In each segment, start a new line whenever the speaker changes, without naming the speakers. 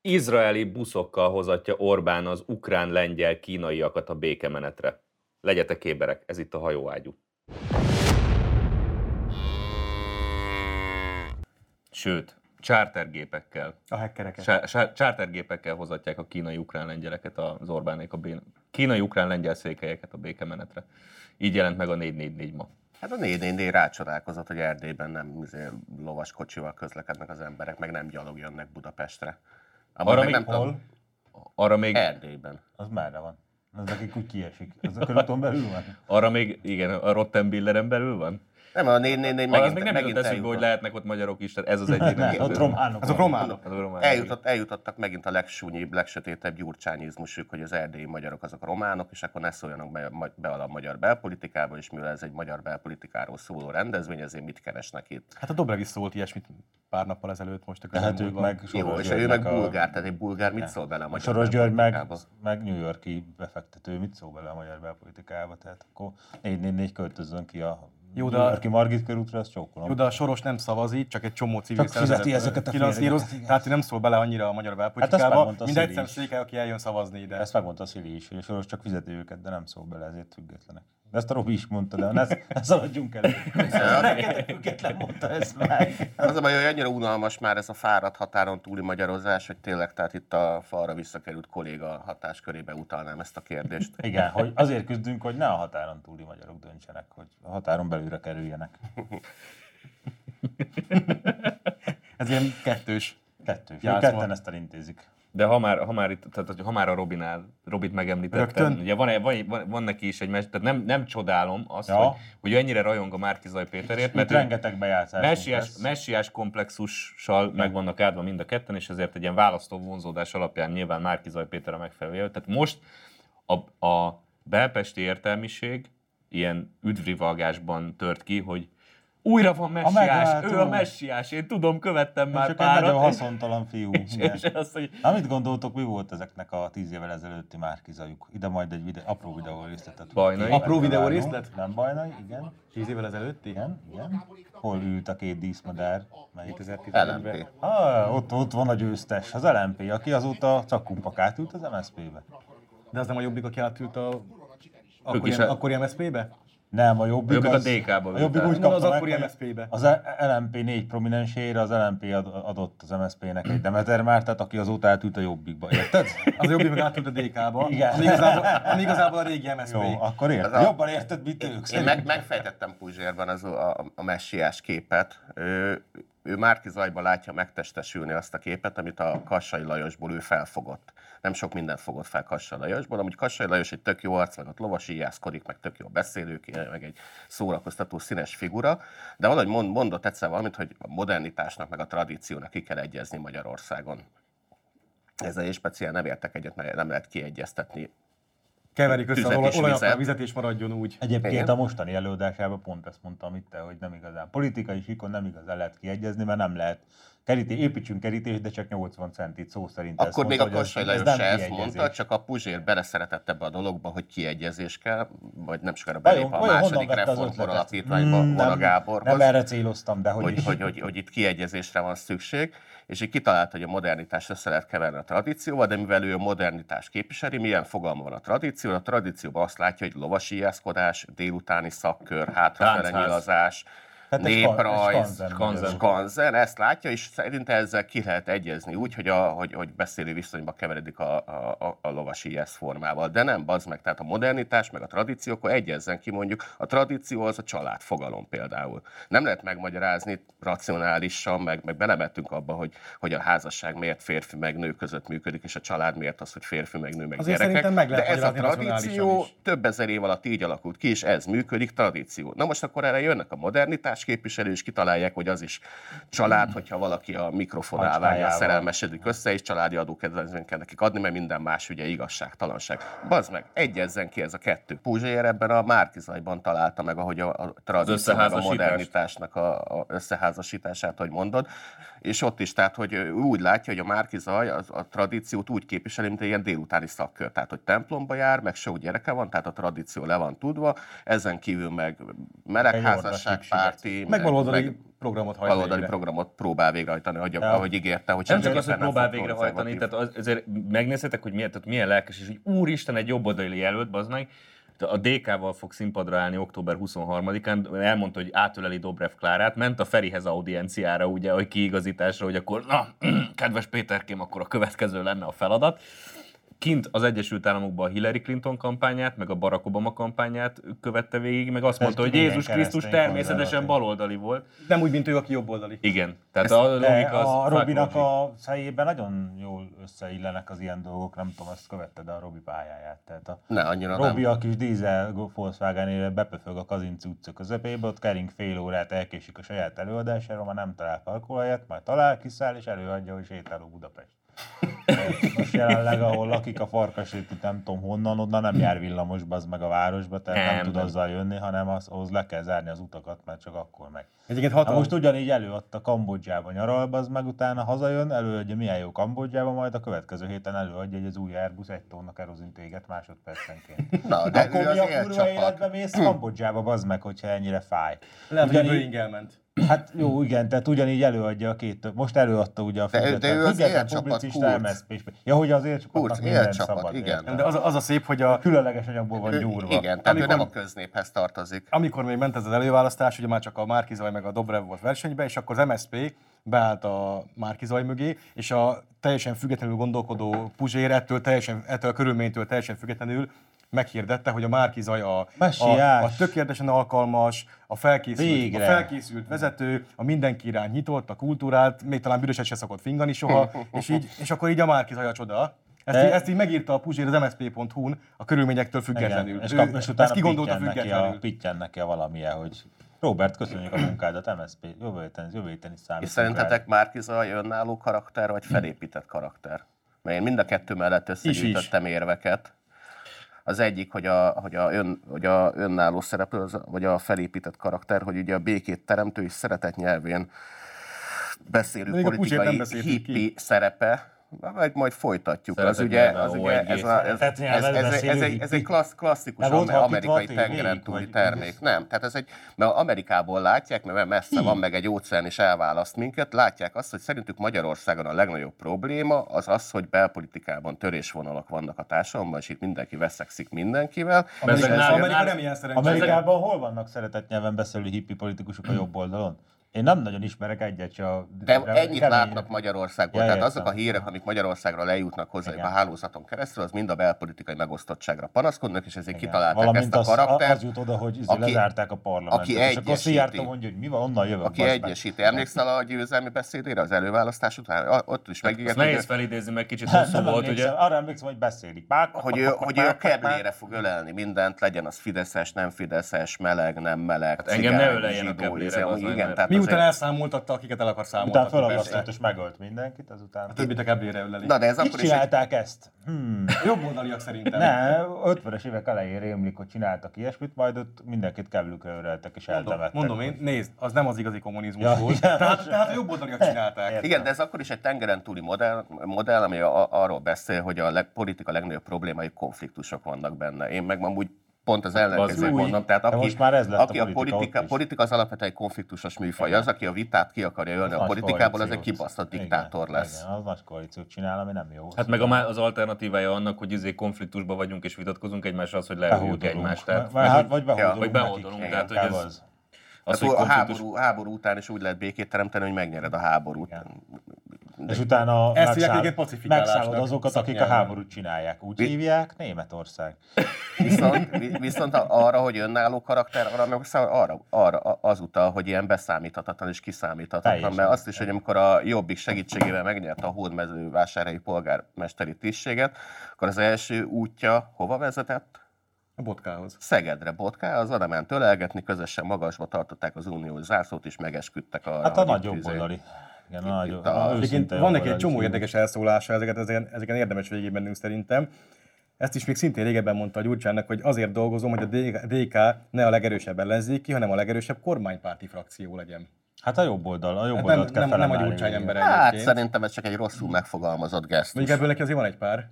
Izraeli buszokkal hozatja Orbán az ukrán-lengyel-kínaiakat a békemenetre. Legyetek éberek, ez itt a hajóágyú. Sőt, csártergépekkel,
A hackereket.
sá- sá- csártergépekkel hozatják a kínai-ukrán-lengyeleket az Orbánék a bén- kínai-ukrán-lengyel székelyeket a békemenetre. Így jelent meg a 444 ma.
Hát a 444 rácsodálkozott, hogy Erdélyben nem izé, lovas kocsival közlekednek az emberek, meg nem gyalog jönnek Budapestre. Abban
Arra
meg
még
nem tudom-
Hol?
Arra még,
Erdélyben.
Az merre van. Az nekik úgy kiesik. Az a körúton belül van.
arra még, igen, a Rottenbilleren belül van?
Nem, a 444
Megint,
megint,
az még nem
megint
jutott eszünkbe, hogy
eljutott.
lehetnek ott magyarok is, tehát ez az egyik.
Nem, ott románok.
Azok
vannak.
románok.
Az a román.
Eljutott, eljutottak megint a legsúnyibb, legsötétebb gyurcsányizmusuk, hogy az erdélyi magyarok azok a románok, és akkor ne szóljanak be, ma- be a magyar belpolitikába, és mivel ez egy magyar belpolitikáról szóló rendezvény, ezért mit keresnek itt?
Hát a Dobrev is szólt ilyesmit pár nappal ezelőtt, most a
Tehát ők
közelmúltban.
meg
Jó,
Soros
és ő
Györgynek
meg
a-
bulgár, tehát egy bulgár mit szól bele a magyar
Soros György meg,
belpolitikába?
meg New Yorki befektető, mit szól bele a magyar belpolitikába, tehát akkor 444 költözzön ki a
Jó, de-
New Yorki Margit körútra, azt csókolom.
Jó, de a Soros nem szavaz így, csak egy csomó civil
Csak fizeti ezeket a
finanszíroz,
férjeket, igen.
tehát nem szól bele annyira a magyar
Hát azt
belpolitikába,
megmondta
mint
Szili
egyszer
is.
székely, aki eljön szavazni ide.
Ezt megmondta a Szili is, hogy a Soros csak fizeti őket, de nem szól bele, ezért függetlenek. De ezt a Robi is mondta, de ne, ne szaladjunk el. Neked független mondta ezt meg.
Hát Az a baj, hogy annyira unalmas már ez a fáradt határon túli magyarozás, hogy tényleg tehát itt a falra visszakerült kolléga hatáskörébe utalnám ezt a kérdést.
Igen, hogy azért küzdünk, hogy ne a határon túli magyarok döntsenek, hogy a határon belülre kerüljenek.
Ez ilyen kettős.
Kettős.
Ja,
Ja,
ez
ketten
van.
ezt elintézik.
De ha már, ha már, itt, tehát, hogy ha már a Robinál, Robit megemlítettem,
Rögtön?
ugye van, van, van, van, neki is egy mes, tehát nem, nem csodálom azt,
Ja.
hogy, hogy ő ennyire rajong a Márkizaj Péterért,
Mert
mert ő
rengeteg bejátszás.
messiás, messiás komplexussal meg vannak áldva mind a ketten, és ezért egy ilyen választó vonzódás alapján nyilván Márkizaj Péter a megfelelő jelölt. Tehát most a, a belpesti értelmiség ilyen üdvrivalgásban tört ki, hogy újra van messiás,
megváltó.
ő a messiás, én tudom, követtem már
Csak egy nagyon
párat,
haszontalan fiú.
és, és
igen.
azt, hogy
Na, mit gondoltok, mi volt ezeknek a tíz évvel ezelőtti márkizajuk? Ide majd egy videó, apró videó részletet.
Bajnai.
Ki-
Apró videó részlet?
Nem bajnai, igen.
Tíz évvel ezelőtti?
Igen, igen. Hol ült a két díszmadár? Melyik?
LMP.
Ah, ott, ott van a győztes, az LMP, aki azóta csak kumpakát ült az MSZP-be.
De az nem a jobbik, aki átült a...
Ők
Akkor
is
ilyen,
a-
akkor ilyen MSZP-be?
Nem, a jobbik,
A Jobbik a DK-ba
A jobbik
ült
úgy
el.
kapta
Az
meg,
akkori
hogy
MSZP-be.
Az LMP négy prominensére, az LMP ad- adott az MSZP-nek egy Demeter Mártát, aki azóta átült a jobbikba, érted?
Az a jobbik, meg átült a DK-ba.
Igen.
Ami igazából, ami igazából a régi MSZP.
Jó, akkor érted.
Ez a-
Jobban érted, mit ők
Én
szerint.
meg, megfejtettem Puzsérban az, a, a messiás képet. Ő, ő Márki Zajban látja megtestesülni azt a képet, amit a Kassai Lajosból ő felfogott. Nem sok mindent fogott fel Kassai Lajosból, amúgy Kassai Lajos egy tök jó arc, meg ott lovasi jászkodik, meg tök jó beszélő, meg egy szórakoztató színes figura, de valahogy mond, mondott egyszer valamit, hogy a modernitásnak, meg a tradíciónak ki kell egyezni Magyarországon. Ezzel én speciál nem értek egyet, mert nem lehet kiegyeztetni
Keverik össze az
Tüzet
olaj-
és
olajat,
vizet.
a vizet és maradjon úgy.
Egyébként
Igen.
a mostani előadásában pont ezt mondtam itt, hogy nem igazán politikai sikon nem igazán lehet kiegyezni, mert nem lehet keríté, építsünk kerítést, de csak 80 centit szó szerint. ezt
Akkor még
mondta,
a
hogy ez-
Kassai
ez
Lajos
nem
se ezt
kiegyezés.
mondta, csak a Puzsér beleszeretett ebbe a dologba, hogy kiegyezés kell, vagy nem sokára
Vajon-
belép a
vajon honnan
második
vette az
reformkor
ötletet?
alapítványba
Mm,
Vona
nem-
Gáborhoz,
Nem erre céloztam, de hogy,
hogy,
is.
hogy, hogy, hogy itt kiegyezésre van szükség, és így kitalált, hogy a modernitás össze lehet keverni a tradícióval, de mivel ő a modernitást képviseli, milyen fogalma van a tradíció? A tradícióban azt látja, hogy lovasíjászkodás, délutáni szakkör, hátrafele
Táncház.
nyilazás,
Hát
Tehát egy skan- egy
néprajz,
skanzen.
skanzen.
skanzen, ezt látja, és szerinte ezzel ki lehet egyezni, úgy, hogy, a, hogy, hogy beszélő viszonyba keveredik a, a, a, a lovasi yes formával. De nem, bazd meg, tehát a modernitás, meg a tradíció, akkor egyezzen ki mondjuk. A tradíció az a család fogalom például. Nem lehet megmagyarázni racionálisan, meg, meg belemettünk abba, hogy, hogy a házasság miért férfi meg nő között működik, és a család miért az, hogy férfi meg nő meg
Azért
gyerekek.
szerintem meg lehet
De ez a
magyarázni racionálisan
tradíció,
is.
több ezer év alatt így alakult ki, és ez működik, tradíció. Na most akkor erre jönnek a modernitás képviselő, és kitalálják, hogy az is család, hogyha valaki a mikrofon
Macskájával.
állványán szerelmesedik össze, és családi adókedvezményt kell nekik adni, mert minden más ugye igazságtalanság. Bazd meg, egyezzen ki ez a kettő. Puzsér ebben a Márkizajban találta meg, ahogy a, a tradíció, meg a
összeházasítást.
modernitásnak a, a összeházasítását, hogy mondod. És ott is, tehát, hogy ő úgy látja, hogy a Márkizaj az, a tradíciót úgy képviseli, mint egy ilyen délutáni szakkör. Tehát, hogy templomba jár, meg sok gyereke van, tehát a tradíció le van tudva, ezen kívül meg melegházasságpárti,
Egy
meg,
Meg baloldali programot hajt
baloldali
végre.
programot próbál végrehajtani, ahogy,
Ja.
ahogy ígérte, hogy
Nem
semmi
csak az, hogy
éppen nem
próbál
fog
végrehajtani,
konzervatív.
tehát az, azért megnézhetek, hogy milyen, tehát milyen lelkes, és hogy úristen, egy jobboldali jelölt, bazd meg, a DK-val fog színpadra állni október 23-án, elmondta, hogy átöleli Dobrev Klárát, ment a Ferihez audienciára, ugye, hogy kiigazításra, hogy akkor, na, kedves Péterkém, akkor a következő lenne a feladat. Kint az Egyesült Államokban a Hillary Clinton kampányát, meg a Barack Obama kampányát követte végig, meg azt
Ez
mondta, hogy
milyen
Jézus Krisztus
keresztény
természetesen
konzervatív.
baloldali volt.
Nem úgy, mint ő, aki jobboldali.
Igen, tehát a
De
logika az...
a
fuck
Robinak
logic.
a fejében nagyon jól összeillenek az ilyen dolgok, nem tudom, azt követted a Robi pályáját. Tehát a
Ne, annyira
Robi
nem.
a kis dízel Volkswagen éve bepöfög a Kazinci utca közepébe, ott kering fél órát elkésik a saját előadására, már nem talál parkolóhelyet, majd talál, kiszáll és előadja, hogy sétáló Budapest. Most jelenleg, ahol lakik a farkasét, nem tudom honnan, onnan nem jár villamos, bazd meg a városba, tehát nem,
Nem,
nem tud
nem.
azzal jönni, hanem az, ahhoz le kell zárni az utakat, mert csak akkor meg.
Egyébként
Na
hatalmas.
most ugyanígy előadta Kambodzsába nyaralba, az meg utána hazajön, előadja milyen jó Kambodzsába, majd a következő héten előadja, hogy az új Airbus egy tonna kerozint éget másodpercenként.
Na, de
Akkor
ő
mi
az
a kurva életbe
élcsapat.
mész Kambodzsába, bazd meg, hogyha ennyire fáj.
Lehet, hogy
Ugyanígy-
Boeing elment.
Hát jó, igen, tehát ugyanígy előadja a két, most előadta ugye a
De ő- de ő az élcsapat, Kurz.
MSZP. Ja, hogy az ércsapatnak
Kurz,
minden
élcsapat,
szabad.
igen.
érted?
Nem, de az, a- az a szép, hogy a
Különleges anyagból van
Ő-
gyúrva.
Igen, tehát ő
Amikor-
nem a köznéphez tartozik.
amikor még ment ez az előválasztás, ugye már csak a Márkizaj meg a Dobrev volt versenybe, és akkor az MSP beállt a Márkizaj mögé, és a teljesen függetlenül gondolkodó Puzsér ettől, teljesen, ettől a körülménytől teljesen függetlenül meghirdette, hogy a Márkizaj a, a,
Messiás.
a tökéletesen alkalmas, a felkészült,
Végre.
a felkészült vezető, a mindenki irány nyitott, a kultúrált, még talán bűnöset se szokott fingani soha, és, így, és akkor így a Márkizaj a csoda. Ezt,
De-
így, ezt így megírta a Puzsér az MSZP.hu-n a körülményektől függetlenül.
Igen, és,
Ő
kap, és utána
ezt kigondolta
pittyen
függetlenül.
Neki a, pittyen neki a valamilyen, hogy Robert, köszönjük a munkádat, MSZP, jövő héten, jövő héten is
És
számítunk rád.
szerintetek Márkizaj önálló karakter, vagy felépített karakter? Mert én mind a kettő mellett összegyűjtöttem érveket. Az egyik, hogy a, hogy a, ön, hogy a önálló szereplő, az- vagy a felépített karakter, hogy ugye a békét teremtő és szeretet nyelvén beszélő
Még a Puzsért nem
politikai
beszéltük
hippi szerepe, majd, majd folytatjuk. Az
Szeretet
ugye,
nyelve,
az
ó,
ugye
egy
ez, a, ez, ez,
szeretet
ez,
nyelven
ez,
beszélő
ez, egy, ez egy
hippi.
klassz, klasszikus
De volt
amer-
hakit
amerikai
vatni?
tengeren
Végig
túli
vagy-
termék. Nem, tehát ez egy, mert Amerikából látják, mert messze van, meg egy óceán is elválaszt minket, látják azt, hogy szerintük Magyarországon a legnagyobb probléma az az, hogy belpolitikában törésvonalak vannak a társadalomban, és itt mindenki veszekszik mindenkivel.
Mert
És
ezek
ezért-
nálunk-
Amerika nem ilyen szerencsés.
Amerikában hol vannak szeretett nyelven beszélő hippi politikusok a jobb oldalon? Én nem nagyon ismerek egyet se a...
De
re-
ennyit
kemény-
látnak Magyarországról.
Ja,
Tehát azok a
értem.
hírek, amik Magyarországra lejutnak hozzájuk
Igen.
a hálózaton keresztül, az mind a belpolitikai megosztottságra panaszkodnak, és ezért
Igen.
kitalálták
Valamint
ezt a
az-
karaktert.
Az jut oda, hogy izé
aki-
lezárták a parlamentet.
aki
és akkor
egyesíti.
Szijjártó mondja, hogy mi van, onnan jövök.
aki
bazd meg.
egyesíti. Emlékszel a győzelmi beszédére az előválasztás után? A-
Hát
Ott is
Ezt
megígért,
nehéz
hogy,
felidézni, mert kicsit
Nem,
hosszú
nem
Szóval,
volt, ugye?
emlékszem, arra emlékszem, hogy beszélik. Pák,
hogy, ő, hogy ő a keblére fog ölelni mindent, legyen az fideszes, nem fideszes, meleg, nem meleg, hát
engem ne öleljen a keblére, az meg
igen,
nem.
tehát
Miután
azért-
elszámoltatta, akiket el akar
Utána
számoltatni. persze.
felakasztott és megölt mindenkit, azután...
A többit a keblére öleli.
Na, de ez
Kik
Hát akkor is egy
csinálták ezt? Hmm.
Jobb oldaliak szerintem.
Ne, 50-es évek elején rémlik, hogy csináltak ilyesmit, majd ott mindenkit kevlükre öleltek és
Mondom,
eltemettek.
mondom én, nézd, az nem az igazi kommunizmus
Ja,
volt.
igen.
Tehát, tehát a jobb oldaliak csinálták.
Igen, de ez akkor is egy tengeren túli modell, modell ami a, arról beszél, hogy a leg, politika legnagyobb problémai konfliktusok vannak benne. Én meg amúgy pont az ellenkezőt
Bazd.
mondom. Tehát aki,
most már ez lett a
aki a
politika
politika,
ott is.
politika az alapvetően egy konfliktusos műfaj. Az, aki a vitát ki akarja ölni a
Nagy
politikából, az egy
koalíciót.
kibaszott
Igen,
diktátor lesz.
Igen, az nagy koalíciót csinál, ami nem jó.
Hát meg a, má- az alternatívája annak, hogy izé konfliktusba vagyunk és vitatkozunk egymással, az, hogy leülünk
behódolunk.
egymást. Tehát,
Vagy- hát, vagy
Ja,
behódolunk,
vagy behódolunk,
nekik,
tehát, hogy
inkább
ez-
az.
az, hogy
Hát a
konfliktus...
háború, háború után is úgy lehet békét teremteni, hogy megnyered a háborút.
És utána
Ezt hívják
megszáll-
egyébként pacifikálásnak
megszállod azokat, akik a
szaknyelven.
háborút csinálják. Úgy hívják Németország. Hát
Viszont, vi- viszont a- arra, hogy önálló karakter, arra, meg szóval arra, arra az utal, hogy ilyen beszámíthatatlan és kiszámíthatatlan,
Teljesen.
mert azt is, hogy amikor a Jobbik segítségével megnyerte a hódmezővásárhelyi polgármesteri tisztséget, akkor az első útja hova vezetett?
A botkához.
Szegedre botkához, oda ment ölelgetni, közösen magasba tartották az uniós zászlót, és megesküdtek arra.
Hát a
hogy
nagy
itt
jobb
izé-
oldali. Igen, a nagy
itt a-
a-
Egyébként
őszinte
van neki egy
jobboldali
csomó
színű.
érdekes elszólása, ezeket, ezeken, ezeken érdemes végig mennünk szerintem. Ezt is még szintén régebben mondta a Gyurcsának, hogy azért dolgozom, hogy a DK- DK ne a legerősebb ellenzéki, hanem a legerősebb kormánypárti frakció legyen.
Hát a jobb oldal, a jobb
Hát
hát
nem,
oldalt kell
nem, nem a
felemelni
Gyurcsány
végig.
ember
Hát
egyébként.
szerintem ez csak egy rosszul megfogalmazott gesztus.
Mondjuk ebből neki azért van egy pár.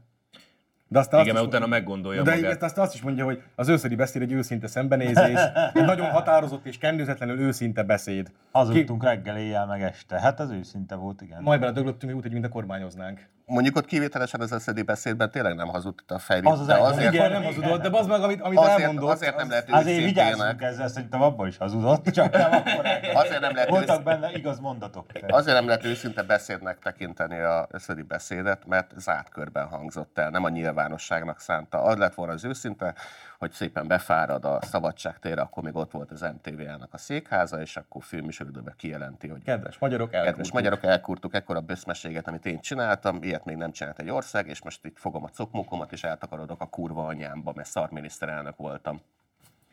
De aztán
Igen, mert utána meggondolja
de
magát.
De aztán azt is mondja, hogy az őszöri beszéd egy őszinte szembenézés, egy nagyon határozott és kendőzetlenül őszinte beszéd.
Hazudtunk reggel, éjjel, meg este. Hát az őszinte volt, igen.
Majd beledöglöttünk, úgy, hogy mint a kormányoznánk.
Mondjuk ott kivételesen az összedi beszédben tényleg nem hazudt a fejvétel.
Az az
de
egy-
azért,
Igen, nem hazudott, de az meg, amit, amit
azért,
elmondott.
azért nem lehet
Azért
őszintének.
vigyázzunk ezzel, szerintem abban is hazudott, csak nem akkor.
Azért nem lehet
Voltak
ősz-
benne igaz mondatok.
Azért nem lehet őszinte beszédnek tekinteni a összödi beszédet, mert zárt körben hangzott el, nem a nyilvánosságnak szánta. Az lett volna az őszinte, hogy szépen befárad a szabadság térre, akkor még ott volt az MTV-nek a székháza, és akkor filmisörödőben kijelenti, hogy
Kedves magyarok,
Kedves
elkurtuk.
magyarok, elkurtuk ekkora böszmeséget, amit én csináltam, ilyet még nem csinált egy ország, és most itt fogom a cokmukomat, és eltakarodok a kurva anyámba, mert szarminiszterelnök voltam.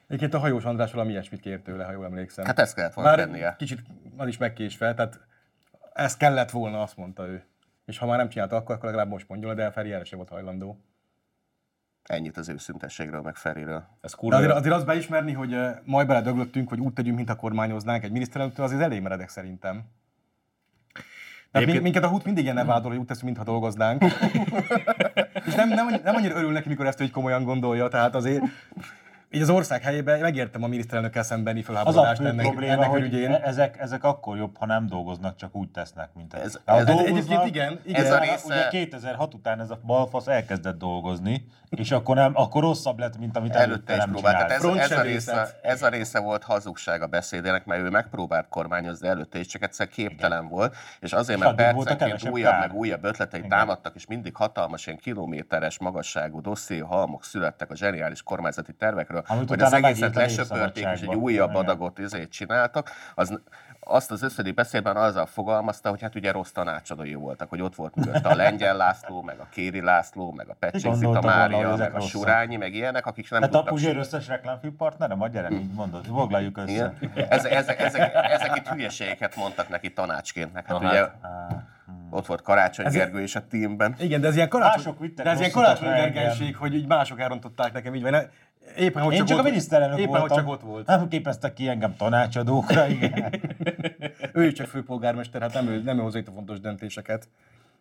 Egyébként a hajós András valami ilyesmit kért tőle, ha jól emlékszem.
Hát ezt kellett volna
Már
tennie.
kicsit az is megkésve, tehát ez kellett volna, azt mondta ő. És ha már nem csinálta akkor, akkor legalább most mondjon, de Feri erre sem volt hajlandó.
Ennyit az őszintességről, meg Feriről.
Ez
De
kurva.
azért, azért azt beismerni, hogy eh, majd beledöglöttünk, hogy úgy tegyünk, mint a kormányoznánk egy miniszterelnöktől, azért elég meredek szerintem. Tehát
Egyébként-
min- minket a hút mindig ilyen vádol, hogy úgy teszünk, mintha dolgoznánk. És nem, nem, annyi- nem annyira örül neki, mikor ezt hogy komolyan gondolja, tehát azért így az ország helyében megértem a miniszterelnökkel szembeni
Az a
felháborodást
fő
ennek,
probléma,
ennek a
hogy e-
ügyén.
ezek, ezek akkor jobb, ha nem dolgoznak, csak úgy tesznek, mint
Ez-
Ha
ez-
dolgoznak,
Egyébként igen, igen.
Ez a része-
Ugye 2006 után ez a balfasz elkezdett dolgozni, és akkor, nem, akkor rosszabb lett, mint amit előtte
Előtte is
nem
próbált. Tehát
csinált.
ez, ez, a
Frontsebészet.
része, ez a része volt hazugság a beszédének, mert ő megpróbált kormányozni előtte, és csak egyszer képtelen volt, és azért, mert
addig volt a
percenként
kevesebb
újabb,
kár.
meg újabb ötletei támadtak, és mindig hatalmas, ilyen kilométeres magasságú dosszié halmok születtek a zseniális kormányzati tervekről,
Amit
hogy az
utána
egészet
megírta
lesöpörték, és egy
Népszabadságban.
újabb
Igen.
adagot izét csináltak, az azt az összedi beszélben azzal fogalmazta, hogy hát ugye rossz tanácsadói voltak, hogy ott volt mögött a Lengyel László, meg a Kéri László, meg a Pecsik
Gondolta
Zita
volna, hogy
Mária,
ezek
meg a
rosszak.
Surányi, meg ilyenek, akik nem
Tehát a
tudtak
Puzsér összes reklámfilmpartnerem, a gyere, így mondod, foglaljuk össze.
igen. Ezek, ezek, ezek, ezek itt hülyeségeket mondtak neki tanácsként. Hát, hát
Na
ugye
hát.
ott volt Karácsony Gergő is a teamben.
Igen, de ez ilyen karácsony,
Mások vittek
de ez ilyen
rosszat
karácsony
a helyen.
gergelység, hogy így mások elrontották nekem így, vagy ne, éppen hogy
Én
csak,
csak,
ott,
a miniszterelnök
éppen,
voltam.
hogy csak ott volt.
Nem képeztek ki engem tanácsadókra, igen.
Ő is csak főpolgármester, hát nem ő, nem ő hozza itt a fontos döntéseket. De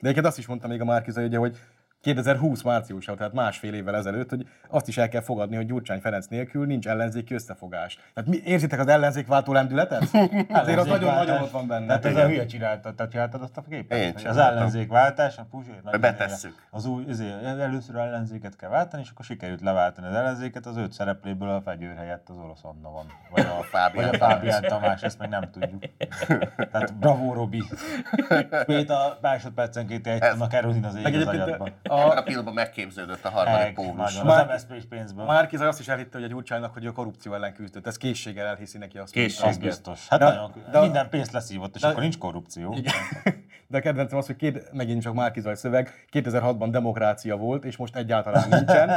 egyébként azt is mondta még a Márkizai, ugye, hogy 2020 márciusa, tehát másfél évvel ezelőtt, hogy azt is el kell fogadni, hogy Gyurcsány Ferenc nélkül nincs ellenzéki összefogás. Tehát mi, érzitek az ellenzékváltó lendületet? Hát Azért az nagyon-nagyon ott van benne.
Tehát ez a hülye csinálta, tehát csináltad azt a képet.
Én
az
csináltam.
ellenzékváltás, a Puzsér nagy
Betesszük.
ideje. Az új, izé, először ellenzéket kell váltani, és akkor sikerült leváltani az ellenzéket, az öt szerepléből a fegyőr helyett az orosz Anna van. Vagy a,
Fábián
vagy a Fábián Tamás, ezt még nem tudjuk. Tehát bravo Robi. Spét a másodpercenként ejtem a kerozin az ég
Meg
az
egyébként
agyadban.
a,
Ebben a pillanatban megképződött a harmadik
Meg,
pólus.
nagyon.
Már-
Az MSZP pénzből.
Márkizai azt is elhitte, hogy a Gyurcsánynak, hogy ő korrupció ellen küzdött. Ez készséggel elhiszi neki azt.
Kész.
Az biztos. Hát
De-
nagyon,
de-
minden pénzt leszívott, és
de-
akkor nincs korrupció.
Igen. De a kedvencem az, hogy két, megint csak Márkizaj szöveg, 2006-ban demokrácia volt, és most egyáltalán nincsen.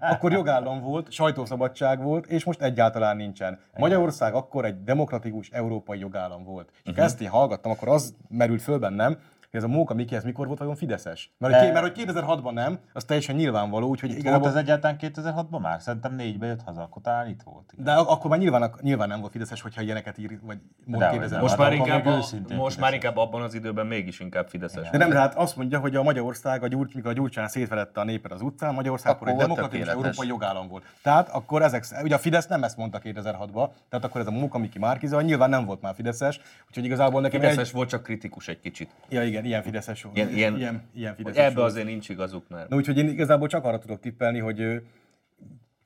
Akkor jogállam volt, sajtószabadság volt, és most egyáltalán nincsen. Magyarország akkor egy demokratikus európai jogállam volt. És
Mhm.
uh-huh. ezt én hallgattam, akkor az merült föl bennem, hogy ez a Móka Miki, ez mikor volt vajon Fideszes? Mert, hogy,
Eh.
ké- mert hogy 2006-ban nem, az teljesen nyilvánvaló, úgyhogy
Volt
igazából...
hát ez egyáltalán 2006-ban már? Szerintem négybe jött haza, akkor talán itt volt. igen.
De ak- akkor már nyilván, nyilván nem volt Fideszes, hogyha ilyeneket ír, vagy
Dehogy
mond
nem.
2006
Most
Hát
már,
akkor
inkább,
még
a,
őszintén
most már
fideszes.
inkább abban az időben mégis inkább Fideszes.
De nem, tehát azt mondja, hogy a Magyarország, a Gyurcs, mikor a Gyurcsán szétfelette a népet az utcán, Magyarország akkor,
Akkor
egy
volt
demokratikus
tökéletes.
európai jogállam volt. Tehát akkor ezek, ugye a Fidesz nem ezt mondta 2006-ban, tehát akkor ez a munka Miki Márkiza, nyilván nem volt már Fideszes, úgyhogy igazából nekem
Fideszes volt, csak kritikus egy kicsit.
Egy, ja, igen, ilyen Fideszes volt.
Ilyen, ilyen,
ilyen, ilyen
hogy
Fideszes
ebbe
volt.
azért nincs igazuk, mert...
Na, úgyhogy én igazából csak arra tudok tippelni, hogy ö,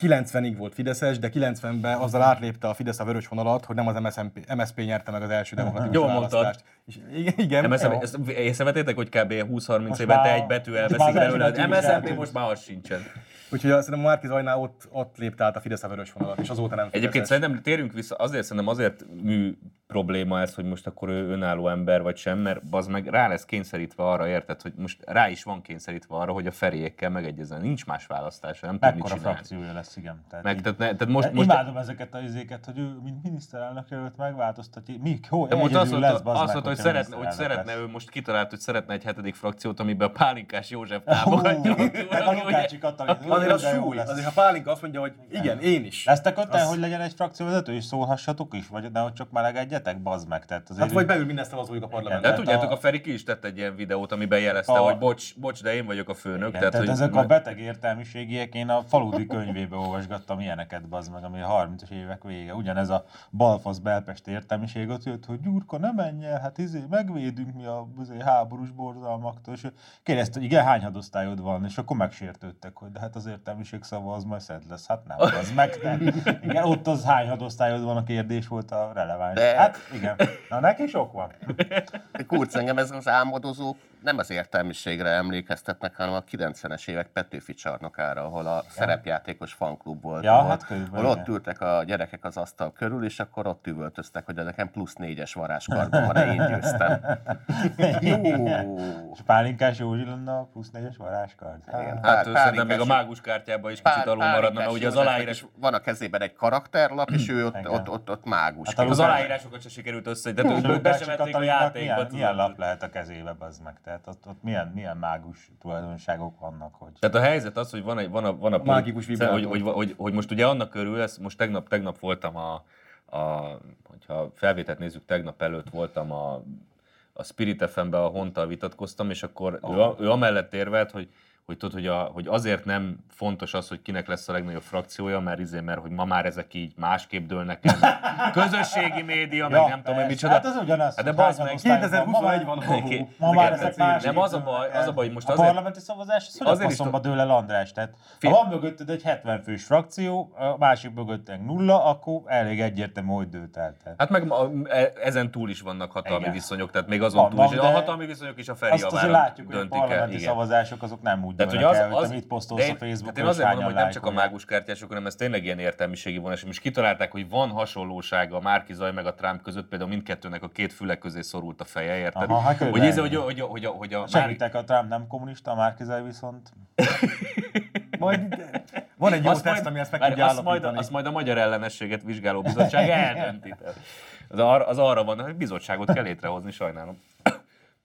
90-ig volt Fideszes, de 90-ben azzal átlépte a Fidesz a vörös vonalat, hogy nem az MSZP, MSZP nyerte meg az első demokratikus
Jól mondtad.
választást. És, igen, igen.
MSZM,
jó.
ezt észrevetétek, hogy kb. 20-30
Most
évente
már-
egy betű
most
elveszik
már az
belőle,
első
de
betű is
MSZMP
eltűnt.
most már az sincsen.
Úgyhogy azt szerintem Márki Zajnál ott, ott lépte át a Fidesz a vörös vonalat, és azóta nem
Egyébként
Fideszes.
szerintem térjünk vissza, azért szerintem azért mű probléma ez, hogy most akkor ő önálló ember vagy sem, mert az meg rá lesz kényszerítve arra, érted, hogy most rá is van kényszerítve arra, hogy a feriékkel megegyezzen. Nincs más választása, nem tud mit
Mekkora
csinálni.
frakciója lesz, igen. Tehát
Meg,
így-
tehát, ne, tehát
most,
most, most
imádom ezeket a izéket, hogy ő, mint miniszterelnök jelölt, megváltoztatja. Mi? Hol?
de most
egyedül
azt mondta,
lesz, bazd
azt
meg,
mondta hogy,
hogyha
szeretne, hogy
miniszterelnök
szeretne,
lesz.
ő most kitalált, hogy szeretne egy hetedik frakciót, amiben a Pálinkás József
Hú,
támogatja.
meg a Lukácsi Katalin. Ú,
Azért az
de jó
súly,
lesz.
azért ha Pálinka azt mondja, hogy igen, én is.
Ezt te köttel, hogy legyen egy frakcióvezető, és szólhassatok is, vagy de hogy csak meleg egyet beszéltek, bazd meg. Tehát azért
Hát vagy beül mindezt elazuljuk a parlamentben.
De
Tehát
tudjátok,
a-
a Feri ki is tett egy ilyen videót, amiben jelezte,
A-
hogy bocs, bocs, de én vagyok a főnök.
Igen, tehát,
hogy
ezek a beteg értelmiségiek, én a faludi könyvébe olvasgattam ilyeneket, bazd meg, ami a 30-as évek vége. Ugyanez a balfasz belpest értelmiség ott jött, hogy Gyurka, ne menj el, hát izé, megvédünk mi a izé, háborús borzalmaktól. És kérdezte, hogy igen, hány hadosztályod van, és akkor megsértődtek, hogy de hát az értelmiség szava az majd szent lesz. Hát nem, az meg nem. Igen, ott az hány hadosztályod van, a kérdés volt a releváns.
De-
Hát igen, na neki sok van.
Kurz, engem ez az álmodozók nem az értelmiségre emlékeztetnek, hanem a 90-es évek Petőfi csarnokára, ahol a szerepjátékos fanklub volt.
Ja,
ahol,
hát körülbelül,
ahol ott
igen.
ültek a gyerekek az asztal körül, és akkor ott üvöltöztek, hogy de nekem plusz négyes varázskarban van, én győztem. Jó!
És Pálinkás Józsi lenne a plusz négyes varázskard. Hát,
Hát
Pá-
szerintem még a
Pálinkás-
mágus kártyában is
Pár-
kicsit alul
Pálinkás
maradna, mert ugye az
Józsefnek
aláírás,
is Van a kezében egy karakterlap, és ő ott,
Igen.
ott, ott, ott mágus.
Hát a
az
Lukács-
aláírásokat se sikerült össze, tehát ők be
Lukács
sem vették a
Katalinnak
játékba.
hát milyen, milyen
tudod.
lap lehet a kezébe, az meg? Tehát ott, ott milyen, milyen mágus tulajdonságok vannak, hogy...
Tehát a helyzet az, hogy van, egy, van a, van a, pont-
mágikus vibrátor.
hogy, hogy, hogy, hogy, most ugye annak körül, ez most tegnap, tegnap voltam a, a, hogyha felvételt nézzük, tegnap előtt voltam a, a Spirit fm a Hontal vitatkoztam, és akkor ő, a- ő, amellett érvelt, hogy, hogy tudod, hogy, a, hogy azért nem fontos az, hogy kinek lesz a legnagyobb frakciója, mert izé, mert hogy ma már ezek így másképp dőlnek el. Közösségi média, meg nem tudom, hogy
persze.
micsoda.
Hát az ugyanaz.
Hát de
hogy
bazd
hány
meg,
osztályban
2021 van,
ma már-
hoho.
Ma már
Igen,
ezek
tehát
más
nem, az a baj- az a baj, hogy most
a
azért-
parlamenti szavazás, az hogy a
Azért is
faszomba
tud-
dől el András. Tehát
Fél-
ha van mögötted egy 70 fős frakció, a másik mögötted nulla, akkor elég egyértelmű, hogy dőlt el. Tehát.
Hát meg ma- e- ezen túl is vannak hatalmi
Igen.
viszonyok, tehát még azon túl
Vannak,
is. A
de
hatalmi viszonyok is a Feri
Azt azért
javára
látjuk, hogy a
döntik el.
parlamenti
Igen.
szavazások azok nem úgy
Tehát, hogy
dőlnek
az,
el, hogy
az,
te mit
de
posztolsz
én-
a Facebookon,
Tehát én azért
és
mondom, hogy
hányan
nem csak a
lájkolják.
mágus kártyások, hanem ez tényleg ilyen értelmiségi vonás. És Most kitalálták, hogy van hasonlóság a Márki Zaj meg a Trump között, például mindkettőnek a két füle közé szorult a feje, érted?
Aha, hát
hogy,
körülbelül
ez, hogy,
ennyi.
hogy, hogy, a- hogy a Márki...
Segítek a Trump nem kommunista, a Márkizaj viszont.
Majd van egy jó
Azt
teszt,
majd-
ami ezt meg
várj,
tudja
azt majd,
állapítani.
azt majd a Magyar Ellenességet Vizsgáló Bizottság eldönti. Tehát Az, ar, az arra van, hogy bizottságot kell létrehozni, sajnálom.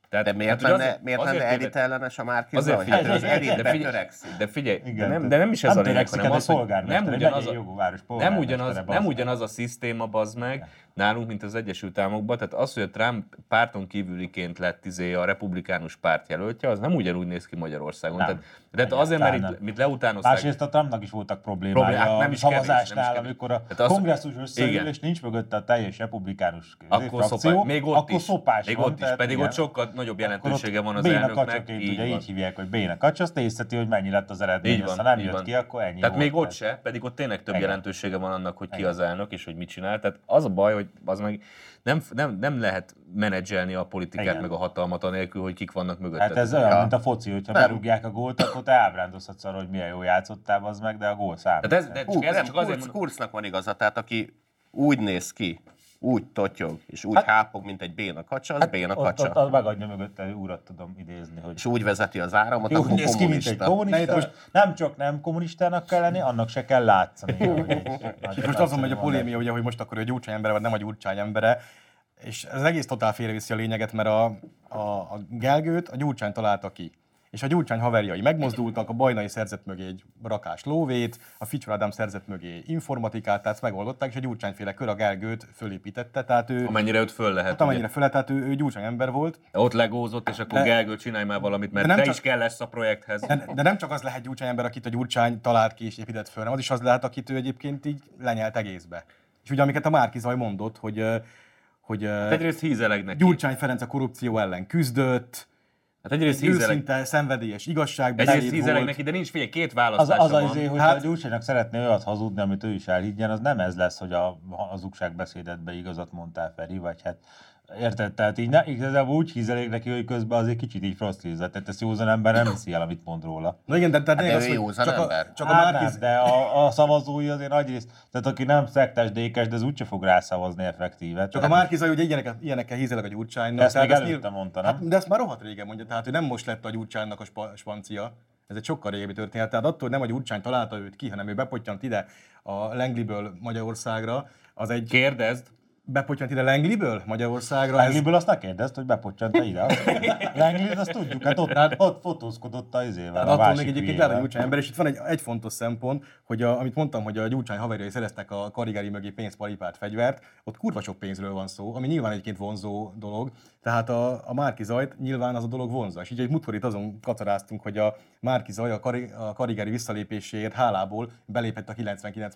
Tehát,
De miért
hát, hogy
lenne, miért lenne
téved-
elit ellenes a Márki
Azért
Zaj? Hát ő az
figyelj, de
elitbe
figyelj,
törekszik.
de figyelj de,
Igen,
nem,
tehát
de nem is ez a lényeg,
törekszik,
hanem
de
az, hogy
polgármester,
nem
egy
ugyanaz,
megyei
a-
jogú város
nem,
polgármestere,
ugyanaz,
bazd
nem
meg.
ugyanaz a szisztéma, bazd meg, nálunk, mint az Egyesült Államokban. Tehát az, hogy a Trump párton kívüliként lett izé a republikánus párt jelöltje, az nem ugyanúgy néz ki Magyarországon.
Nem.
Tehát, tehát hát azért, mert
Egyáltalán
itt,
nem.
mit leutánozták.
Másrészt a Trumpnak is voltak problémája
Problémák,
a
nem is kevés,
szavazásnál,
nem is kevés.
amikor a
Tehát az-
kongresszus összeül,
Igen.
és nincs mögötte a teljes republikánus
Akkor
frakció,
szopás, még ott
akkor
is,
szopás
még
van,
ott is,
tehát
pedig
igen.
ott sokkal nagyobb
Akkor ott
jelentősége van az
Béna
elnöknek.
kacsaként, ugye
van.
így hívják, hogy Béna kacs, azt észteti, hogy mennyi lett az eredmény,
Így
aztán
van,
nem
így
jött
van.
ki, akkor ennyi
Tehát
volt.
még ott se, pedig ott tényleg több
Igen.
jelentősége van annak, hogy ki az elnök és hogy mit csinál. Tehát az a baj, hogy az meg nem, nem, nem lehet menedzselni a politikát
Igen.
meg a hatalmat anélkül, hogy kik vannak mögötted.
Hát ez olyan,
Ja.
mint a foci, hogyha
Nem.
berúgják a gólt, akkor te ábrándozhatsz arra, hogy milyen jó játszottál, az meg, de a gól számít.
Tehát Hát ez, de
Hú,
csak, ez
nem,
csak azért
Kurz,
mondom,
Kurznak van igaza, tehát aki úgy néz ki, úgy totyog, és úgy
Hát-
hát, hápog, mint egy béna kacsa, az hát, béna
Ott,
kacsa.
ott, ott megadja mögötte, úrat tudom idézni, hogy
és úgy vezeti az áramot,
Jó,
akkor
néz ki, mint egy
kommunista.
Hát kommunista. Most nem csak nem kommunistának kell lenni, annak se kell látszani.
És most azon megy a polémia, ugye, hogy most akkor ő gyurcsány embere, vagy nem a gyurcsány embere, és ez egész totál félreviszi a lényeget, mert a, a, a Gelgőt a gyurcsány találta ki. És a gyurcsány haverjai megmozdultak, a bajnai szerzett mögé egy rakás lóvét, a Ficsor Ádám szerzett mögé informatikát, tehát ezt megoldották, és a gyurcsányféle kör a Gelgőt fölépítette, tehát ő,
amennyire őt föl lehet.
hát amennyire föl, tehát ő, ő gyurcsány ember volt,
ugye. Ott legózott, és akkor
De-
Gergő csinálj már valamit, mert
de nem
te
csak-
is kell lesz a projekthez. Hát
De, de nem csak az lehet gyurcsány ember, akit a gyurcsány talált ki és épített föl, hanem az is az lehet, akit ő egyébként így lenyelt egészbe. És ugye amiket a Márki Zaj mondott, hogy, ö, hogy ö,
Hát egyrészt hízeleg neki.
Gyurcsány Ferenc a korrupció ellen küzdött,
Hát egyrészt hízeleg,
őszinte, szenvedélyes
egyrészt
igazságbeléd
hízeleg
volt.
neki, de nincs figyelj, két
Az,
választása
az
van.
az, hogy hát, a Gyurcsánynak szeretné olyat hazudni, amit ő is elhiggyen, az nem ez lesz, hogy a hazugságbeszédetbe igazat mondtál, Feri, vagy hát Érted? Tehát így ne, igazából úgy hízelék neki, hogy közben azért kicsit így frosztlízza. Tehát ezt józan ember nem hiszi el, amit mond róla.
Na igen, de, de,
de
de az,
ő
hogy
józan
csak a,
ember.
csak a
hát
Márki
nem, de a, a, szavazói azért nagy rész. Tehát aki nem szektás dékes, de az úgyse fog rászavazni effektíve.
Csak a
Tehát-
Márki Zaj ugye ilyenekkel, ilyenekkel hízeleg a gyurcsánynak.
De ezt
tehát
még
nyilv-
előtte mondta, nem?
Hát, de ezt már rohadt régen mondja, tehát ő nem most lett a gyurcsánynak a spa- spancia. Ez egy sokkal régebbi történet. Tehát attól hogy nem a gyurcsány találta őt ki, hanem ő bepottyant ide a Lengliből Magyarországra. Az egy
Kérdezd,
bepottyant ide Lengliből Magyarországra. Ez,
Langliből azt ne kérdezd, hogy bepocsantta ide. Azt- Langlit azt tudjuk, hát ott, hát ott fotózkodott a izével,
hát
a
attól még
másik
egyébként
hülyével.
lehet a Gyurcsány ember, és itt van egy, egy fontos szempont, hogy a, amit mondtam, hogy a Gyurcsány haverjai szereztek a Karigári mögé pénzparipát, fegyvert, ott kurva sok pénzről van szó, ami nyilván egyébként vonzó dolog, tehát a, a Márki Zajt nyilván az a dolog vonzza. És így egy múltkor itt azon kacaráztunk, hogy a Márki Zaj a, Kari, a Karigári visszalépéséért hálából belépett a 99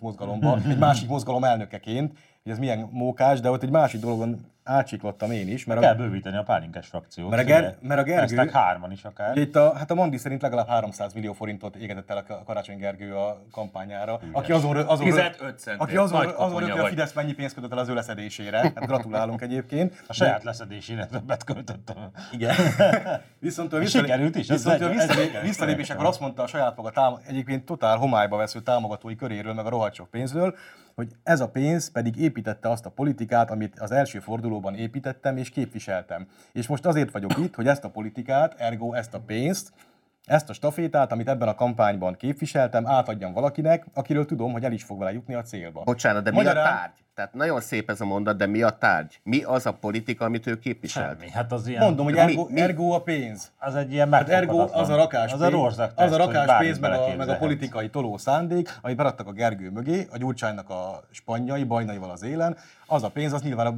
mozgalomba, egy másik mozgalom elnökeként, hogy ez milyen mókás, de ott egy másik dologon átsiklottam én is, mert
Kell
a,
bővíteni a pálinkás frakciót.
Mert a Ger-
ugye?
mert a Gergő-
Lesznek hárman is akár.
Ugye itt a, hát a Mandi szerint legalább 300 millió forintot égetett el a Ka- Karácsony Gergő a kampányára, aki azon, rö- azon, rö-
15 centért.
aki azon,
Nagy
rö- azon
koponya
rögtön a
vagy.
Fidesz mennyi pénzt kötött el az ő leszedésére. Hát gratulálunk egyébként.
A saját leszedésére többet költöttem.
Igen. Viszont ő a
Sikerült is, ez
Viszont ő a
egy- ez
visszalé-
sikerült
visszalépésekor
projektem.
azt mondta a saját maga tám- egyébként totál homályba vesző támogatói köréről, meg a rohadt sok pénzről, hogy ez a pénz pedig építette azt a politikát, amit az első fordulóban építettem és képviseltem. És most azért vagyok itt, hogy ezt a politikát, ergo ezt a pénzt, ezt a stafétát, amit ebben a kampányban képviseltem, átadjam valakinek, akiről tudom, hogy el is fog vele jutni a célba.
Bocsánat, de mi
Magyarán-
a tárgy? Tehát nagyon szép ez a mondat, de mi a tárgy? Mi az a politika, amit ő képviselt?
Semmi. Hát az ilyen...
Mondom, hogy
De mi-
ergo,
mi-
ergo a pénz.
Az egy ilyen
Hát ergo az a rakás
Az a rózsak
az a rakás pénz meg, a, meg a politikai toló szándék, amit beradtak a Gergő mögé, a Gyurcsánynak a spanyai, bajnaival az élen, az a pénz, az nyilván a,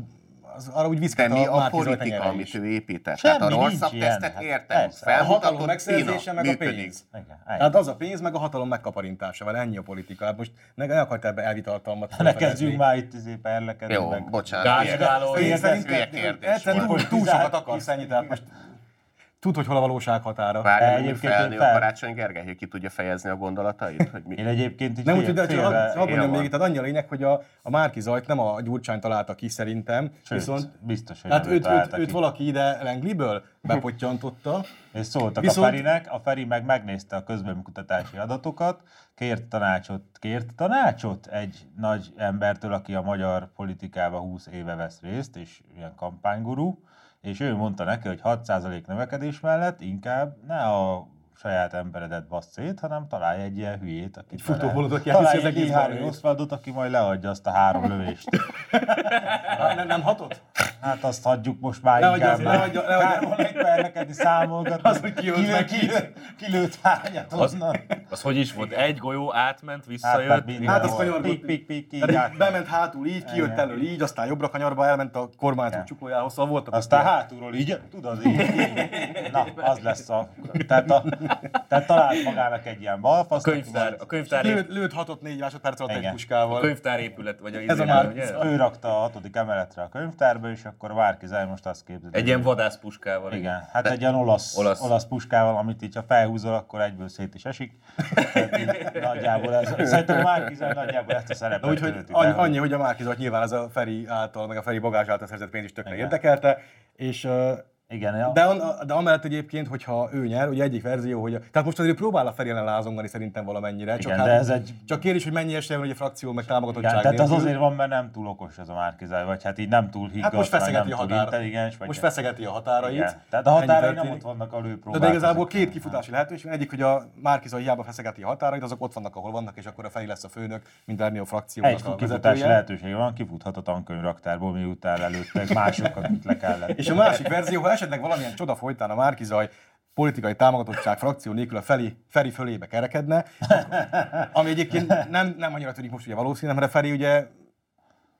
az, arra úgy
De
viszkelt
mi a
Márki Zaj
politika,
tenyere is.
amit ő épített?
Semmi,
Tehát a
nincs
rosszabb
ilyen.
tesztet
Hát
értem.
persze. A
A hatalom
Felmutatott
megszerzése
Kína
meg a
működik.
pénz.
Igen, ennyi.
Tehát az a pénz, meg a hatalom megkaparintása, vele ennyi a politika. Hát most ne, ne akartál ebbe elvitartalmat.
Ne kezdjünk már itt izé perlekedni.
Jó,
meg-
bocsánat. ilyen-
Gázgáló
Én
Érdez-
szerintem
hülye kérdés
egyszerűen
volt.
túl, túl sokat akarsz ennyit, tehát most tudd, hogy hol a valóság határa.
Várjál, hogy
Egyébként
felnő
én
a
fel-
Karácsony Gergely, hogy ki tudja fejezni a gondolatait? Hogy mi...
Én egyébként így
Nem úgy,
fél-
de
félre-
ha hadd mondjam
van.
még, tehát annyi a lényeg, hogy a, a Márki Zajt nem a Gyurcsány találta ki szerintem,
Sőt,
viszont hát
biztos, hogy
Tehát
nem
őt, őt,
találta
őt
ki.
valaki ide Lengliből bepottyantotta.
És szóltak Viszont...
Viszont-
a Ferinek, a Feri meg megnézte a közbemkutatási adatokat, kért tanácsot, kért tanácsot egy nagy embertől, aki a magyar politikába 20 éve vesz részt, és ilyen kampánygurú, és ő mondta neki, hogy 6% növekedés mellett inkább ne a saját emberedet bassz szét, hanem találj egy ilyen hülyét, aki
futóbolondot
találj
játszol az
egy
egész
Léhári
barát.
Oszvaldot, aki majd leadja azt a három lövést.
Hát nem, nem hatott?
Hát azt hagyjuk most már
Nehogy
inkább.
az-
már.
nehogy- nehogy-
Kár volna itt perlekedni, számolgatni.
Az, hogy ki ölt meg kit.
kilő, kilőtt hányat
Az-
onnan.
Az hogy is volt? Egy golyó átment,
Átment
visszajött.
minden.
Hát az
volt.
kanyargott.
Pik, pik, pik, így
Tehát így
átment.
bement hátul így, kijött
Igen.
elől így, aztán jobbra kanyarba elment a kormányzó csuklójához, szóval voltak.
Aztán hátulról így, tudod, így, így. Na, az lesz a... Tehát, a, tehát talált magának egy ilyen balfaszt.
A könyvtár, a könyvtár,
lőtt, lőtt hatott négy másodperc alatt egy
Igen.
a
puskával.
könyvtár épület, vagy a
Ez a
izé,
már-
ugye?
Ő rakta a hatodik emeletre a könyvtárba, és akkor Várki Zaj most azt képzeli.
Egy ilyen vadászpuskával.
Igen, hát egy ilyen olasz, olasz.
Olasz.
olasz puskával, amit így, ha felhúzol, akkor egyből szét is esik. Tehát így nagyjából ez, szerintem a Márki Zaj nagyjából ezt a szerepet
Na, úgyhogy
tölti be,
annyi,
hogy-
annyi, hogy a Márki Zajt nyilván ez a Feri által, meg a Feri Bagázs által szerzett pénz is tökre
Igen.
érdekelte, és ö,
Igen, ja.
de, on, de amellett egyébként, hogyha ő nyer, ugye egyik verzió, hogy... Tehát most azért próbál a Feri ellen lázongani szerintem valamennyire. Csak, hát
Igen, de ez egy-
csak kérdés, hogy mennyi esélye van, hogy a frakció meg
igen,
támogatottság
tehát az
nélkül.
azért van, mert nem túl okos az a Márkizaj, vagy hát így nem túl higgadt,
Hát most
vagy nem
feszegeti a
túl
határait.
intelligens, vagy
Most feszegeti a határait.
igen. Tehát a
Ennyi
határai nem
történik.
ott vannak a
Na,
lőpróbák.
de igazából két kifutási lehetőség. van. Egyik, hogy a Márkizaj hiába feszegeti a határait, azok ott vannak, ahol vannak, és akkor a Feri lesz a főnök, mint Ernie a frakciónak
Egy
a
kifutási
vezetője.
lehetőség van, kifuthat a tankönyvraktárból, miután előttek mások, akit le kellett.
És a másik verzió, ha esetleg valamilyen csoda folytán a Márkizaj politikai támogatottság frakció nélkül a Feri, Feri fölébe kerekedne, ami egyébként nem, nem annyira tűnik most ugye valószínű, mert a Feri ugye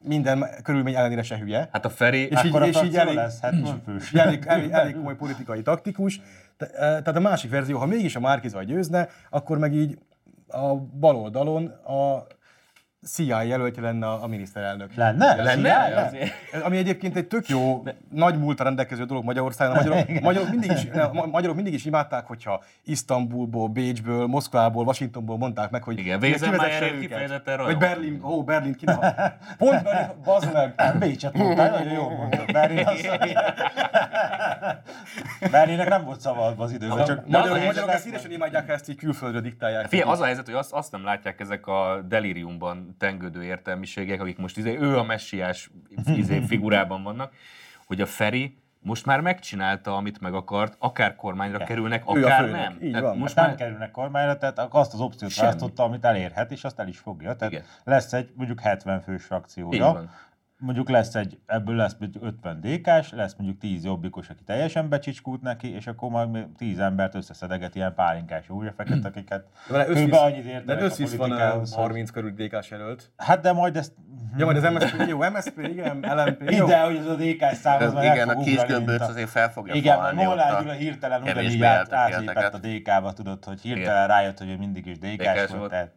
minden körülmény ellenére se hülye.
Hát a Feri,
És így,
Akkor a
és így
frakció
elég,
lesz 70 fős.
és elég, elég, elég komoly politikai taktikus. Te- eh, Tehát a másik verzió, ha mégis a Márkizaj győzne, akkor meg így a bal oldalon a CIA jelöltje lenne a a miniszterelnök.
Lenne?
lenne?
Lenne?
Azért.
Ez- Ami egyébként egy tök jó, nagy múltra rendelkező dolog Magyarországon. A magyarok, magyarok, mindig is, ne, ma- magyarok mindig is imádták, hogyha Isztambulból, Bécsből, Moszkvából, Washingtonból mondták meg, hogy
Igen,
hogy
Weizenmeier
kivezesse őket.
kifejezetten rajong.
Vagy Berlin, ó, Berlin, ki Pont Berlin, bazd meg!
Bécset mondtál, nagyon jól mondtad. Berlin azt Berlinnek nem volt szabadba az időben, csak
de az a
Magyarok,
helyzet-
magyarok ezt szívesen imádják, ha ezt így külföldre diktálják.
Hát Figyelj, az a helyzet, hogy azt, azt nem látják ezek a delíriumban tengődő értelmiségek, akik most izé, ő a messiás izé figurában vannak, hogy a Feri most már megcsinálta, amit meg akart, akár kormányra kerülnek,
Ő a
akár
főnök,
nem.
így
Tehát
van. Hát
Most
most nem
már
kerülnek kormányra, tehát ak- azt az opciót
Semmi.
választotta, amit elérhet, és azt el is fogja. Tehát
Igen.
lesz egy mondjuk 70 fős
Így
frakciója.
van.
mondjuk lesz egy, ebből lesz mondjuk 50 dk lesz mondjuk 10 jobbikos, aki teljesen becsicskult neki, és akkor majd még 10 embert összeszedeget ilyen pálinkás józsefeket, akiket
Mert
kb. annyit
de
értenek a
összvisz van a
politikához. hogy-
30 körül DK-s jelölt.
Hát de majd ezt
Ja, majd az MSZP, jó, MSZP, igen, LMP, jó.
ide, hogy ez a DK-s számhoz,
Ez,
mert
igen, a kis gömböc azért fel fogja
Igen, mert
falni ott
Molnár
a
Gyula hirtelen
kevésbé
ugyanígy át,
eltökélteket.
átlépett a DK-ba, tudod, hogy hirtelen
Igen.
rájött, hogy ő mindig is DK-s
DK-s
volt.
volt.
Tehát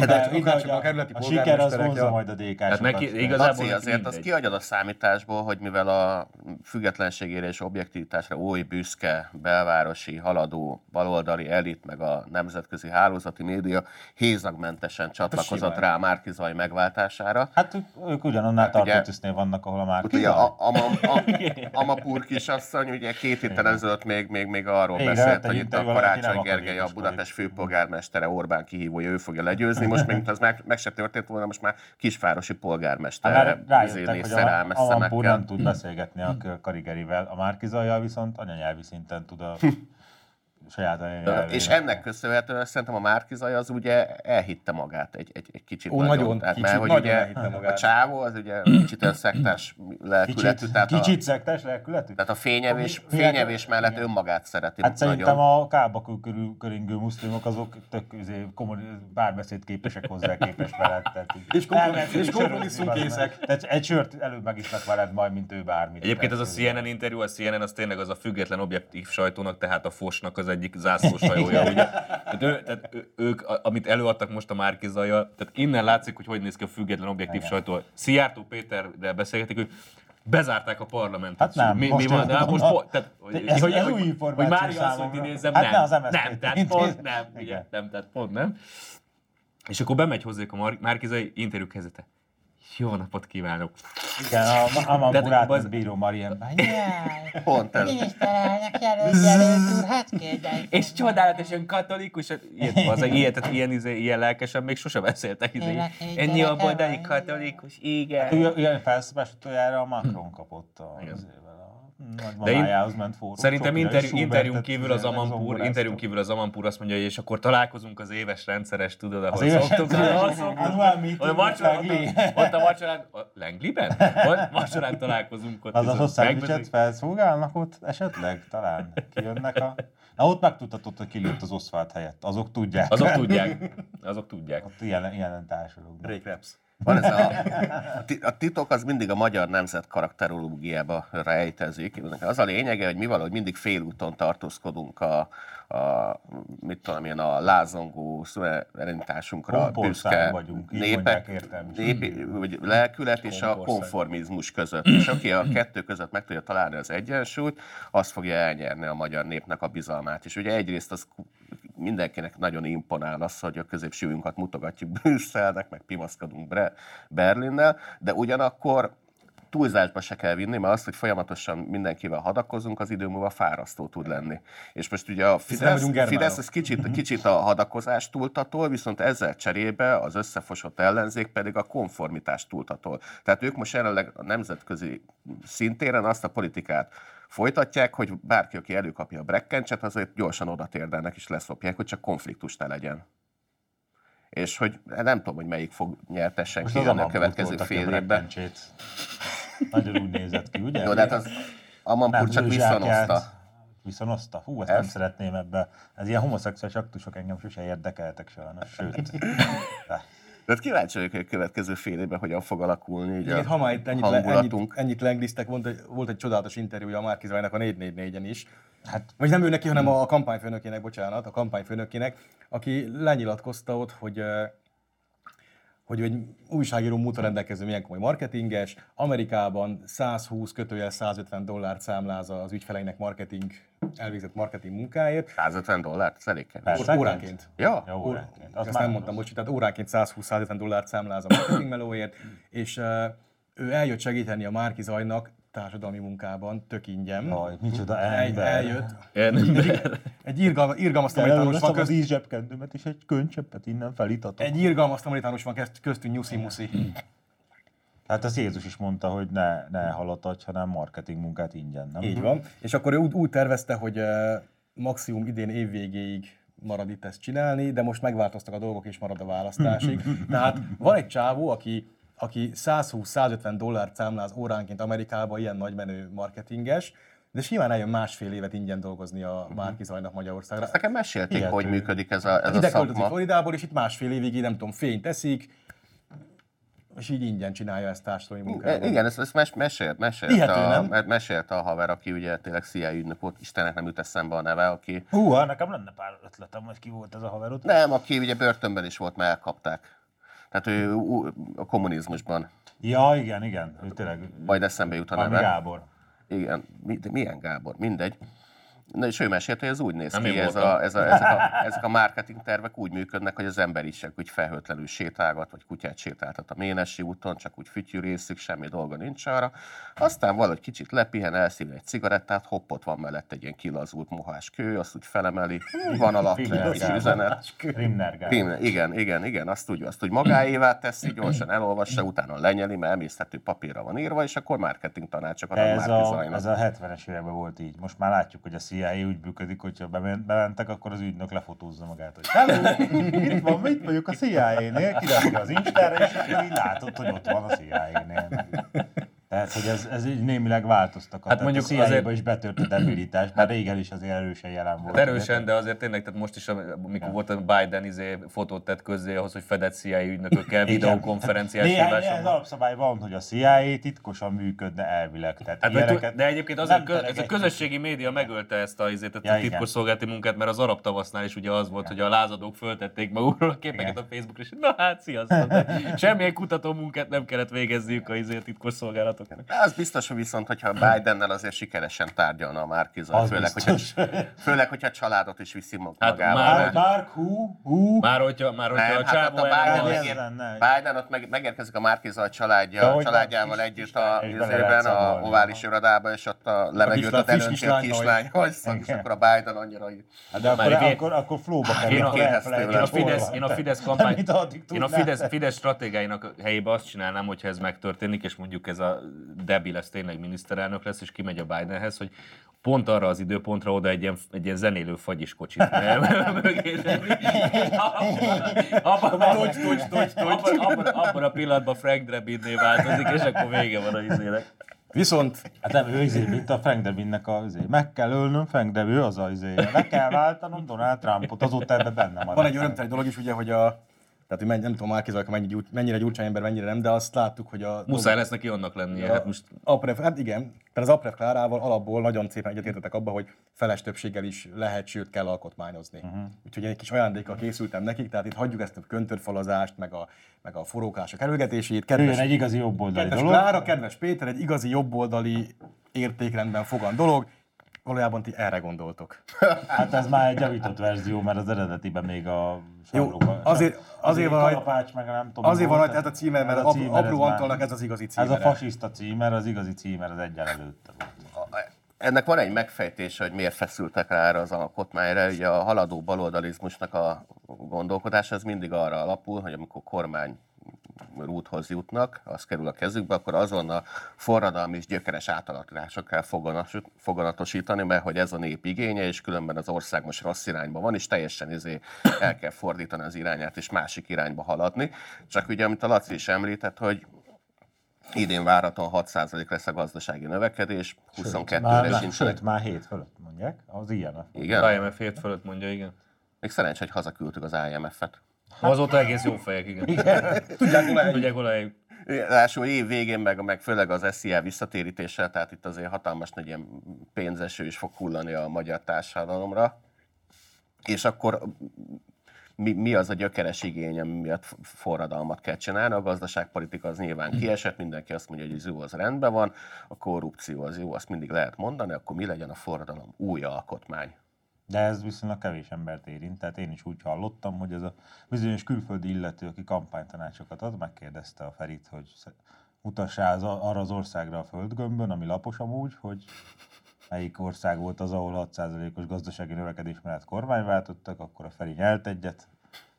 Hát
De
Hirtelen,
csak
ide,
akár
hogy
csak a
a,
kerületi
a siker az
polgármesterek,
vonza
ja.
majd a DK-sokat.
Hát neki
Tehát-
igazából
Laci
neki
azért az
mindegy.
kiagyad a számításból, hogy mivel a függetlenségére és objektivitásra oly büszke belvárosi haladó baloldali elit, meg a nemzetközi hálózati média hézagmentesen csatlakozott
simán.
rá Márki Zaj megváltására.
Hát ők- ők ugyanannál
ugye-
tartótűznél vannak, ahol a Márki
Hát Ugye
Zaj.
a, a, a, a, Amapur kisasszony ugye két héttel ezelőtt még, még, még arról
Végre lett
beszélt,
egy
hogy itt a
interjú, valaki nem
Karácsony Gergely, a
akadékoskodik.
Budapest főpolgármestere, Orbán kihívója, ő fogja legyőzni. Most még mintha ez meg, meg se történt volna, most már kisvárosi
Hát már
polgármester
rájöttek, hogy a
izé szerelmes
Alampó
szemekkel.
nem tud beszélgetni a k- karigerivel, a Márkizajjal viszont anyanyelvi szinten tud a saját anyanyelvén.
És ennek köszönhetően szerintem a Márkizaj az ugye elhitte magát egy, egy, egy kicsit.
Ó, nagyon
Tehát,
kicsit,
mert, hogy
nagyon
ugye
elhitte magát.
A csávó az ugye kicsit olyan szektás lelkületű,
Kicsit,
tehát,
kicsit
A,
szektes lelkületű?
tehát a fényevés,
Ami-
fényevés mellett önmagát szereti
Hát
nagyon.
szerintem a kába körül köringő muszlimok azok tök izé, komoly párbeszédképesek hozzá képes veled. Tehát, így
És kompromiss-
elmehetsz
és
sörözni,
kompromisszumkészek.
bazd meg. Tehát egy sört előbb megisznak veled majd, mint ő bármit.
Egyébként ez
Tehát
a CNN interjú, a CNN az tényleg az a független objektív sajtónak, tehát a fosnak az egyik zászlósajója, ugye? Tehát, ő, tehát ő- ők, a- amit előadtak most a Márkizajjal, tehát innen látszik, hogy hogy néz ki a független objektív sajtó. Szijjártó Péterrel beszélgetik, hogy bezárták a parlamentet.
Hát nem,
mi,
most
mi van?
jön.
De most po- tehát, hogy,
De ez-
hogy,
ez
hogy,
új információ
hogy Mária azt
számomra.
idézem,
Hát
nem,
ne az MSZP-t
nem, tehát
intézzem.
pont nem, ugye,
Igen.
nem, tehát pont nem. És akkor bemegy hozzék a Mar- Márkizai interjú kezdete. Jó napot kívánok!
Igen, a, a
Tehát,
Mamburát
bazd-
az bíró Marian.
Jaj,
Pont ez.
miniszterelnök jelölt jelölt úr, hát kérdezzük.
És csodálatosan katolikus, ilyet, az, ilyet, tehát ilyen, izé, ilyen lelkesen még sose beszéltek. Izé.
Tényleg, hogy
Ennyi
gyereke
a bodai
van.
katolikus, igen.
Ilyen, ilyen felszabásítójára a Macron kapott a,
Igen.
azével a nagymamájához ment forró.
Szerintem
csokira, és
interjú,
Schubertet
interjún kívül az
izé,
Amampúr,
zongorázta.
interjún kívül az Amampúr azt mondja, hogy és akkor találkozunk az éves rendszeres, tudod, ahol
Az éves
szoktunk.
rendszeres,
ahol szoktunk.
annual meeting,
Ott a vacsorán,
Langley.
ott a- ott a vacsorán, a Lengliben? Ott vacsorán találkozunk ott.
Az a
tudod,
hosszabbat
megbeszéljük.
felszolgálnak ott esetleg, talán kijönnek a... Na ott megtudhatod, hogy ki lőtt az oszfát helyett. Azok tudják.
Azok tudják. Azok tudják.
Ott ilyen, ilyen társadalom.
Drake Raps.
Van ez a, a ti- a titok az mindig a magyar nemzet karakterológiába rejtezik. Ennek Az a lényege, hogy mi valahogy mindig félúton tartózkodunk a, a mit tudom én, a lázongó szuverenitásunkra
Kompország
büszke
vagyunk, így mondják
népek,
értelmiségében.
népi, vagy lelkület és a
Kompország.
konformizmus között. És aki a kettő között meg tudja találni az egyensúlyt, az fogja elnyerni a magyar népnek a bizalmát. És ugye egyrészt az mindenkinek nagyon imponál az, hogy a középsúlyunkat mutogatjuk Brüsszelnek, meg pimaszkodunk Bre- Berlinnel, de ugyanakkor túlzásba se kell vinni, mert az, hogy folyamatosan mindenkivel hadakozunk, az idő múlva fárasztó tud lenni. És most ugye a Fidesz,
vagyunk germánok.
Fidesz ez kicsit, kicsit a hadakozást túltatol, viszont ezzel cserébe az összefosott ellenzék pedig a konformitást túltatol. Tehát ők most jelenleg a nemzetközi szintéren azt a politikát folytatják, hogy bárki, aki előkapja a brekkencset, azért gyorsan odatérdelnek és leszopják, hogy csak konfliktus ne legyen. És hogy nem tudom, hogy melyik fog nyertesen
Most az
kijönni a
Amampur
következő
volt, aki a
fél évben.
brekkencsét. Nagyon úgy nézett ki, ugye?
Jó, de hát az Amampur csak
ő zsákját
visszanozta.
Viszonozta? Hú, ezt
Ez?
nem szeretném ebbe. Ez ilyen homoszexuális aktusok engem sose érdekeltek sajnos, sőt.
Tehát kíváncsi vagyok, hogy a következő fél évben hogyan fog alakulni ugye,
Igen, ha már itt ennyit, le, ennyit,
hangulatunk.
ennyit lenglisztek, volt egy, volt egy csodálatos interjúja a Márki Zajnak a 444-en is.
Hát
Vagy nem ő neki, hanem a, a kampányfőnökének, bocsánat, a kampányfőnökének, aki lenyilatkozta ott, hogy ö, hogy egy újságíró múlta rendelkező milyen komoly marketinges, Amerikában 120 kötőjel 150 dollárt számláz az ügyfeleinek marketing, elvégzett marketing munkáért,
150 dollárt, ez elég kevés.
Persze.
Ó- óránként.
Ja,
jó, óránként.
Azt
Az
Ezt
már
nem mondtam, bocs, tehát óránként 120-150 dollárt számláz a marketing melóért, és eh, ő eljött segíteni a Márki Zajnak társadalmi munkában, tök ingyen.
Jaj, micsoda
El,
ember.
eljött.
Én nem-
Egy irgalma, irgalmas tanítós van
Elolvasztom az
közt,
ízsebkendőmet, és egy könycseppet innen felítatok.
egy irgalmas tanítós van közt, köztünk nyuszi muszi.
Hát az Jézus is mondta, hogy ne, ne haladj, hanem marketing munkát ingyen, nem?
Mhm.
Így van. És akkor ő úgy, úgy tervezte, hogy eh, maximum idén évvégéig marad itt ezt csinálni, de most megváltoztak a dolgok, és marad a választásig. Tehát van egy csávó, aki aki 120-150 dollárt számláz óránként Amerikába, ilyen nagy menő marketinges, de simán eljön másfél évet ingyen dolgozni a
Mhm.
Márki Zajnak Magyarországra.
Ezt nekem mesélték,
Hihető.
hogy működik ez a, ez a
Hát Ide költözik
szakma.
Floridából, és itt másfél évig, így nem tudom, fényt eszik, és így ingyen csinálja ezt társadalmi
E,
munkában.
Igen, ezt, ezt mes, mesélt, mesélt,
Hihető,
a,
nem?
mert mesélte a haver, aki ugye tényleg CIA ügynök volt, Istennek nem jut eszembe a neve, aki
Húha, nekem lenne pár ötletem, hogy ki volt ez a haverod.
nem, aki ugye börtönben is volt, mert elkapták. Tehát ő ú- a kommunizmusban,
Ja, igen, igen, ő tényleg.
majd eszembe jut a
Ami
neve.
Gábor.
Igen, mi, de milyen Gábor, mindegy. Na és ő mesélte, hogy ez úgy néz
Nem
ki,
én
ez
voltam.
a, ez a, ezek, a, ezek a marketing tervek úgy működnek, hogy az ember is csak úgy felhőtlenül sétálgat, vagy kutyát sétáltat a Ménesi úton, csak úgy fütyűrészik, semmi dolga nincs arra. Aztán valahogy kicsit lepihen, elszív egy cigarettát, hoppot van mellett egy ilyen kilazult mohás kő, azt úgy felemeli, van alatt kis
Gábor.
üzenet.
Rimner Gábor.
Pim, igen, igen, igen, azt úgy, azt úgy magáévá teszi, gyorsan elolvassa, utána lenyeli, mert emészthető papírra van írva, és akkor marketing tanácsokat
De
ad
ez
Márki
a,
Zajnak.
ez a 70-es években volt így. Most már látjuk, hogy a CIA úgy működik, hogyha bemen- bementek, akkor az ügynök lefotózza magát, hogy Hello, itt van, itt vagyok a CIA-nél, kirakja az Instára, és akkor így látod, hogy ott van a CIA-nél. Tehát, hogy ez, ez így némileg változtak. Hát mondjuk
mondjuk
a cia
azért-
azért... is betört a debilitás, mert régen is azért erősen jelen volt.
Hát erősen, de azért tényleg, tehát most is, amikor volt a Biden izé, fotót tett közzé ahhoz, hogy fedett CIA ügynökökkel videokonferenciás
Hát Néhány ez
híváson.
alapszabály van, hogy a CIA titkosan működne elvileg. Tehát
Hát,
ilyeneket
de, de egyébként
nem
azért köz, ez a
teregetjük.
közösségi média megölte ezt a, izét,
Ja,
tehát a
igen.
titkosszolgálati munkát, mert az arab tavasznál is ugye az volt, hogy a lázadók föltették magukról a képeket
Igen.
a Facebookra, és na hát sziasztok. De Semmilyen kutató munkát nem kellett végezniük a izé, titkosszolgálatoknak.
Hát, Az biztos, hogy viszont, hogyha Bidennel azért sikeresen tárgyalna a Márki Zaj,
Az
főleg, hogyha,
biztos.
főleg, hogyha a családot is viszi mag-
Hát
magával.
már-
mert-
Mark, Mark, hú, hú.
Már hogyha, már hogyha
Nem,
a
hát ott
csávó
a
elmegy-
Biden-
Ez
igen.
lenne.
Biden ott meg, megérkezik a Márki Zaj családja,
De
a
hogy
családjával
van,
együtt
kis
a,
kislány, és
izében,
belerácol
a
volna.
ovális irodába, és ott a levegőt
kislány-
a elönti a
kislány-
kislány, és akkor a Biden annyira... így-
Hát de akkor,
Már igen.
akkor, akkor flóba kerül.
Én a-
akkor
én a
elfelejtjük,
Én a
hogy hol
Fidesz,
van.
én a Fidesz kampány,
Semmit addig
én a
tudnál.
Fidesz, Fidesz stratégáinak a helyébe azt csinálnám, hogyha ez megtörténik, és mondjuk ez a Debi lesz tényleg miniszterelnök lesz, és kimegy a Bidenhez, hogy pont arra az időpontra oda egy ilyen, egy ilyen zenélő fagyis kocsit abban, abban, abban, abban a pillanatban Frank Drebinné változik, és akkor vége van a izének.
Viszont
Hát nem, ő izé, mint a Frank Debinnek a izé. Meg kell ölnöm Frank Debin, ő az a izé. Le kell váltanom Donald Trumpot, azóta ebben benne marad.
van egy örömteli dolog is, ugye, hogy a tehát, hogy menny- nem tudom, Márki Zajka mennyi gyújt- mennyire gyurcsány ember, mennyire nem, de azt láttuk, hogy a...
Muszáj lesz neki annak lennie, hát most
Apref, hát igen, mert az Apref Klárával alapból nagyon szépen egyetértetek abba, hogy feles többséggel is lehet, sőt kell alkotmányozni.
Mhm.
Uh-huh. Úgyhogy egy kis ajándékkal készültem nekik, tehát itt hagyjuk ezt a köntörfalazást, meg a, meg a forrókások előgetését.
Jöjjön
Kedves,
egy igazi jobboldali
kedves
dolog.
Klára, kedves Péter, egy igazi jobboldali értékrendben fogan dolog. Valójában ti erre gondoltok.
Hát ez már egy javított verzió, mert az eredetiben még a sarlóka-
azért- azért van rajta-
kalapács, meg nem tudom.
Azért
mi
van
volt,
rajta ez a címe,
ez
mert
a
az
címer, ez
apró
már-
Antalnak ez az igazi címe.
Ez a fasiszta címer, az igazi címer, az egyen előtte volt.
Ennek van egy megfejtése, hogy miért feszültek rá erre az alkotmányra. Ugye a haladó baloldalizmusnak a gondolkodás az mindig arra alapul, hogy amikor kormány rúthoz jutnak, az kerül a kezükbe, akkor azonnal forradalmi és gyökeres átalakításokkal kell foganas- foganatosítani, mert hogy ez a nép igénye, és különben az ország most rossz irányba van, és teljesen izé el kell fordítani az irányát, és másik irányba haladni. Csak ugye, amit a Laci is említett, hogy idén várhatóan 6% lesz a gazdasági növekedés, 22-re
Már,
sincs.
sőt, már hét fölött mondják, az ilyen.
Igen.
IMF hét fölött mondja, igen.
Még szerencsé, hogy hazaküldtük az IMF-et.
Hát-
Azóta egész jó fejek, igen.
Tudják, olaj-
Tudják, oláig.
Ráadásul év végén, meg, meg főleg az SZIA visszatérítéssel, tehát itt azért hatalmas nagy ilyen pénzeső is fog hullani a magyar társadalomra. És akkor mi, mi az a gyökeres igény, ami miatt f- forradalmat kell csinálni? A gazdaságpolitika az nyilván
Mhm.
kiesett, mindenki azt mondja, hogy az jó, az rendben van, a korrupció az jó, azt mindig lehet mondani, akkor mi legyen a forradalom új alkotmány?
De ez viszonylag kevés embert érint, tehát én is úgy hallottam, hogy ez a bizonyos külföldi illető, aki kampánytanácsokat ad, megkérdezte a Ferit, hogy sze- mutassa az, arra az országra a földgömbön, ami lapos amúgy, hogy melyik ország volt az, ahol 6%-os gazdasági növekedés mellett kormány váltottak, akkor a Feri nyelt egyet,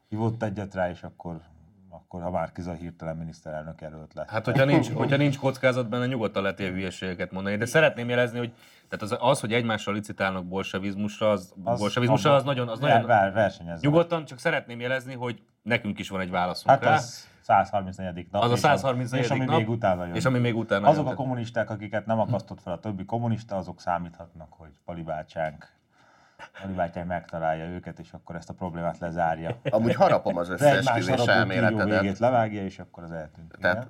hívott egyet rá, és akkor, akkor a Márkiza hirtelen miniszterelnök jelölt lett.
Hát, hogyha nincs, hogyha nincs kockázat benne, nyugodtan lehet ilyen hülyeségeket mondani. De szeretném jelezni, hogy tehát az, az hogy egymással licitálnak bolsevizmusra, az, az, bolsevizmusra, az nagyon, az
Ver-
nagyon
ver- versenyeznek.
nyugodtan, csak szeretném jelezni, hogy nekünk is van egy válaszunk
Hát
rá.
az 134. nap.
Az a
és
134.
És ami
nap,
még utána jön.
És ami még utána
Azok
jön,
a kommunisták, akiket nem akasztott fel a többi kommunista, azok számíthatnak, hogy palibácsánk, palibátyánk megtalálja őket, és akkor ezt a problémát lezárja.
Amúgy harapom az
De egymás
összeesküvés
harapó kígyó
elméletedet.
végét levágja, és akkor az eltűnt.
Tehát
igen.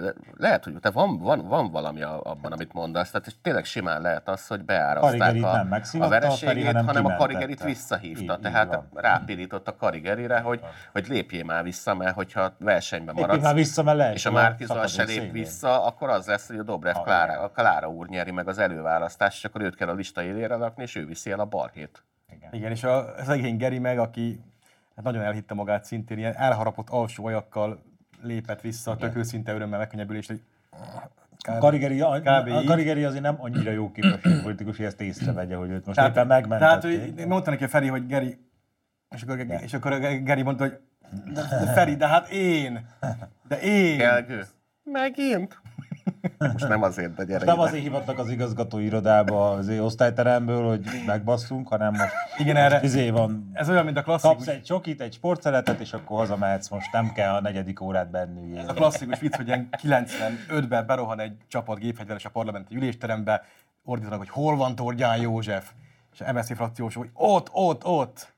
le- lehet, hogy tehát van, van, van valami a- abban, amit mondasz. Tehát és tényleg simán lehet az, hogy beáraszták
Karigerit
a,
nem megszivatta
a
a Feri,
vereségét,
hanem
hanem a
kimentette.
karigerit visszahívta.
Így- így
tehát
van.
rápirított a karigerire, hogy, hogy lépjél már vissza, mert hogyha versenyben
Lépjél már
maradsz,
vissza, mert lehet,
és a
hogy a
Márkizal se
szakadék
lép
szélén.
vissza, akkor az lesz, hogy a Dobrev
Ha,
Klára,
igen.
a Klára úr nyeri meg az előválasztást, és akkor őt kell a lista élére rakni, és ő viszi el a balhét.
Igen.
Igen, és a szegény Geri meg, aki hát nagyon elhitte magát szintén, ilyen elharapott alsó ajakkal lépett vissza, tök őszinte örömmel megkönnyebbülést, hogy
A Karigeri, a,
Kb.
a
így.
Karigeri azért nem annyira jó képes politikus, hogy ezt észrevegye, hogy őt most
Tehát-
éppen
Tehát
megmentették.
hogy mondta neki a Feri, hogy Geri, és akkor, és akkor Geri mondta, hogy de, de Feri, de hát én, de én.
Kelgő? Megint? Most nem azért, de gyere
Nem
ide.
azért hívottak az igazgató irodába, az osztályteremből, hogy megbasszunk, hanem most
Igen, erre-
most izé van.
Ez olyan, mint a
Kapsz
klasszikus,
egy csokit, egy sportszeletet, és akkor hazamehetsz most, nem kell a negyedik órát bennüljél.
ez a klasszikus vicc, hogy ilyen 95-ben berohan egy csapat gépfegyveres a parlamenti ülésterembe, ordítanak, hogy hol van Tordján József, és a MSZP frakciós, hogy ott, ott, ott,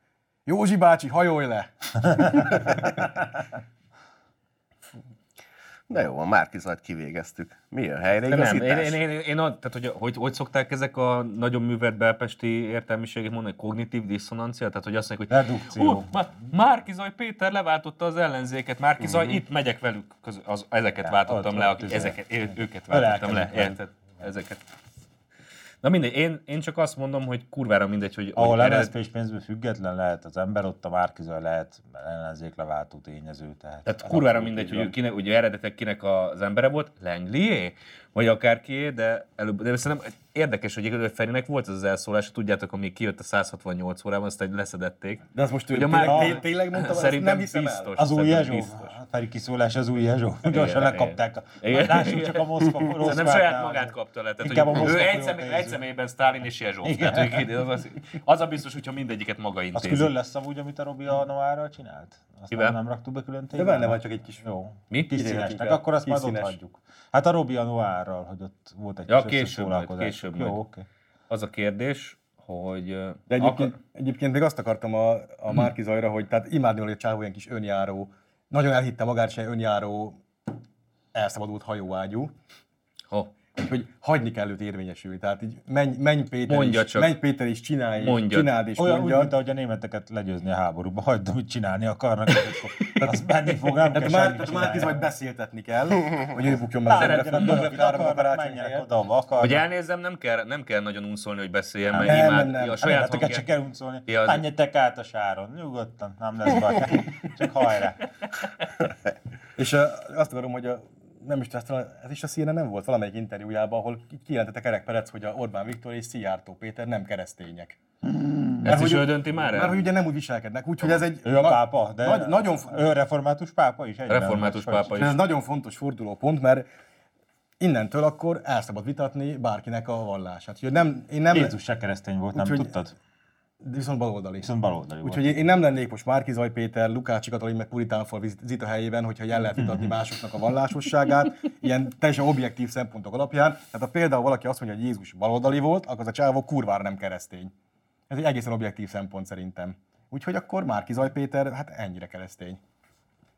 Józsi bácsi, hajolj le!
Na jó, a Márkizajt kivégeztük. Mi jön helyre?
De nem, én,
igazítás?
én, én, én, én, ott- tehát, hogy, hogy, hogy szokták ezek a nagyon művelt belpesti értelmiségek mondani, hogy kognitív diszonancia, tehát hogy azt mondják, hogy
Redukció.
Hú, Ma- Márkizaj Péter leváltotta az ellenzéket, Márkizaj, itt megyek velük, köz, az, ezeket váltottam
Mhm. ott
le,
van,
akik
izé.
ezeket, ő- őket
Ölelkezik
váltottam le,
velük.
érted? Ezeket. Na mindegy, én, én csak azt mondom, hogy kurvára mindegy, hogy... hogy
Ahol
eredet-
MSZP és pénzből független lehet az ember, ott a Márkizaj lehet ellenzék leváltó tényező. Tehát,
Tehát kurvára mindegy, hogy ő kinek, hogy eredetek kinek az embere volt, Lenglié, vagy akárkié, de előbb, de szerintem érdekes, hogy igazából Ferinek volt az az elszólás, tudjátok, amíg kijött a 168 órában, azt egy leszedették.
De az most ő
Ugye
tényleg,
már-
té- tényleg mondtam, ezt
Szerintem
nem hiszem el.
biztos.
Az új
szerintem
Jezsó, Hát,
biztos.
Feri kiszólás az új Jezsó. Gyorsan
igen.
lekapták.
Igen.
Lássuk csak a Moszkva.
Nem
Moszkvát,
saját magát kapta le. Tehát,
Inkább a
hogy ő
Moszkva
egy, személy,
Jótérző.
egy személyben Sztálin és Jezsó.
Igen.
Tehát, ők- az, az, az, a biztos, hogyha mindegyiket maga
Az
intézi.
külön lesz amúgy, amit a Robi a Noárral csinált? Azt
Kivel?
nem, nem raktuk be külön
De
témát?
benne van csak egy kis...
Jó.
Mi?
Kis
Írjátok
színesnek,
el.
akkor azt
Kis
majd ott
színes.
hagyjuk. Hát a Robi a Noárral, hogy ott volt egy
Ja,
kis
később majd,
összeszólalkozás.
később
Jó,
majd.
oké.
Az a kérdés, hogy...
De egyébként, Akar... egyébként még azt akartam a, a Márki Zajra, hogy tehát imádni, hogy a csávó ilyen kis önjáró, nagyon elhitte magát, se önjáró, elszabadult hajóágyú,
Ha,
úgyhogy hagyni kell őt érvényesülni. Tehát így menj, menj Péter
Mondja
is,
csak.
menj Péter is, csinálj,
Mondja.
csináld és
Olyan, úgy,
mondja.
mint ahogy a németeket legyőzni a háborúba. Hagyd, amit csinálni akarnak, és akkor azt menni fog, nem kell
Tehát már,
semmit
tehát
csinálni.
Márki Zajt beszéltetni kell, hogy ő bukjon meg az
Menjenek oda, akit akarnak, menjenek
emberre.
oda, ahova akarnak.
hogy elnézzem, nem kell, nem kell nagyon unszolni, hogy beszéljen, mert
Nem,
imád,
nem, nem.
a saját
Saját
hangját.
se kell uncolni.
Ja, az-
Menjetek át a sáron, nyugodtan, nem lesz baj. Csak hajrá.
És ö, azt akarom, hogy a, nem is tudom, talán ez is a CNN nem volt valamelyik interjújában, ahol kijelentette Kerek Perec, hogy a Orbán Viktor és Szijjártó Péter nem keresztények.
Ezt
Mert
is
hogy-
ő dönti már
Mert
el?
hogy ugye nem úgy viselkednek, úgyhogy ez egy...
Ő a
na-
pápa, de
nagy- nagyon, fo-
ő református pápa is egyben.
Református
vagy hogy?
pápa is.
ez nagyon fontos fordulópont, mert innentől akkor el szabad vitatni bárkinek a vallását. Ugye nem, én nem,
Jézus se keresztény volt, nem
Úgyhogy-
tudtad?
viszont baloldali.
Viszont baloldali volt.
Úgyhogy én nem lennék most Márkizaj Péter, Lukácsi Katalin, meg Puritán fal Zita helyében, hogyha el lehet vitatni másoknak a vallásosságát, ilyen teljesen objektív szempontok alapján. Tehát ha például valaki azt mondja, hogy Jézus baloldali volt, akkor az a csávó kurvára nem keresztény. Ez egy egészen objektív szempont szerintem. Úgyhogy akkor Márkizaj Péter, hát ennyire keresztény.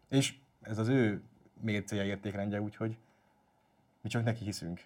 És ez az ő mércéje értékrendje, úgyhogy mi csak neki hiszünk.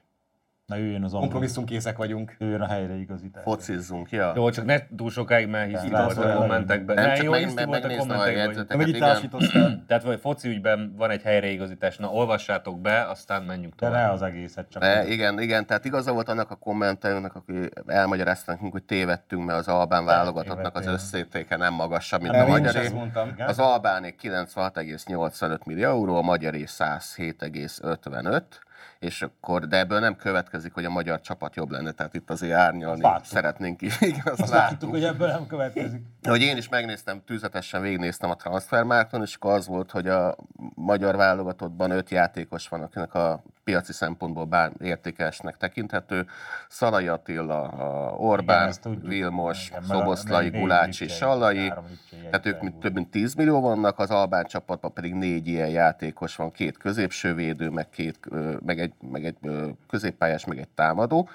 Na jöjjön az ombra.
Kompromisszumkészek vagyunk.
Jöjjön a helyreigazítás.
Focizzunk, ja.
Jó, csak ne túl sokáig, mert hiszti
Nem,
volt
nem,
a
nem.
kommentekben.
Nem,
Ne,
csak
jó,
meg-
hiszti
meg-
volt a
megnézem a
kommentekben. hogy- Hm,
jegyzetet.
De meg itt
igen.
társítoztál.
Tehát, vagy foci ügyben van egy helyreigazítás, na olvassátok be, aztán menjünk
De
tovább.
ne az egészet, csak
E, igen, igen, tehát igaza volt annak a kommentelőnek, aki elmagyarázta nekünk, hogy tévedtünk, mert az albán válogatottnak az
tévedtél.
összértéke nem magasabb, mint
Hát
Nem,
a
én is
magyaré.
ezt mondtam.
Az albánék 96,85 millió euró, a magyaré 107,55 és akkor, de ebből nem következik, hogy a magyar csapat jobb lenne, tehát itt azért árnyalni
Láttuk.
szeretnénk is. Igen,
azt
azt, láttuk.
láttuk, hogy ebből nem következik.
Hogy én is megnéztem, tűzetesen végignéztem a transfermárkon, és akkor az volt, hogy a magyar válogatottban öt játékos van, akinek a piaci szempontból bár értékesnek tekinthető. Szalai Attila, a Orbán,
ezt tudjuk.
Vilmos,
Igen, mert a-
Szoboszlai,
négy
Gulácsi,
lipcsei,
Salai,
három lipcsei
Tehát ők mint, több mint 10 millió vannak, az Albán csapatban pedig négy ilyen játékos van, két középső védő, meg, két, ö, meg egy, meg egy ö, középpályás, meg egy támadó.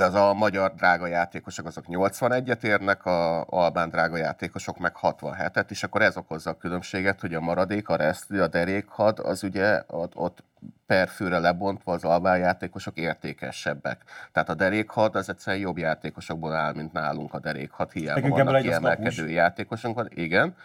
Az a magyar drága játékosok azok 81-et érnek, a albán drága játékosok meg 67-et, és akkor ez okozza a különbséget, hogy a maradék, a resztli, a derékhad, az ugye ott, ott per főre lebontva az albán játékosok értékesebbek. Tehát a derékhad az egyszerűen jobb játékosokból áll, mint nálunk a derékhad, hiába
Nekünk
vannak
ebből egy az kapus.
kiemelkedő játékosunk van, igen.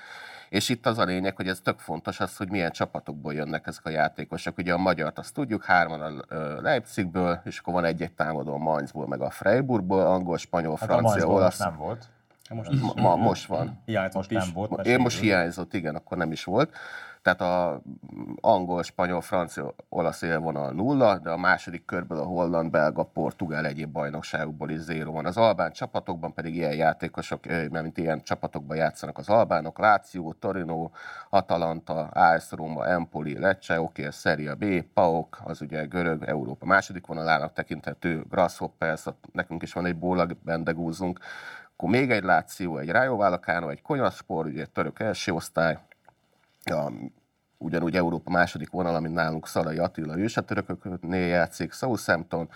És itt az a lényeg, hogy ez tök fontos az, hogy milyen csapatokból jönnek ezek a játékosok. Ugye a magyart azt tudjuk, hárman a ö, Leipzigből, és akkor van egy-egy támadó a Mainzból, meg a Freiburgból, angol, spanyol,
Hát a
francia,
Majszból most
olasz.
nem volt.
Most
Ma, ma, most van.
hiányzott
Most
is.
nem volt. mert
Én most
sérült.
hiányzott, igen, akkor nem is volt. Tehát a mm, angol, spanyol, francia, olasz élvonal nulla, de a második körből a holland, belga, portugál egyéb bajnokságokból is zéro van. Az albán csapatokban pedig ilyen játékosok, ö, mert mint ilyen csapatokban játszanak az albánok, Láció, Torino, Atalanta, AS Roma, Empoli, Lecce, oké, okay, Serie B, PAOK, az ugye görög Európa második vonalának tekinthető, Grasshoppers, ott nekünk is van egy bólag, bendegúzunk, akkor még egy Láció, egy Rájó Válakánó, egy Konyaspor, ugye török első osztály, a, ugyanúgy Európa második vonal, mint nálunk Szalai Attila, ő se törököknél játszik, Southampton,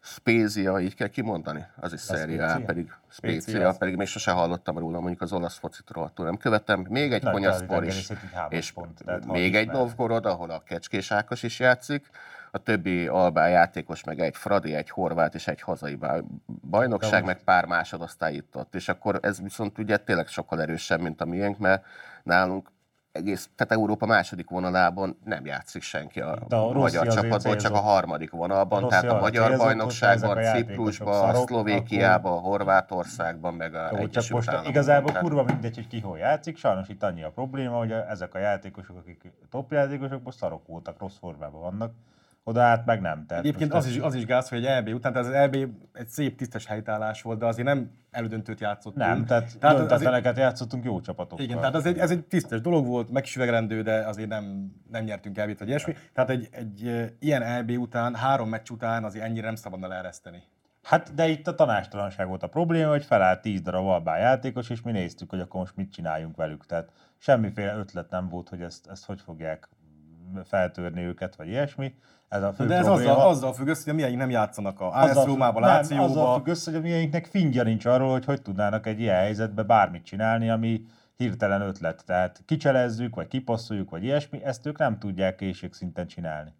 Spézia, így kell kimondani, az is Serie A,
Spezia?
pedig
Spezia
Spézia,
az-
pedig még sose hallottam róla, mondjuk az olasz focit rohadtul nem követem, még egy
Nagy
Konyaspor
távlitengerészet,
is,
így három
és
pont, tehát hat
még
is
egy
mellett.
Novgorod, ahol a Kecskés Ákos is játszik, a többi albán játékos, meg egy Fradi, egy Horvát és egy hazai bá- bajnokság, meg pár másodosztály itt ott. És akkor ez viszont ugye tényleg sokkal erősebb, mint a miénk, mert nálunk egész, tehát Európa második vonalában nem játszik senki a,
De a
a
Rossi
magyar
azért
csapatból, csak a
célzott.
harmadik vonalban,
Rossi
tehát a
arra
magyar
célzott, hogy ezek a
bajnokságban,
játékosok
Ciprusban,
szarok,
Szlovékiában, Horvátországban, meg a
Jó, csak
Egyesült
most
Államokban.
igazából
Tehát-
kurva mindegy, hogy ki hol játszik, sajnos itt annyi a probléma, hogy a- ezek a játékosok, akik top játékosok, most szarok voltak, rossz formában vannak, oda át meg nem. Tehát
Egyébként
Hát most
az
ez-
is, az is gáz, hogy egy EB után, tehát az EB egy szép tisztes helytállás volt, de azért nem elődöntőt játszott.
Nem, tehát,
tehát
tehát
azért-
döntetleneket játszottunk jó csapatokkal.
Igen, tehát az egy, ez egy tisztes dolog volt, megsüvegrendő, de azért nem, nem nyertünk elbét, vagy ilyesmi. Tehát egy, egy e, ilyen EB után, három meccs után azért ennyire nem szabadna leereszteni.
Hát de itt a tanástalanság volt a probléma, hogy felállt 10 darab albán játékos, és mi néztük, hogy akkor most mit csináljunk velük. Tehát semmiféle ötlet nem volt, hogy ezt, ezt hogy fogják feltörni őket, vagy ilyesmi. Ez a fő
De ez
probléma.
azzal, azzal függ össze, hogy milyen nem játszanak a AS
Azzal-
Rómába,
nem,
Lációba.
Azzal függ össze, hogy a miénknek fingja nincs arról, hogy hogy tudnának egy ilyen helyzetben bármit csinálni, ami hirtelen ötlet. Tehát kicselezzük, vagy kipasszoljuk, vagy ilyesmi, ezt ők nem tudják készségszinten csinálni.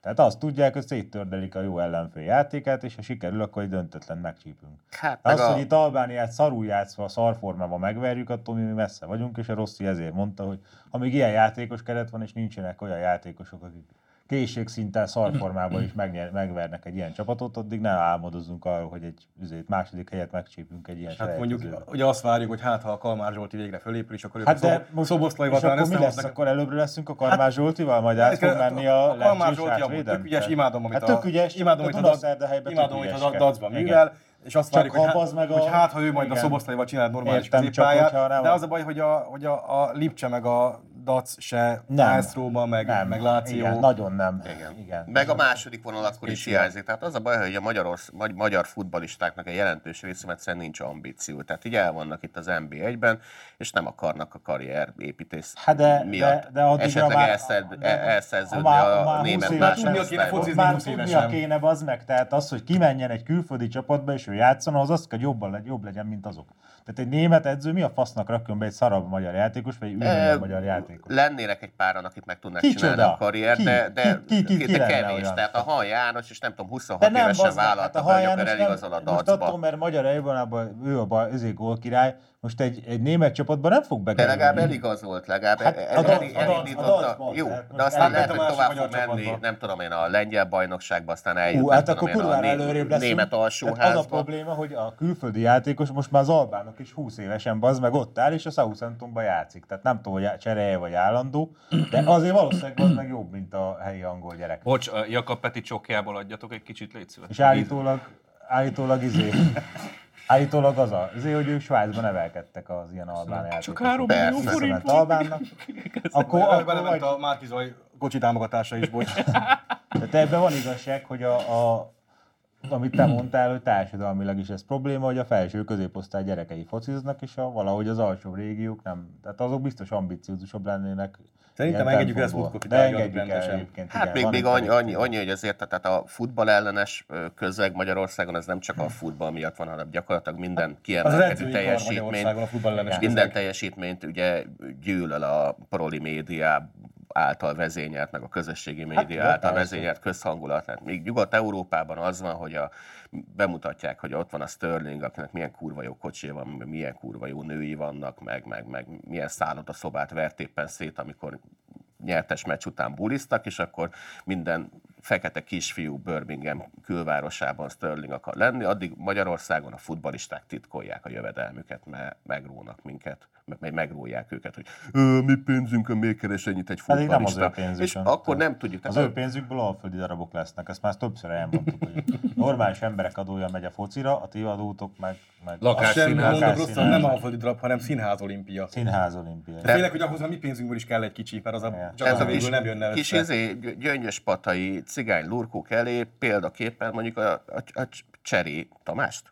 Tehát azt tudják, hogy széttördelik a jó ellenfél játékát, és ha sikerül, akkor egy döntetlen megcsípünk.
Hát
Az,
meg
a...
a-
hogy itt Albániát szarul játszva, szarformában megverjük, attól mi messze vagyunk, és a Rossi ezért mondta, hogy amíg ilyen játékos keret van, és nincsenek olyan játékosok, akik készségszinten szarformában is megnyer, megvernek egy ilyen csapatot, addig ne álmodozzunk arról, hogy egy üzét, második helyet megcsípünk egy ilyen
Hát mondjuk
selejtezőben.
ugye azt várjuk, hogy hát ha a Kalmár Zsolti végre fölépül, és akkor ők
Hát
a
de
Szobo-
most,
Szoboszlai
és
Vacán
akkor mi lesz,
összehoznak.
akkor előbbre leszünk a Karmás hát, Zsoltival, majd át fog menni a,
a Kalmár
Lecce
Zsolti amúgy
sátvédelmbe?
tök ügyes, imádom, amit
hát tök ügyes,
imádom, amit a,
Dunaszerdahelyben tök
imádom, amit a
ügyeskedett.
dacban
Igen.
művel, és azt
Csak
várjuk, hogy,
ha
hát,
bazd meg a-
hogy hát, ha ő majd
igen.
a Szoboszlaival csinál normális
Értem, csak hogyha
középpályát,
nem
de
a-
az a baj, hogy a, hogy a, a Lipcse meg a Dac se,
Nem.
AS Róma meg,
Nem,
meg Láció.
Igen, nagyon nem.
Igen.
igen.
Meg a második vonal akkor is hiányzik. Tehát az a baj, hogy a magyarorsz, vagy magyar futbalistáknak egy jelentős része egyszerűen nincs ambíció. Tehát így el vannak itt az NB1-ben, és nem akarnak a karrier építés
Hát de-
miatt.
de- de addigra
Esetleg
már-
elszed,
de-
elszerződni
ha már- ha
a
már húsz
német
éves-
Már tudnia
másodosztályba.
kéne focizni
Már
20 évesen.
tudnia kéne, az meg, tehát az, hogy kimenjen egy külföldi csapatba és ő játszon, az az, kell, hogy jobban legy, jobb legyen, mint azok. Tehát egy német edző mi a fasznak rakjon be egy szarabb magyar játékos, vagy egy
Eh,
ülmény magyar játékos?
Lennének egy páran, akik meg tudnák
Kicsoda?
csinálni a karriert,
Ki?
de, de,
Ki- ki- ki- ki
de
lenne
kevés.
olyan?
Tehát a Han János, és nem tudom, 26 évesen
bazd meg,
vállalta,
Haj
hogy akkor
János
eligazol a
nem- Most attól,
dacba.
mert magyar elvonában ő a baj, ezért gól király, most egy, egy német csapatban nem fog
De
bekerülni.
legalább eligazolt, legalább
Hát
hát,
a
el,
dal-
el,
a dal- a Hát,
elindította.
dalban,
Jó,
tehát
de aztán
elment
lehet,
a
hogy
másik
tovább
magyar
fog menni,
csapatba.
nem tudom én, a lengyel bajnokságba, aztán eljut,
Hú,
nem
hát
tudom
akkor
én, a
kurvára előrébb
né-
leszünk.
német
Tehát az a
alsóházba.
probléma, hogy a külföldi játékos most már az albánok is 20 évesen bazd meg ott áll, és a Southamptonban játszik. Tehát nem tudom, hogy cseréje vagy állandó, de azért valószínűleg az meg jobb, mint a helyi angol gyerek.
Bocs, a Jakab Peti csokjából adjatok egy kicsit, légy szíves.
És állítólag, állítólag izé, állítólag az a, izé, hogy ők Svájcban nevelkedtek az ilyen albán játékosok.
Csak három
Persze.
millió forint
Köszönet
volt.
Albánnak. Akkor,
Akkor
akkor
belement
vagy
a Márki Zaj kocsi támogatása is, bocs.
Tehát ebben van igazság, hogy a, a amit te mondtál, hogy társadalmilag is ez probléma, hogy a felső középosztály gyerekei fociznak, és a, valahogy az alsóbb régiók nem. Tehát azok biztos ambiciózusabb lennének.
Szerintem
ilyen
engedjük el ezt
szempontból.
múltkor
De
kitárgyaltuk
engedjük el
rendesen.
egyébként.
Hát
igen,
még,
van
még
itt
annyi,
egy-
annyi, annyi, hogy azért tehát a futball ellenes ö, közeg Magyarországon az nem csak a futball miatt van, hanem gyakorlatilag minden
Az az
kiemelkedő
edzői kar
teljesítmény.
Magyarországon a futballenes
Minden teljesítményt ugye gyűlöl a paroli média által vezényelt, meg a közösségi média
Hát jó,
által
persze.
vezényelt közhangulat. Tehát még Nyugat-Európában az van, hogy a, bemutatják, hogy ott van a Sterling, akinek milyen kurva jó kocsia van, milyen kurva jó női vannak, meg, meg, meg milyen szállodaszobát vert éppen szét, amikor nyertes meccs után buliztak, és akkor minden fekete kisfiú Birmingham külvárosában Sterling akar lenni, addig Magyarországon a futbalisták titkolják a jövedelmüket, mert megrónak minket, meg megróják őket, hogy "Ö, mi pénzünkön miért keres ennyit egy
Pedig Hát nem az ő
futbalista. és
pénzükön.
akkor nem tudjuk.
Az
tehát
ő pénzükből alföldi darabok lesznek, ezt már többször elmondtuk, hogy normális emberek adója megy a focira, a ti adótok meg... meg
Lakás-
Sem
Színház.
mondom rosszul, nem
Színház.
alföldi drap, hanem színház olimpia.
Színház olimpiai.
Félek, hogy ahhoz már mi pénzünkből is kell egy kicsi, mert az a
Igen.
csak
ez a kis,
az végül nem jönne
kis
össze.
izé, gy- gyöngyös patai cigány lurkók elé példaképpen mondjuk a, a, a Cseri Tamást.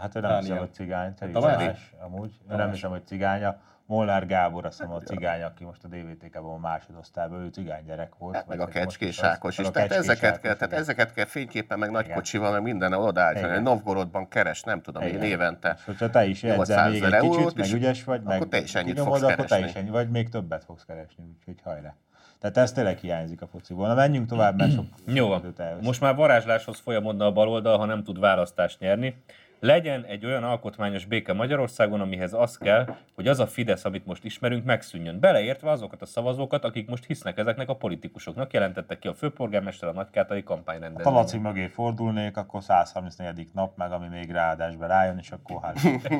Hát ő nem hiszem,
Dániel.
hogy cigány,
Hát
Cseri
Tamás?
Tamás, amúgy. Ő nem hiszem, hogy cigány. A Molnár Gábor, azt hiszem a cigány, aki most a DVTK-ban a másodosztályban, ő cigány gyerek volt.
Hát
vagy
meg a
hát most
kecskés
az-
Ákos
meg
is.
a
Tehát
Kecskés
ezeket
Ákos,
kell, tehát
igen.
ezeket kell fényképpen, meg nagy
Igen.
kocsival, meg minden odaállítani.
Igen.
Novgorodban keres, nem tudom, én
Igen.
évente.
És hogyha te is edzel
800
még
ezer
egy
eurót,
kicsit, meg
és
ügyes vagy, meg
akkor te is ennyit
kinyomod,
fogsz
akkor te is
keresni.
ennyi, vagy még többet fogsz keresni, úgyhogy hajrá. Tehát ez tényleg hiányzik a fociból. Na menjünk tovább, mert sok
Jó van.
időt elvesz.
Most már varázsláshoz folyamodna a baloldal, ha nem tud választást nyerni. Legyen egy olyan alkotmányos béke Magyarországon, amihez az kell, hogy az a Fidesz, amit most ismerünk, megszűnjön. Beleértve azokat a szavazókat, akik most hisznek ezeknek a politikusoknak, jelentette ki a főpolgármester a nagykátai
Ha
kampányrendezvényen.
Laci mögé fordulnék, akkor 134. nap, meg ami még ráadásba rájön, és akkor hát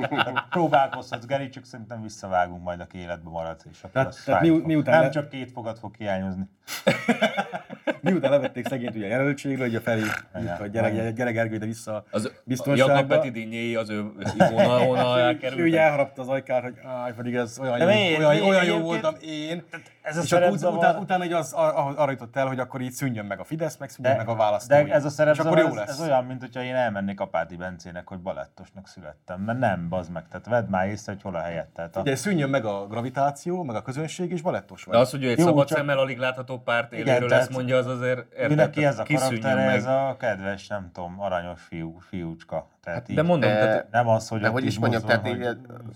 Tehát próbálkozhatsz, Geri, csak szerintem visszavágunk majd, aki életbe maradsz, és akkor
Tehát-
az
tehát
fájni
mi-
fog.
miután
Nem
le-
csak két fogat fog hiányozni.
Miután levették szegényt ugye a jelöltségről, ugye Feri,
Igen.
a gyerek, gyerek Ergőde vissza a
Az
biztonságba. Hát,
Jakab Peti dinnyéi az ő vonalá
Ő ugye
került.
elharapta az ajkát, hogy áj, pedig ez olyan
De
jó,
miért?
olyan,
Miért
olyan jó
egyébként?
voltam én.
ez
Ez
a
és akkor ut-
szerepzavar-
utána, utána hogy az ar- ahhoz arra jutott el, hogy akkor így szűnjön meg a Fidesz, meg szűnjön meg a választói.
de ez a
és akkor
szerepzavar,
jó
ez,
lesz.
ez, olyan, mint hogyha én elmennék Apáti Bencének, hogy balettosnak születtem, mert nem, bazd meg, tehát vedd már észre, hogy hol a helyet. Tehát a,
Ugye szűnjön meg a gravitáció, meg a közönség, és balettos vagy.
De az, hogy ő egy
Jó,
szabad
csak-
szemmel alig látható párt
Igen,
éléről
tehát
ezt mondja, az azért érted,
Mindenki
tehát
ez a
kiszűnjön
karaktere,
meg.
ez a kedves, nem tudom, aranyos fiú, fiúcska. Tehát így,
De mondom,
De-
tehát
nem az, hogy
De
ott
hogy is
így
mondjam,
mozdul,
tehát
hogy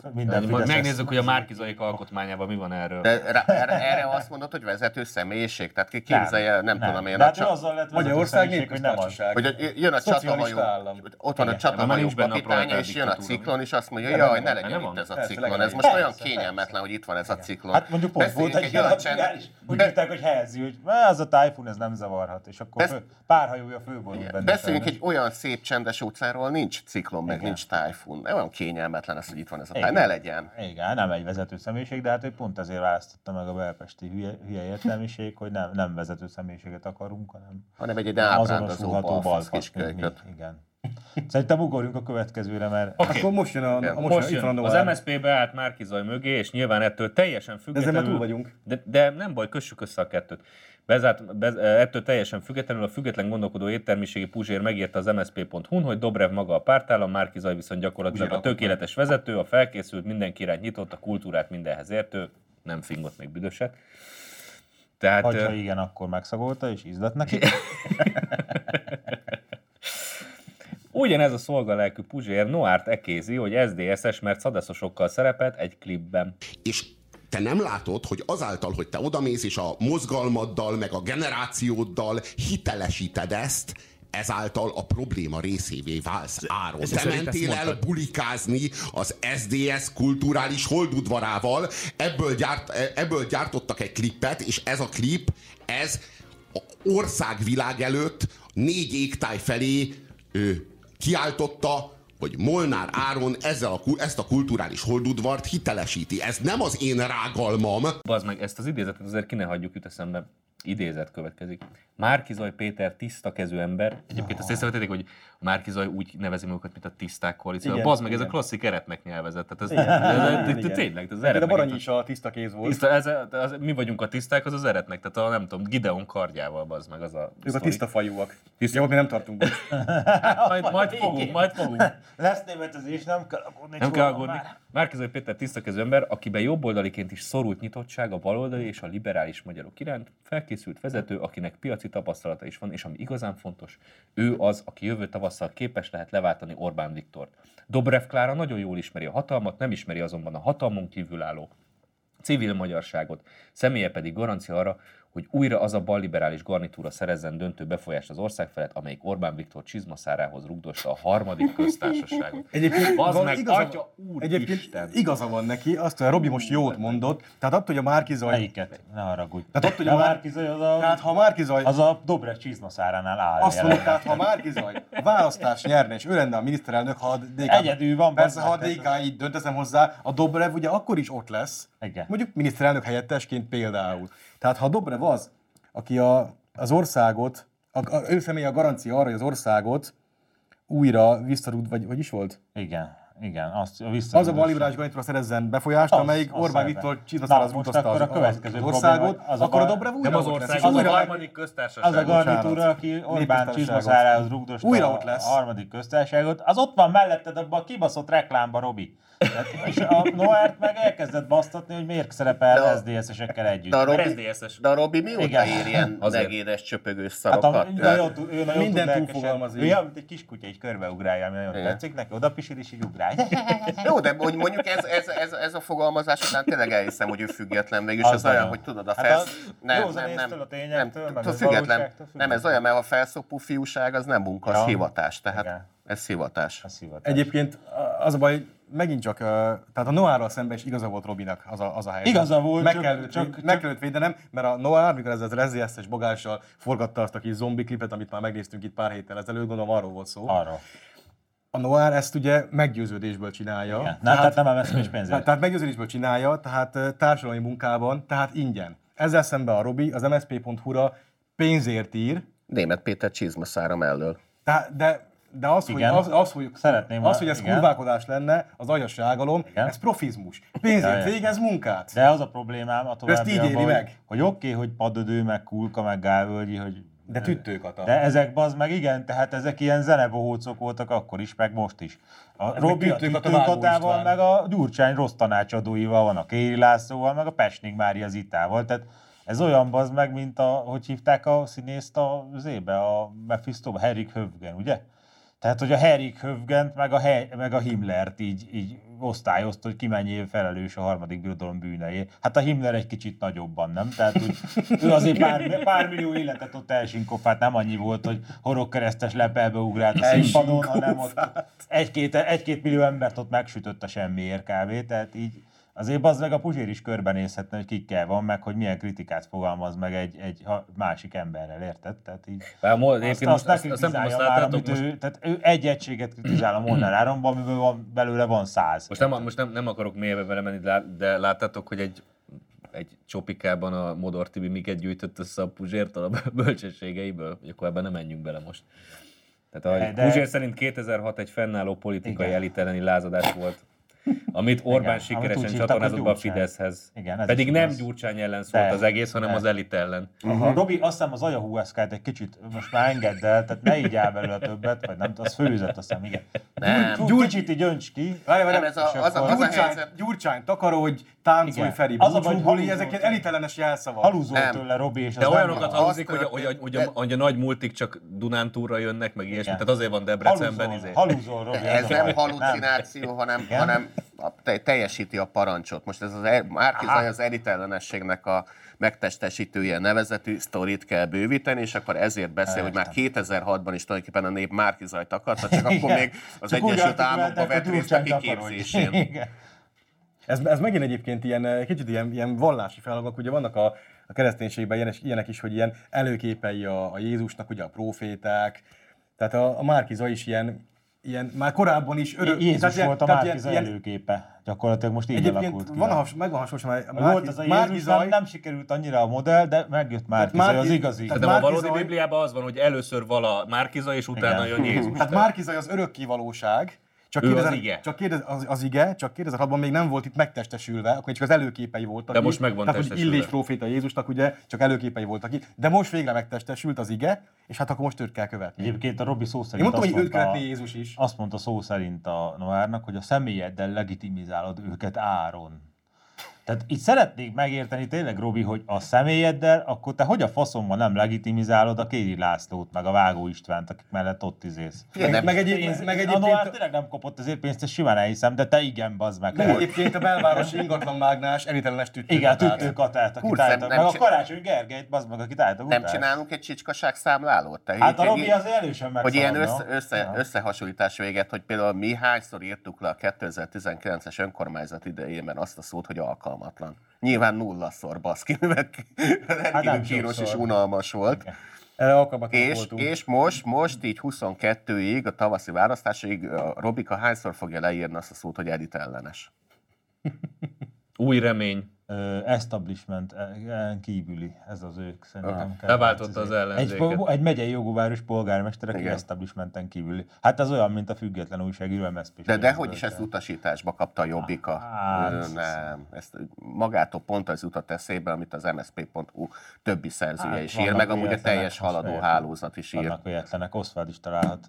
így-
minden
majd
Fideszes-
megnézzük, hogy a Márkizaik alkotmányában mi van erről.
De rá, erre, erre azt mondod, hogy vezető személyiség, tehát ki képzelje, nem, nem tudom én,
De
a
hát ő
csa-
azzal lett
Magyarország
vezető
népköztársaság.
személyiség, hogy nem az.
hogy a- jön a
Szocialista
csatahajó,
állam.
ott
Igen,
van a
ebben már
csatahajó
nincs benne a
kapitánya,
proletár
és jön a
diktatúra.
ciklon, és azt mondja, jaj, ne legyen
Nem van.
itt ez a
Persze,
ciklon, ez
legalább.
most olyan
Persze, persze.
kényelmetlen, hogy itt van ez a ciklon.
Hát mondjuk pont volt
Beszéljünk
egy
olyan
olyan
csend-
csendes, úgy
Be-
írták, hogy helyezi, hogy "Á, az a tájfun, ez nem zavarhat, és akkor
Besz-
fő, pár hajója fölborult benne.
Beszéljünk
sajnos.
egy olyan szép csendes óceánról, nincs ciklon, meg
Igen.
nincs tájfun. Olyan kényelmetlen ez, hogy itt van ez a
Igen.
táj. Ne legyen.
Igen, nem egy vezető személyiség, de hát ő pont ezért választotta meg a belpesti hülye, hülye értelmiség, hogy nem, nem vezető személyiséget akarunk, hanem
Hanem egy egy ábrándozó
azonosulható
balfasz
balfasz, mint mi.
kiskölyköt.
Igen. Szerintem ugorjunk a következőre, mert
Oké.
Akkor most jön a, a most,
Most
jön, itt van a
jön,
Noel.
az MSZP-be állt Márkizaj mögé, és nyilván ettől teljesen
De ezzel
függetlenül...
már túl vagyunk.
De, de nem baj, kössük össze a kettőt. Bezárt, bez, eh, ettől teljesen függetlenül a független gondolkodó éttermiségi Puzsér megírta az MSZP.hu-n, hogy Dobrev maga a pártállam, Márkizaj viszont gyakorlatilag
Puzsér
a tökéletes vezető, a felkészült, mindenki irányt nyitott, a kultúrát mindenhez értő, nem fingott még büdöset. Tehát,
hát,
eh,
ha igen, akkor megszagolta, és ízlet neki.
Ugyanez a szolgalelkű Puzsér Noárt ekézi, hogy SDSS, mert szadaszosokkal szerepelt egy klipben.
és te nem látod, hogy azáltal, hogy te odamész és a mozgalmaddal, meg a generációddal hitelesíted ezt, ezáltal a probléma részévé válsz. Áron, te mentél el bulikázni az SDS kulturális holdudvarával, ebből, gyárt, e, ebből gyártottak egy klippet, és ez a klip, ez a országvilág előtt négy égtáj felé ő, kiáltotta, hogy Molnár Áron ezzel a, ku- ezt a kulturális holdudvart hitelesíti. Ez nem az én rágalmam,
Bazd meg, ezt az idézetet azért ki ne hagyjuk jut eszembe. idézet következik. Márkizaj Péter tiszta kezű ember. Egyébként azt észrevették, hogy Márkizaj úgy nevezi magukat, mint a tiszták koalíció.
Igen,
Bazd meg, ez a
igen.
klasszik eretnek nyelvezet. Tehát ez,
Igen,
ez, ez,
igen,
ez,
igen.
ez tényleg, ez
De Barany
eretnek.
is a tiszta kéz volt.
Tiszta, ez, ez, mi vagyunk a tiszták, az az eretnek. Tehát a, nem tudom, Gideon kardjával bazd meg az a
Ők a
sztori.
tiszta fajúak. Jó, ott még nem tartunk. bocs.
Majd, majd fogunk, majd fogunk.
Lesz németezés, nem kell aggódni.
Nem kell
csókom,
aggódni.
már.
Márkizai Péter tisztakező ember, akiben jobboldaliként is szorult nyitottság a baloldali és a liberális magyarok iránt, felkészült vezető, akinek piaci tapasztalata is van, és ami igazán fontos, ő az, aki jövő tavasszal képes lehet leváltani Orbán Viktort. Dobrev Klára nagyon jól ismeri a hatalmat, nem ismeri azonban a hatalmon kívülálló civil magyarságot, személye pedig garancia arra, hogy újra az a balliberális garnitúra szerezzen döntő befolyást az ország felett, amelyik Orbán Viktor csizmaszárához rugdosta a harmadik köztársaságot.
Egyébként
Bazd
van-
meg,
igaza-
atya úr
Egyébként
Isten.
igaza van neki, azt mondja, Robi most jót mondott, tehát attól, hogy a Márkizaj...
Melyiket? Ne haragudj.
Tehát Hát ott ugye
a
már-
Márkizaj az a...
Tehát ha a Márkizaj...
Az a Dobrev csizmaszáránál áll
Azt mondom,
jelenleg.
tehát ha Márkizaj a választást nyerne, és ő lenne a miniszterelnök, ha a DK...
Egyedül van,
Persze,
bazd
ha a
meg,
DK így dönteszem hozzá, a Dobrev ugye akkor is ott lesz.
Igen.
Mondjuk miniszterelnök helyettesként például. Tehát ha a Dobrev az, aki a, az országot, a, a, ő személye a garancia arra, hogy az országot újra visszarúd, vagy, vagy is volt?
Igen, igen, azt vissza.
Az a balliberális garnitúra szerezzen befolyást,
Az,
amelyik
az
Orbán
szerve.
Viktor
Na,
csizmaszáraz
most
utazta az,
akkor a következő
az
probléma,
országot,
az
az
a
akkor a
bal-
Dobrev újra
Nem az
ott lesz,
ország,
és
az a
újra-
harmadik
Az a
köztársaság.
gar-
garnitúra, aki Orbán
Népköztársaságot.
csizmaszárához rugdosta
Újra ott lesz.
a harmadik köztársaságot, az ott van melletted abban a kibaszott reklámba, Robi. Tehát, és a Noárt meg elkezdett basztatni, hogy miért
De
szerepel
a-
SZDSZ-esekkel együtt.
De a
Mert
Robi,
SZDSZ-es.
de a Robi mióta
Igen.
ér ilyen
Azért.
negédes, csöpögős
Hát a,
szarokat?
de jó, tud- ő nagyon
Minden
tud
túlfogalmaz
lelkesen.
így.
Ő olyan, mint egy kiskutya, így körbeugrálja, ami nagyon
Igen.
tetszik neki, oda pisil és így ugrál.
Jó, de hogy mondjuk ez, ez, ez, ez a fogalmazás után tényleg elhiszem, hogy ő független végül, és
Az
az olyan,
nagyon.
hogy tudod, a
Hát
felsz...
az józanésztől, a tényektől, meg
tudod,
a
független,
valóságtól
nem, ez olyan, mert a felszopó fiúság az nem munka, az
Ja.
hivatás, tehát
Igen.
ez hivatás.
A szivatás.
Egyébként az a baj, hogy megint csak, ö, tehát a Noárral szemben is igaza volt Robinak az a, az a helyzet.
Igaza volt,
meg
csak-
kell, csak,
csak-
csak, meg kellett védenem, mert a Noár, mikor ez az rezziesztes bogással forgatta azt a kis zombi klipet, amit már megnéztünk itt pár héttel ezelőtt, gondolom arról volt szó.
Arról.
A Noár ezt ugye meggyőződésből csinálja.
Igen. Na, tehát nem emeszem is pénzért.
Tehát, tehát meggyőződésből csinálja, tehát ö, társadalmi munkában, tehát ingyen. Ezzel szemben a Robi az msp.hu-ra pénzért ír,
Német Péter csizmaszára mellől.
tehát, de, de az, hogy,
Igen.
az, az, hogy,
Szeretném,
az,
ha-
hogy ez
igen.
kurválkodás lenne, az agyasságolom,
Igen.
ez profizmus.
Ja,
Pénzért
ja.
végez munkát.
De az a problémám a
így éli
továbbiakban, hogy,
meg.
hogy oké, okay, hogy padödő, meg kulka, meg gálvölgyi, hogy...
De tüttőkata.
De ezek az meg igen, tehát ezek ilyen zenebohócok voltak akkor is, meg most is. A Robi a
tüttőkata Vágó
tüttőkatával,
István.
meg a Gyurcsány rossz tanácsadóival, van a Kéri Lászlóval, meg a Pesnik Mária Zitával, tehát ez olyan bazd meg, mint a, hogy hívták a színészt a zébe, a Mephisto, Herrik Hövgen, ugye? Tehát, hogy a Herrik Hövgent, meg a, He- meg a Himmlert így, így osztályozt, hogy ki mennyi felelős a harmadik birodalom bűnei. Hát a Himmler egy kicsit nagyobban, nem? Tehát úgy, ő azért pár, pár millió életet ott elsinkofált, nem annyi volt, hogy horogkeresztes lepelbe ugrált a színpadon, hanem ott egy-két, egy-két millió embert ott megsütött a semmiért kb. Tehát így azért az meg a Puzsér is körbenézhetne, hogy kikkel van, meg hogy milyen kritikát fogalmaz meg egy, egy ha- másik emberrel, érted? Tehát így...
Bár most,
Azt,
egyébként
azt,
most,
azt
azt,
ne
azt nem tudom,
kritizálja
azt
már,
láttátok,
amit
most,
ő, tehát ő egy egységet kritizál a Molnár Áronban, amiből van, belőle van száz.
most, nem, most nem, nem akarok mélyebbre vele menni, de lá- de láttátok, hogy egy egy csopikában a Modor Tibi miket gyűjtött össze a Puzsértól a bölcsességeiből, hogy akkor ebben nem menjünk bele most. Tehát a
Eh, De-
de... Puzsér szerint 2006 egy fennálló politikai
Igen.
elit elleni lázadás volt, amit Orbán
amit úgy
sikeresen
hívtak, hogy
csatornázott be a
Gyurcsány.
Fideszhez.
Igen, ez
Pedig
is
nem
igaz.
Gyurcsány ellen szólt
De.
az egész, hanem
De.
az elit ellen.
Uh-huh. Robi, azt hiszem az Ayahú eszkájt egy kicsit most már engedd el, tehát ne így áll belőle többet, vagy nem, az főzött, azt hiszem, igen.
Nem.
Gyurgy- Gyurgy- Kicsit így önts ki.
Várj,
Nem,
várj,
ez a,
és
az, a,
akkor-
az a
Gyurcsány,
helyzet,
Gyurcsány, takarodj, táncolj
Igen.
Feri,
Az a baj,
búcsú,
hogy
buli,
halúzol
ezek ilyen
tőle.
elitelenes jelszavak.
Halúzol
Nem.
tőle, Robi, és
De
ez
olyanokat
nem jó.
hallózik, hogy, hogy, hogy, a, hogy a nagy multik csak Dunántúra jönnek, meg ilyesmi. Tehát azért van Debrecenben.
Halúzol,
Izé.
halúzol, Robi.
ez
a
nem
baj.
halucináció, hanem, hanem a, te, teljesíti a parancsot. Most ez az el- Márkizaj az elitellenességnek a megtestesítője nevezetű sztorit kell bővíteni, és akkor ezért beszél, hogy már 2006-ban is tulajdonképpen a nép Márkizajt akarta, csak akkor
Igen.
még az
Csak úgy
Egyesült
artikulálták,
Államokba
hogy
vett részt a
Gyurcsány takarodj.
kiképzésén.
Igen.
Ez, ez megint egyébként ilyen, eh, kicsit ilyen, ilyen vallási felhangok, ugye vannak a, a kereszténységben ilyenes, ilyenek is, hogy ilyen előképei a, a Jézusnak, ugye a proféták, tehát a, a Márkiza is ilyen ilyen, már korábban is örök...
Jézus
tehát ilyen-
volt a
tehát
Márki Zaj
ilyen-
előképe. Gyakorlatilag most így
Egyébként
alakult ki.
van,
a-
has, megvan hasonló, már
Volt az a Jézus, nem, nem sikerült annyira a modell, de megjött Márki
Tehát
Zaj,
Márki-
az igazi.
tehát
De a
Márki
valódi
Zaj-
Bibliában az van, hogy először vala Márkiza, és utána
Igen. Hát
jön Jézus.
Tehát Márki Zaj az örökké valóság, csak,
Ő az
2000,
ige.
csak 2000, az, az ige, csak 2006-ban még nem volt itt megtestesülve, akkor csak az előképei voltak.
De
itt.
most meg van
Tehát, hogy
testesülve.
Illés proféta Jézusnak ugye, csak előképei voltak itt. De most végre megtestesült az ige, és hát akkor most őt kell követni.
Egyébként a Robi szó
Én
szerint
mondtam,
azt
hogy őt
mondta,
követni Jézus is.
azt mondta szó szerint a Noárnak, hogy a személyeddel legitimizálod őket áron. Tehát itt szeretnék megérteni tényleg, Robi, hogy a személyeddel, akkor te hogy a faszomban nem legitimizálod a Kéri Lászlót, meg a Vágó Istvánt, akik mellett ott izész?
Figyelj, nem,
Meg,
Pénz,
egyéb, meg
a Noár
egyébként,
tényleg nem kapott ezért pénzt, ezt simán elhiszem, de te igen, bazd meg.
meg
hogy-
egyébként a belvárosi ingatlanmágnás elitelenes tüttő.
Igen, a tüttőkatát, akit
Kurz, nem-
álltak,
nem
meg a
csi-
Karácsony Gergelyt, bazd meg, akit álltak
nem
után.
csinálunk egy csicskaság számlálót? Te
Hát a
hétvégén-
Robi az erősen
hogy ilyen
megszabadna.
össze, össze,
Ja.
összehasonlítás véget, hogy például mi hányszor írtuk le a 2019-es önkormányzat idejében azt a szót, hogy alkalmatlan. Nyilván nullaszor, baszki, mivel rendkívül
Hát nem
kínos és
sokszor.
unalmas volt.
Erre alkalmatlan
És,
voltunk.
és most, most így 22-ig, a tavaszi választásig a Robika hányszor fogja leírni azt a szót, hogy edit ellenes?
Új remény.
ö, establishment eh, kívüli, ez az ők szerintem. kell.
Leváltotta az
Egy-
ellenzéket.
Egy, po- egy megyei jogúváros polgármester, aki
Igen.
establishmenten kívüli. Hát ez olyan, mint a független újságíró MSZP.
De, de hogy is ezt utasításba kapta a Jobbika?
Á,
Ö,
hiszem.
nem, ezt magától pont az jutott eszébe, amit az msp.hu többi szerzője
Hát,
is ír,
vannak
meg amúgy a
véletlenek,
teljes
most
haladó
értem.
hálózat is ír.
Vannak véletlenek, Oszváld is találhat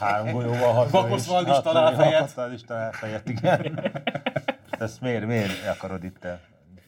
három golyóval. hat lövés-
Vakoszvald is
hat lövés-
talál fejet.
Vakoszvald is talál fejet, igen. Ezt miért, miért akarod itt te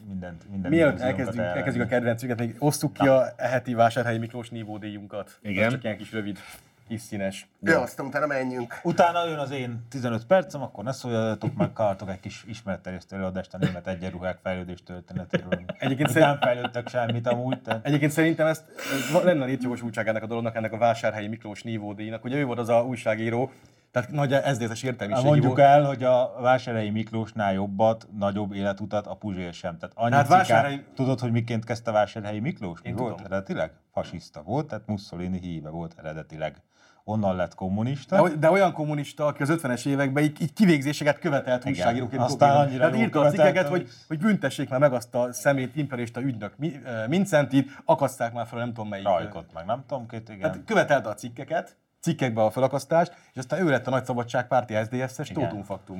mindent, mindent
Mielőtt
illúziókat
elkezdjük,
elvenni?
elkezdjük a kedvencünket, még osztuk ki a heti vásárhelyi Miklós nívódíjunkat.
Igen.
Ez csak ilyen kis rövid, kis színes.
Jó, aztán utána menjünk.
Utána jön az én 15 percem, akkor ne szóljatok, meg hallgatok egy kis ismeretterjesztő előadást a német egyenruhák fejlődés történetéről.
Egyébként
Ők nem fejlődtek semmit amúgy, de
Egyébként szerintem ezt, ez va- lenne létjogosultság ennek a dolognak, ennek a vásárhelyi Miklós nívódíjnak. Ugye ő volt az a újságíró, tehát nagy SZDSZ-es értelmiségű
mondjuk
volt.
el, hogy a Vásárhelyi Miklósnál jobbat, nagyobb életutat a Puzsér sem. Tehát annyi
Hát
cikán,
Vásárhelyi-
Tudod, hogy miként kezdte Vásárhelyi Miklós? Mi
Én
volt
tudom.
eredetileg? Fasiszta volt, tehát Mussolini híve volt eredetileg. Onnan lett kommunista.
De, oly- de olyan kommunista, aki az 50-es években így, így kivégzéseket követelt újságíróként.
Aztán
kopírozta.
annyira
Tehát
jól
írta a cikkeket,
követelte,
hogy, hogy büntessék már meg azt a szemét imperista ügynök Mi- eh, Mincentit, akasszák már fel nem tudom melyik
Rajkot meg, nem tudom, két igen.
Tehát követelte a cikkeket, cikkekbe a felakasztást, és aztán ő lett a nagy szabadságpárti SZDSZ-es
Igen.
Tótum Faktum.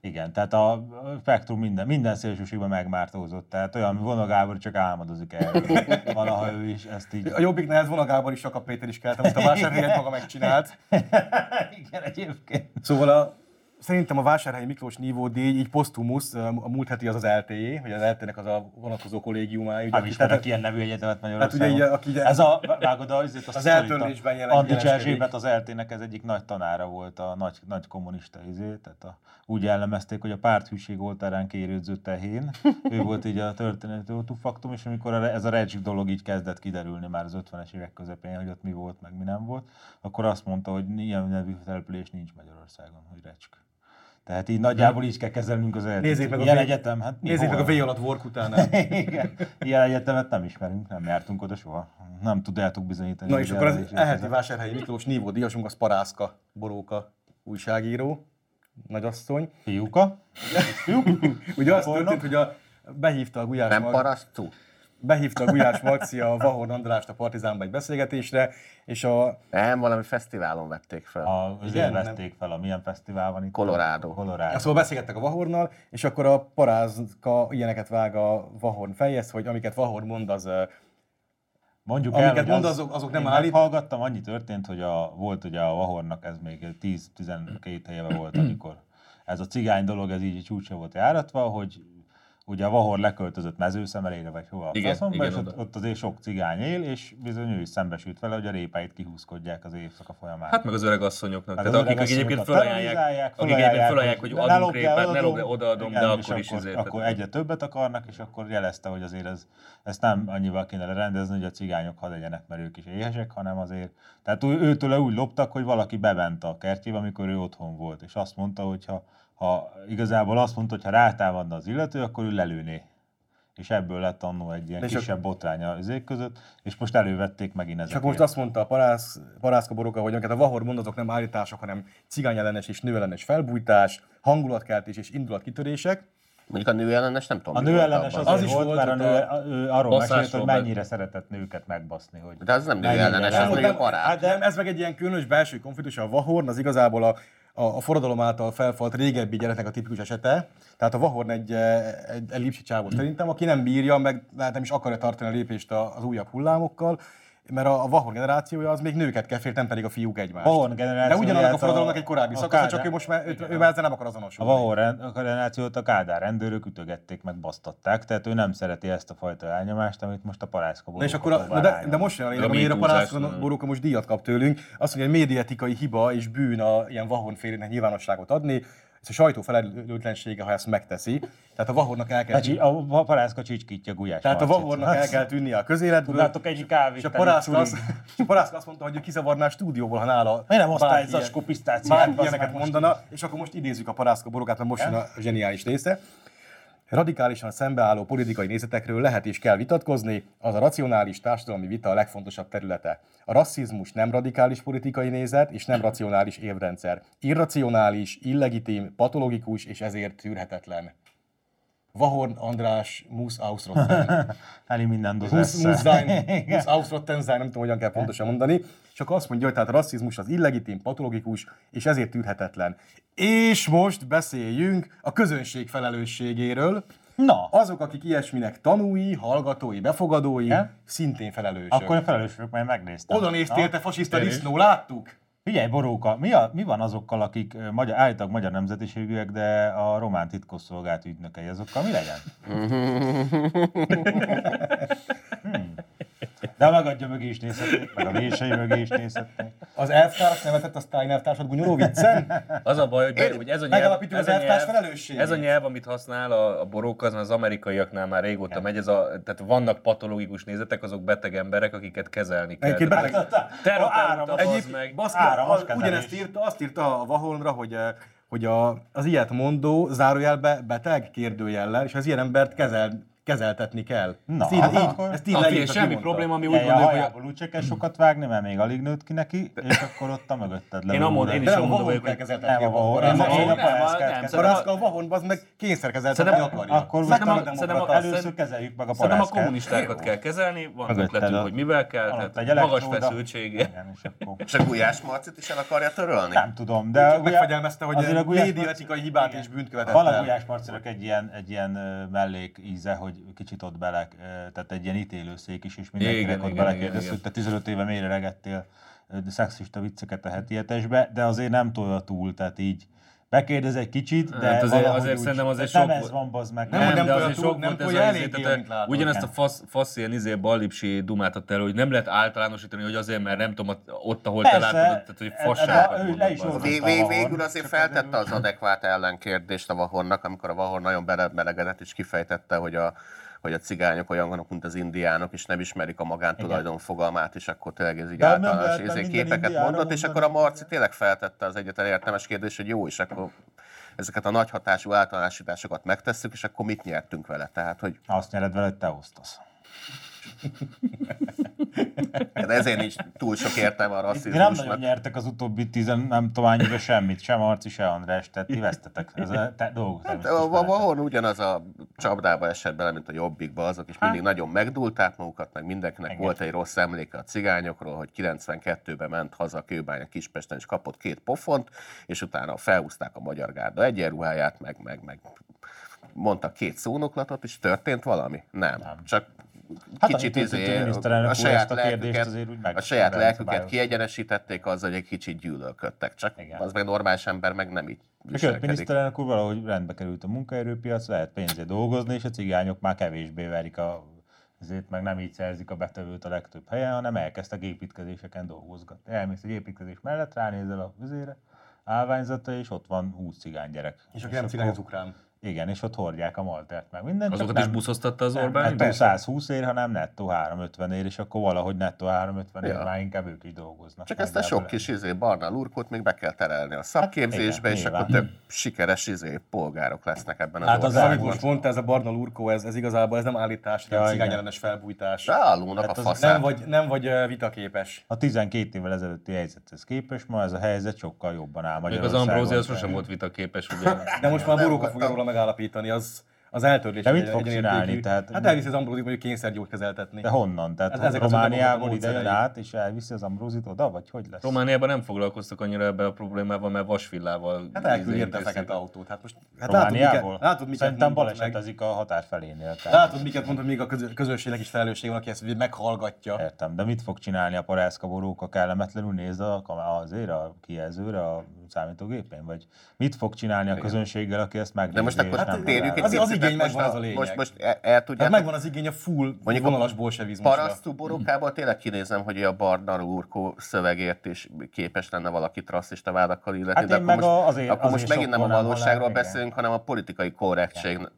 Igen, tehát a spektrum minden, minden szélsőségben megmártózott. Tehát olyan, mint Vona Gábor csak álmodozik erről. Valaha ő is ezt így...
A jobbiknál ez vonagában is Saka Péter is kelt, amit a vásárhelyet maga megcsinált.
Igen, egyébként.
Szóval a, szerintem a vásárhelyi Miklós nívódíj így posztumusz, a múlt heti az az LTE, hogy az LTE-nek az a vonatkozó kollégiumája. Ugye,
Nem Hát
aki-
ismerek ilyen nevű egyetemet Magyarországon.
Hát ugye így, aki így-
Ez a, vágod a, azért azt
Az
szorít a-
eltörlésben jelen-
Andics
jeleskedik.
Erzsébet az eltének ez egyik nagy tanára volt, a nagy, nagy kommunista izé, tehát a, úgy jellemezték, hogy a párthűség oltárán kérődző tehén. Ő volt így a történeti faktum, és amikor a, ez a Recsik dolog így kezdett kiderülni már az 50-es évek közepén, hogy ott mi volt, meg mi nem volt, akkor azt mondta, hogy ilyen nevű település nincs Magyarországon, hogy Recsk. Tehát így nagyjából így kell kezelnünk az eltét.
Nézzék meg a
Ilyen
V-
egyetem, hát mi,
Nézzék meg
hol
a
van?
V alatt Vork utánál.
Igen. Ilyen egyetemet nem ismerünk, nem jártunk oda soha. Nem tudjátok bizonyítani.
Na
hogy
és akkor az
ellenőrzés
eheti
között.
vásárhelyi Miklós nívódíjasunk az Parászka, Boróka újságíró, nagyasszony.
Fiúka?
Ugye az történt, hogy a, behívta a Gulyás
Nem
Mag-
parasztú?
behívta a Gulyás Marci a Vahorn Andrást a Partizánba egy beszélgetésre, és a
Nem, valami fesztiválon vették fel.
A, azért
Igen, nem.
veszték fel, a milyen fesztivál van itt?
Colorado.
Colorado.
Szóval beszélgettek a Vahornal, és akkor a parázka ilyeneket vág a Vahorn fejhez, hogy amiket Vahorn mond, az ö,
Mondjuk el,
Amiket
hogy
mond, azok- azok nem
én
állít.
Meghallgattam, annyi történt, hogy a, volt ugye a Vahornak, ez még 10-12 éve volt, amikor ez a cigány dolog, ez így csúcsa volt járatva, hogy ugye a Vahor leköltözött mezőszemelére, vagy hova a
Igen,
faszomba,
igen,
és ott,
oda.
ott, azért sok cigány él, és bizony ő is szembesült vele, hogy a répáit kihúzkodják az évszaka folyamán.
Hát meg az öreg asszonyoknak.
Hát
Tehát
az
akik, akik
öregasszonyokat
egyébként felajánlják,
terrorizálják,
akik egyébként
felajánlják,
felajánlják, hogy
de
adunk
lopd el,
répát, ne
eladom.
lopd el, odaadom,
Igen,
de
és
akkor is ezért.
Akkor egyre többet akarnak, és akkor jelezte, hogy azért ez, ezt nem annyival kéne rendezni, hogy a cigányok hadd legyenek, mert ők is éhesek, hanem azért. Tehát ő, őtőle úgy loptak, hogy valaki bement a kertjébe, amikor ő otthon volt, és azt mondta, hogy ha, ha igazából azt mondta, hogy ha rátámadna az illető, akkor ő lelőné. és ebből lett annó egy ilyen
És
kisebb
akkor-
botrány az ék között, és most elővették megint ezeket.
Csak most azt mondta a parász, parászka boroka, hogy amiket a vahor mondatok nem állítások, hanem cigányellenes és nőellenes felbújtás, hangulatkeltés és indulatkitörések.
Mondjuk a nő ellenes nem tudom,
A
mi
nő
volt
ellenes
abban.
az,
Az
az
is
is volt,
volt,
mert a
hogy
nő,
a
a, ő arról
baszásról
mesélt, hogy
be-
mennyire szeretett nőket megbaszni. Hogy
De az nem nő
mennyire-
ellenes,
Nem,
az nő
nem,
barát.
Hát de nem, ez meg egy ilyen különös belső konfliktus, a Vahorn az igazából a, a, a forradalom által felfalt régebbi gyereknek a tipikus esete. Tehát a Vahorn egy, eh, egy, egy lipsi csávó szerintem, aki nem bírja, meg lehet nem is akarja tartani a lépést a- az újabb hullámokkal, mert a, a Vahorn generációja az még nőket kefélt, nem pedig a fiúk egymást.
Vahorn generációját
De ugyanannak a
a-
forradalomnak egy korábbi
a
szakasza,
Kádár-
csak ő most már, ő, ő már ezzel nem akar
A
azonosulni.
Vahor rend- a generációt a Kádár rendőrök ütögették, meg basztatták, tehát ő nem szereti ezt a fajta elnyomást, amit most a parászka
Na és akkor a, na de, de most jön a lényeg,
A
amiért a
MeToo-zás,
palászkon
nem?
boruka most díjat kap tőlünk. Azt mondja, hogy médiatikai hiba és bűn a ilyen vahonfélének nyilvánosságot adni. Ez a sajtó felelőtlensége, ha ezt megteszi. Tehát a vahornak el kell,
a, a, a parászka csicskítja gulyás
tehát a
Marcit.
vahornak el kell tűnnie a közéletből.
Tudnátok egy kávét
és a
tenni,
parászka, azt,
curing.
és a parászka azt mondta, hogy ő kizavarná a stúdióból, ha nála
Miért nem
bárki
osztályoz
ilyen-
a skupisztáciát,
bárki
bazzeg,
ilyeneket
hát most
mondana, és akkor most idézzük a parászka borogát, mert most jön a zseniális része. Radikálisan szembeálló politikai nézetekről lehet és kell vitatkozni, az a racionális társadalmi vita a legfontosabb területe. A rasszizmus nem radikális politikai nézet és nem racionális évrendszer. Irracionális, illegitim, patologikus és ezért tűrhetetlen. Vahorn András Musz Ausrotten.
Eli minden
Musz,
dozássza.
Musz, sein, Musz Ausrotten sein, nem tudom, hogyan kell pontosan mondani. Csak azt mondja, hogy tehát a rasszizmus az illegitim, patologikus, és ezért tűrhetetlen. És most beszéljünk a közönség felelősségéről.
Na,
Azok, akik ilyesminek tanúi, hallgatói, befogadói,
Igen?
szintén felelősök.
akkor a felelős vagyok, mert megnéztem.
Oda néztél,
Na.
te fasiszta disznó, láttuk?
Figyelj, Boróka, mi, a, mi van azokkal, akik ö, magyar, állítólag magyar nemzetiségűek, de a román titkosszolgált ügynökei, azokkal mi legyen? Hmm. De megadja mögé is nézhetnék, meg a vései mögé is nézhetnék.
Az elvtárs nevetett a Stein elvtársad gunyoló viccen?
Az a baj, hogy, be, hogy ez a nyelv,
megalapítjuk
ez a
az elvtárs
nyelv-
felelősségét.
Ez a nyelv, amit használ a, a borók, az már az amerikaiaknál már régóta megy. Ez a, tehát vannak patológikus nézetek, azok beteg emberek, akiket kezelni kell.
Egyébként
Tehát
beteg-
a Terapeuta
Áram,
az
Egyéb,
meg.
baszki,
Áram,
a-
az kezelés.
ugyanezt írta, azt írta a Vaholmra, hogy, eh, hogy a, az ilyet mondó zárójelbe beteg kérdőjellel, és az ilyen embert kezel, kezeltetni kell.
Na,
ezt így, így,
akkor-
ezt így
Na, figyelj,
leírta,
semmi
kimondta.
probléma, ami úgy
Úgy a
mondjuk, hogy
hajából úgy se kell sokat vágni, mert még alig nőtt ki neki, és akkor ott a mögötted le.
Én amúgy- én
De
is
nem a
amúgy
Vahon
vagyok,
kell
hogy
kezeltetni.
Nem,
kell,
a Vahor,
Vahorra.
nem,
Nem,
a Vahor,
nem,
én a
nem,
parászkát
nem,
A
kezelem.
parászka a Vahon, az meg kényszer kezeltetni
Szerintem-
akarja.
Akkor
Szerintem a-
most
szerintem a-
először kezeljük meg a
Szerintem a
parászkát.
kommunistákat kell kezelni, van
Mögötted
ötletünk,
a-
hogy mivel kell,
Alatt
tehát
egy
magas
elektróda.
feszültség.
Igen, és akkor...
És a Gulyás Marcit is el akarja törölni?
Nem tudom, de... a
Csak
Gulyá-
megfegyelmezte, hogy
azért a Gulyás
médiatikai
Marci-
hibát
igen.
és bűnt követett
Van a
el.
Gulyás Marcinak egy ilyen, egy ilyen ö, mellék íze, hogy kicsit ott bele, ö, tehát egy ilyen ítélőszék is, és
Igen,
mindenkinek ott
igen,
belekérdez,
igen,
hogy te 15 éve miért regettél ö, szexista vicceket a heti hetesbe, de azért nem tolja túl, tehát így bekérdez egy kicsit, de
Hát azért-
valahogy
azért
úgy-
szerintem azért
nem
sok
ez
volt.
van, bazd meg.
Nem,
Nem,
hogy
nem,
nem
de
tolja
azért
túl,
sok
nem
volt ez
tolja
az
eléggé, amit látom.
Ugyanezt a
Igen.
fasz, fasz ilyen izé ballipsi dumát adta elő, hogy nem lehet általánosítani, hogy azért, mert nem tudom, ott- ott, ahol te
Persze.
látod, tehát hogy
Ez-
fasságokat
ő
mondott
le is
bazd meg.
olvasta.
Vé-
a
vé-
Vahorn.
végül azért feltette az adekvát ellenkérdést a Vahornak, amikor a Vahor nagyon belemelegedett és kifejtette, hogy a, hogy a cigányok olyanok, mint az indiánok, és nem ismerik a magántulajdon fogalmát, és akkor tényleg ez így
De
általános
nem lehet
izé
minden
képeket
indiára
mondott, és
mondani.
akkor a Marci tényleg feltette az egyetlen értelmes kérdés, hogy jó, és akkor ezeket a nagy hatású általánosításokat megtesszük, és akkor mit nyertünk vele? Tehát, hogy
Azt nyered vele, hogy te osztasz.
de hát ezért nincs túl sok értelme a
Ti nem nagyon
rasszizmusnak.
nyertek az utóbbi tizen, nem tudom hány éve semmit, sem Arci, se András, tehát ti vesztetek. Ez a te, dolgok
Hát, a- a- Valahol ugyanaz a csapdába esett bele, mint a jobbikba, azok is
Hát.
mindig nagyon megdulták magukat, meg mindenkinek
Engem.
volt egy rossz emléke a cigányokról, hogy 92-ben ment haza a kőbány a Kispesten, és kapott két pofont, és utána felhúzták a magyar gárda egyenruháját, meg, meg, meg mondtak két szónoklatot, és történt valami? Nem. Csak
Hát
kicsit
annyit, hogy a
izé,
miniszterelnök
a
úr
saját
ezt a kérdést
lelküket,
azért úgy
a
meg-
saját lelküket
szabályozott.
kiegyenesítették azzal, hogy egy kicsit gyűlölködtek. Csak
Igen.
az meg normális ember meg nem így
Sőt,
viselkedik.
miniszterelnök úr valahogy rendbe került a munkaerőpiac, lehet pénzért dolgozni, és a cigányok már kevésbé verik a ezért meg nem így szerzik a betevőt a legtöbb helyen, hanem elkezdtek építkezéseken dolgozgatni. Elmész egy építkezés mellett, ránézel a vizére, állványzata, és ott van 20 cigány gyerek.
És aki nem cigány, az ukrán.
Igen, és ott hordják a maltert meg mindent. csak
Azokat is
nem-
buszoztatta az
nem
Orbán
nettó
ide?
120 ér, hanem nettó 350 ér, és akkor valahogy nettó 350 ér,
Ja.
már inkább ők is dolgoznak.
Csak ezt a
Nagyjából
sok kis izé, barna lurkót még be kell terelni a szakképzésbe,
Hát igen,
és akkor
nyilván.
több sikeres izé, polgárok lesznek ebben az
Hát az
hát
Amit
országban.
most
Az
mondta, ez a barna lurkó, ez, ez igazából ez nem állítás,
Ja,
nem
igen.
cigányellenes felbújtás.
Állónak
Hát
a
az
faszát.
Nem vagy, nem vagy ö, vitaképes.
A 12 évvel ezelőtti helyzethez képest ma ez a helyzet sokkal jobban áll
Még az
Magyarországon.
Ambrózia az sosem volt vitaképes, ugye?
De most már Buróka fogja róla megállapítani, az, az eltörlés.
De mit
egy-
fog
egyenértékű.
csinálni? Tehát-
hát elviszi az Ambrózik mondjuk kényszergyógykezeltetni.
De honnan? Tehát
Ez-
ez
ezek az
Romániából
utamok,
ide jön
módszerei.
át, és elviszi az Ambrózit oda, vagy hogy lesz?
Romániában nem foglalkoztak annyira ebben a problémával, mert vasvillával...
Hát elküldi
izé-
érte a fekete autót. Hát most hát látod,
Romániából?
miket, látod, miket
Szerintem
mondott meg. Hát-
balesetezik a határ felénél. tehát-
Látod, miket mondtam, még a közö- közönségnek is felelősség van, aki ezt meghallgatja.
Értem, de mit fog csinálni a parászka boróka kellemetlenül néz a kamá- azért a kijelzőre a számítógépén? Vagy mit fog csinálni a közönséggel, aki ezt megnézi?
De most
és
akkor
nem
hát térjük
talál?
egy
Az- az
picit,
igény
most
megvan,
a-
az a lényeg.
Most, most el, el
Hát
tudjátok,
megvan az igény a full
Mondjuk
Mondjuk
a
vonalas bolsevizmusra.
parasztú borókával tényleg kinézem, hogy a barna lurkó szövegért is képes lenne valakit rasszista vádakkal illetni.
Hát én
de akkor
meg
most,
a- azért-
akkor most
azért
megint nem a
sokkolnám, ha
valóságról
lenne, igen.
beszélünk, hanem a politikai korrektség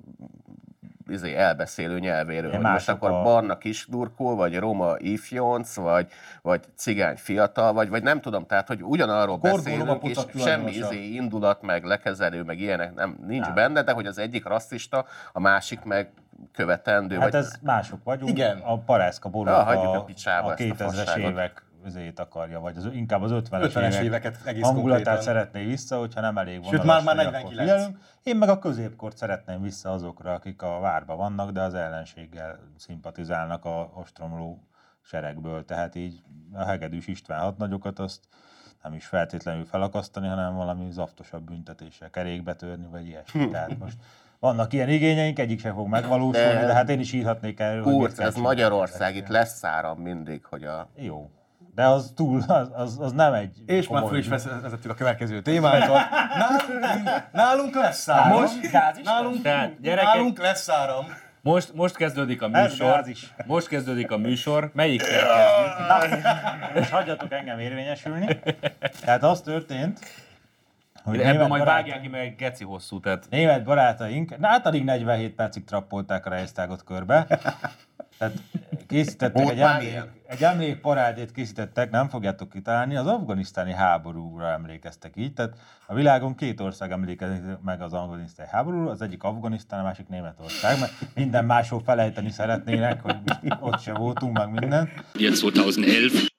izé, elbeszélő nyelvéről.
Igen,
Hogy most
mások
akkor
a-
barna kislurkó, vagy roma ifjonc, vagy, vagy cigány fiatal, vagy, vagy nem tudom, tehát hogy ugyanarról
Gorgó
beszélünk, és
lovapocak
semmi
tulajdonosa.
izé indulat, meg lekezelő, meg ilyenek nem, nincs benne, de hogy az egyik rasszista, a másik meg követendő,
Hát
vagy
ez mások vagyunk.
Igen.
A parászka
Na,
boróka
hagyjuk
a,
a picsába
a
ezt a
2000-es
fasságot.
évek azért akarja, vagy az, inkább az 50-es,
50-es
évek
éveket egész
hangulatát
konkrétan.
szeretné vissza, hogyha nem elég van.
Sőt, már- már 49.
Én meg a középkort szeretném vissza azokra, akik a várba vannak, de az ellenséggel szimpatizálnak a ostromló seregből. Tehát így a hegedűs István hadnagyokat azt nem is feltétlenül felakasztani, hanem valami zaftosabb büntetéssel kerékbe törni, vagy ilyesmi. Tehát most vannak ilyen igényeink, egyik sem fog megvalósulni, de,
De-
hát én is írhatnék erről, hogy mit
Kurc,
kell
ez
csinálni.
Magyarország, itt lesz áram mindig, hogy a...
Jó. De az túl, az, az, az nem egy
És már
komoly
föl is vesz- vezettük a következő témánkat. Nálunk, nálunk lesz áram.
Most?
nálunk,
Tehát, gyerekek-
nálunk lesz áram.
Most, most kezdődik a
Ez
műsor.
gáz is.
Most kezdődik a műsor. Melyik kezdjük?
és hagyjatok engem érvényesülni. Tehát az történt, hogy
Ebben
német,
majd
barát,
vágják ki, mert geci hosszú, tehát
német barátaink, na hát alig 47 percig trappolták a Reichstagot körbe. Tehát készítettek
Volt
egy,
már
emlék,
ilyen?
egy emlékparádét készítettek, nem fogjátok kitalálni, az afganisztáni háborúra emlékeztek így, tehát a világon két ország emlékezik meg az afganisztáni háborúra, az egyik Afganisztán, a másik Németország, mert minden máshol felejteni szeretnének, hogy ott se voltunk, meg minden.
hier 2011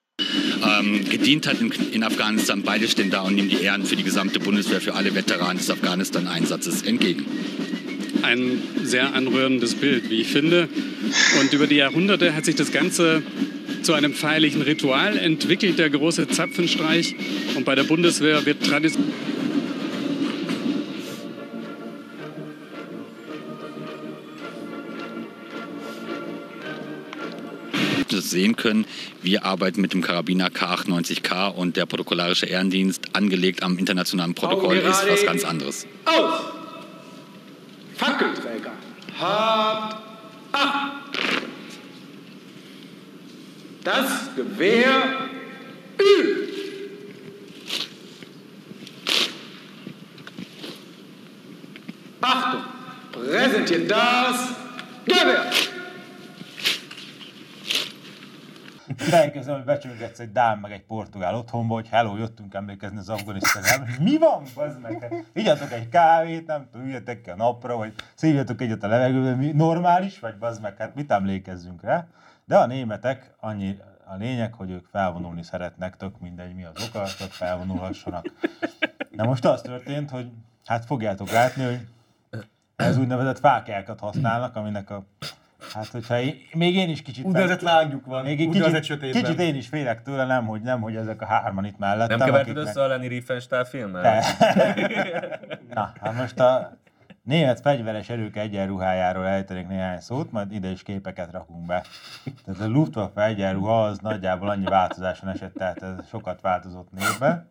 ähm, gedient hat in, in Afghanistan. Beide stehen da und nehmen die Ehren für die gesamte Bundeswehr, für alle Veteranen des Afghanistan-Einsatzes entgegen.
ein sehr anrührendes Bild, wie ich finde. Und über die Jahrhunderte hat sich das Ganze zu einem feierlichen Ritual entwickelt, der große Zapfenstreich. Und bei der Bundeswehr wird traditionell
Das sehen können. Wir arbeiten mit dem Karabiner K98K und der protokollarische Ehrendienst, angelegt am internationalen Protokoll,
Augen
ist
gerade.
was ganz anderes.
Auf! Fackelträger! Habt ab! Das Gewehr übt! Achtung! Präsentiert das Gewehr!
Elkezdem, hogy becsöngetsz egy Dán meg egy Portugál otthonba, hogy hello, jöttünk emlékezni az Afganisztánra. Hát, Mi van, bazd meg? Hát Igyatok egy kávét, nem tudom, üljetek ki a napra, vagy szívjatok egyet a levegőbe, mi normális vagy, bazd meg? Hát mit emlékezzünk rá? De a németek annyi a lényeg, hogy ők felvonulni szeretnek, tök mindegy mi az oka, csak felvonulhassanak. Na most az történt, hogy hát fogjátok látni, hogy ez úgynevezett fákjákat használnak, aminek a... Hát, hogyha én, még én is kicsit...
Úgynevezett lángjuk van.
Még egy
Úgynevezett
kicsit,
sötétben.
kicsit én is félek tőle, nem, hogy, nem, hogy ezek a hárman itt mellettem.
nem keverted
akiknek-
össze a Lenny Riefenstahl filmmel?
Na, hát most a német fegyveres erők egyenruhájáról ejtenék néhány szót, majd ide is képeket rakunk be. Tehát a Luftwaffe egyenruha az nagyjából annyi változáson esett, tehát ez sokat változott névben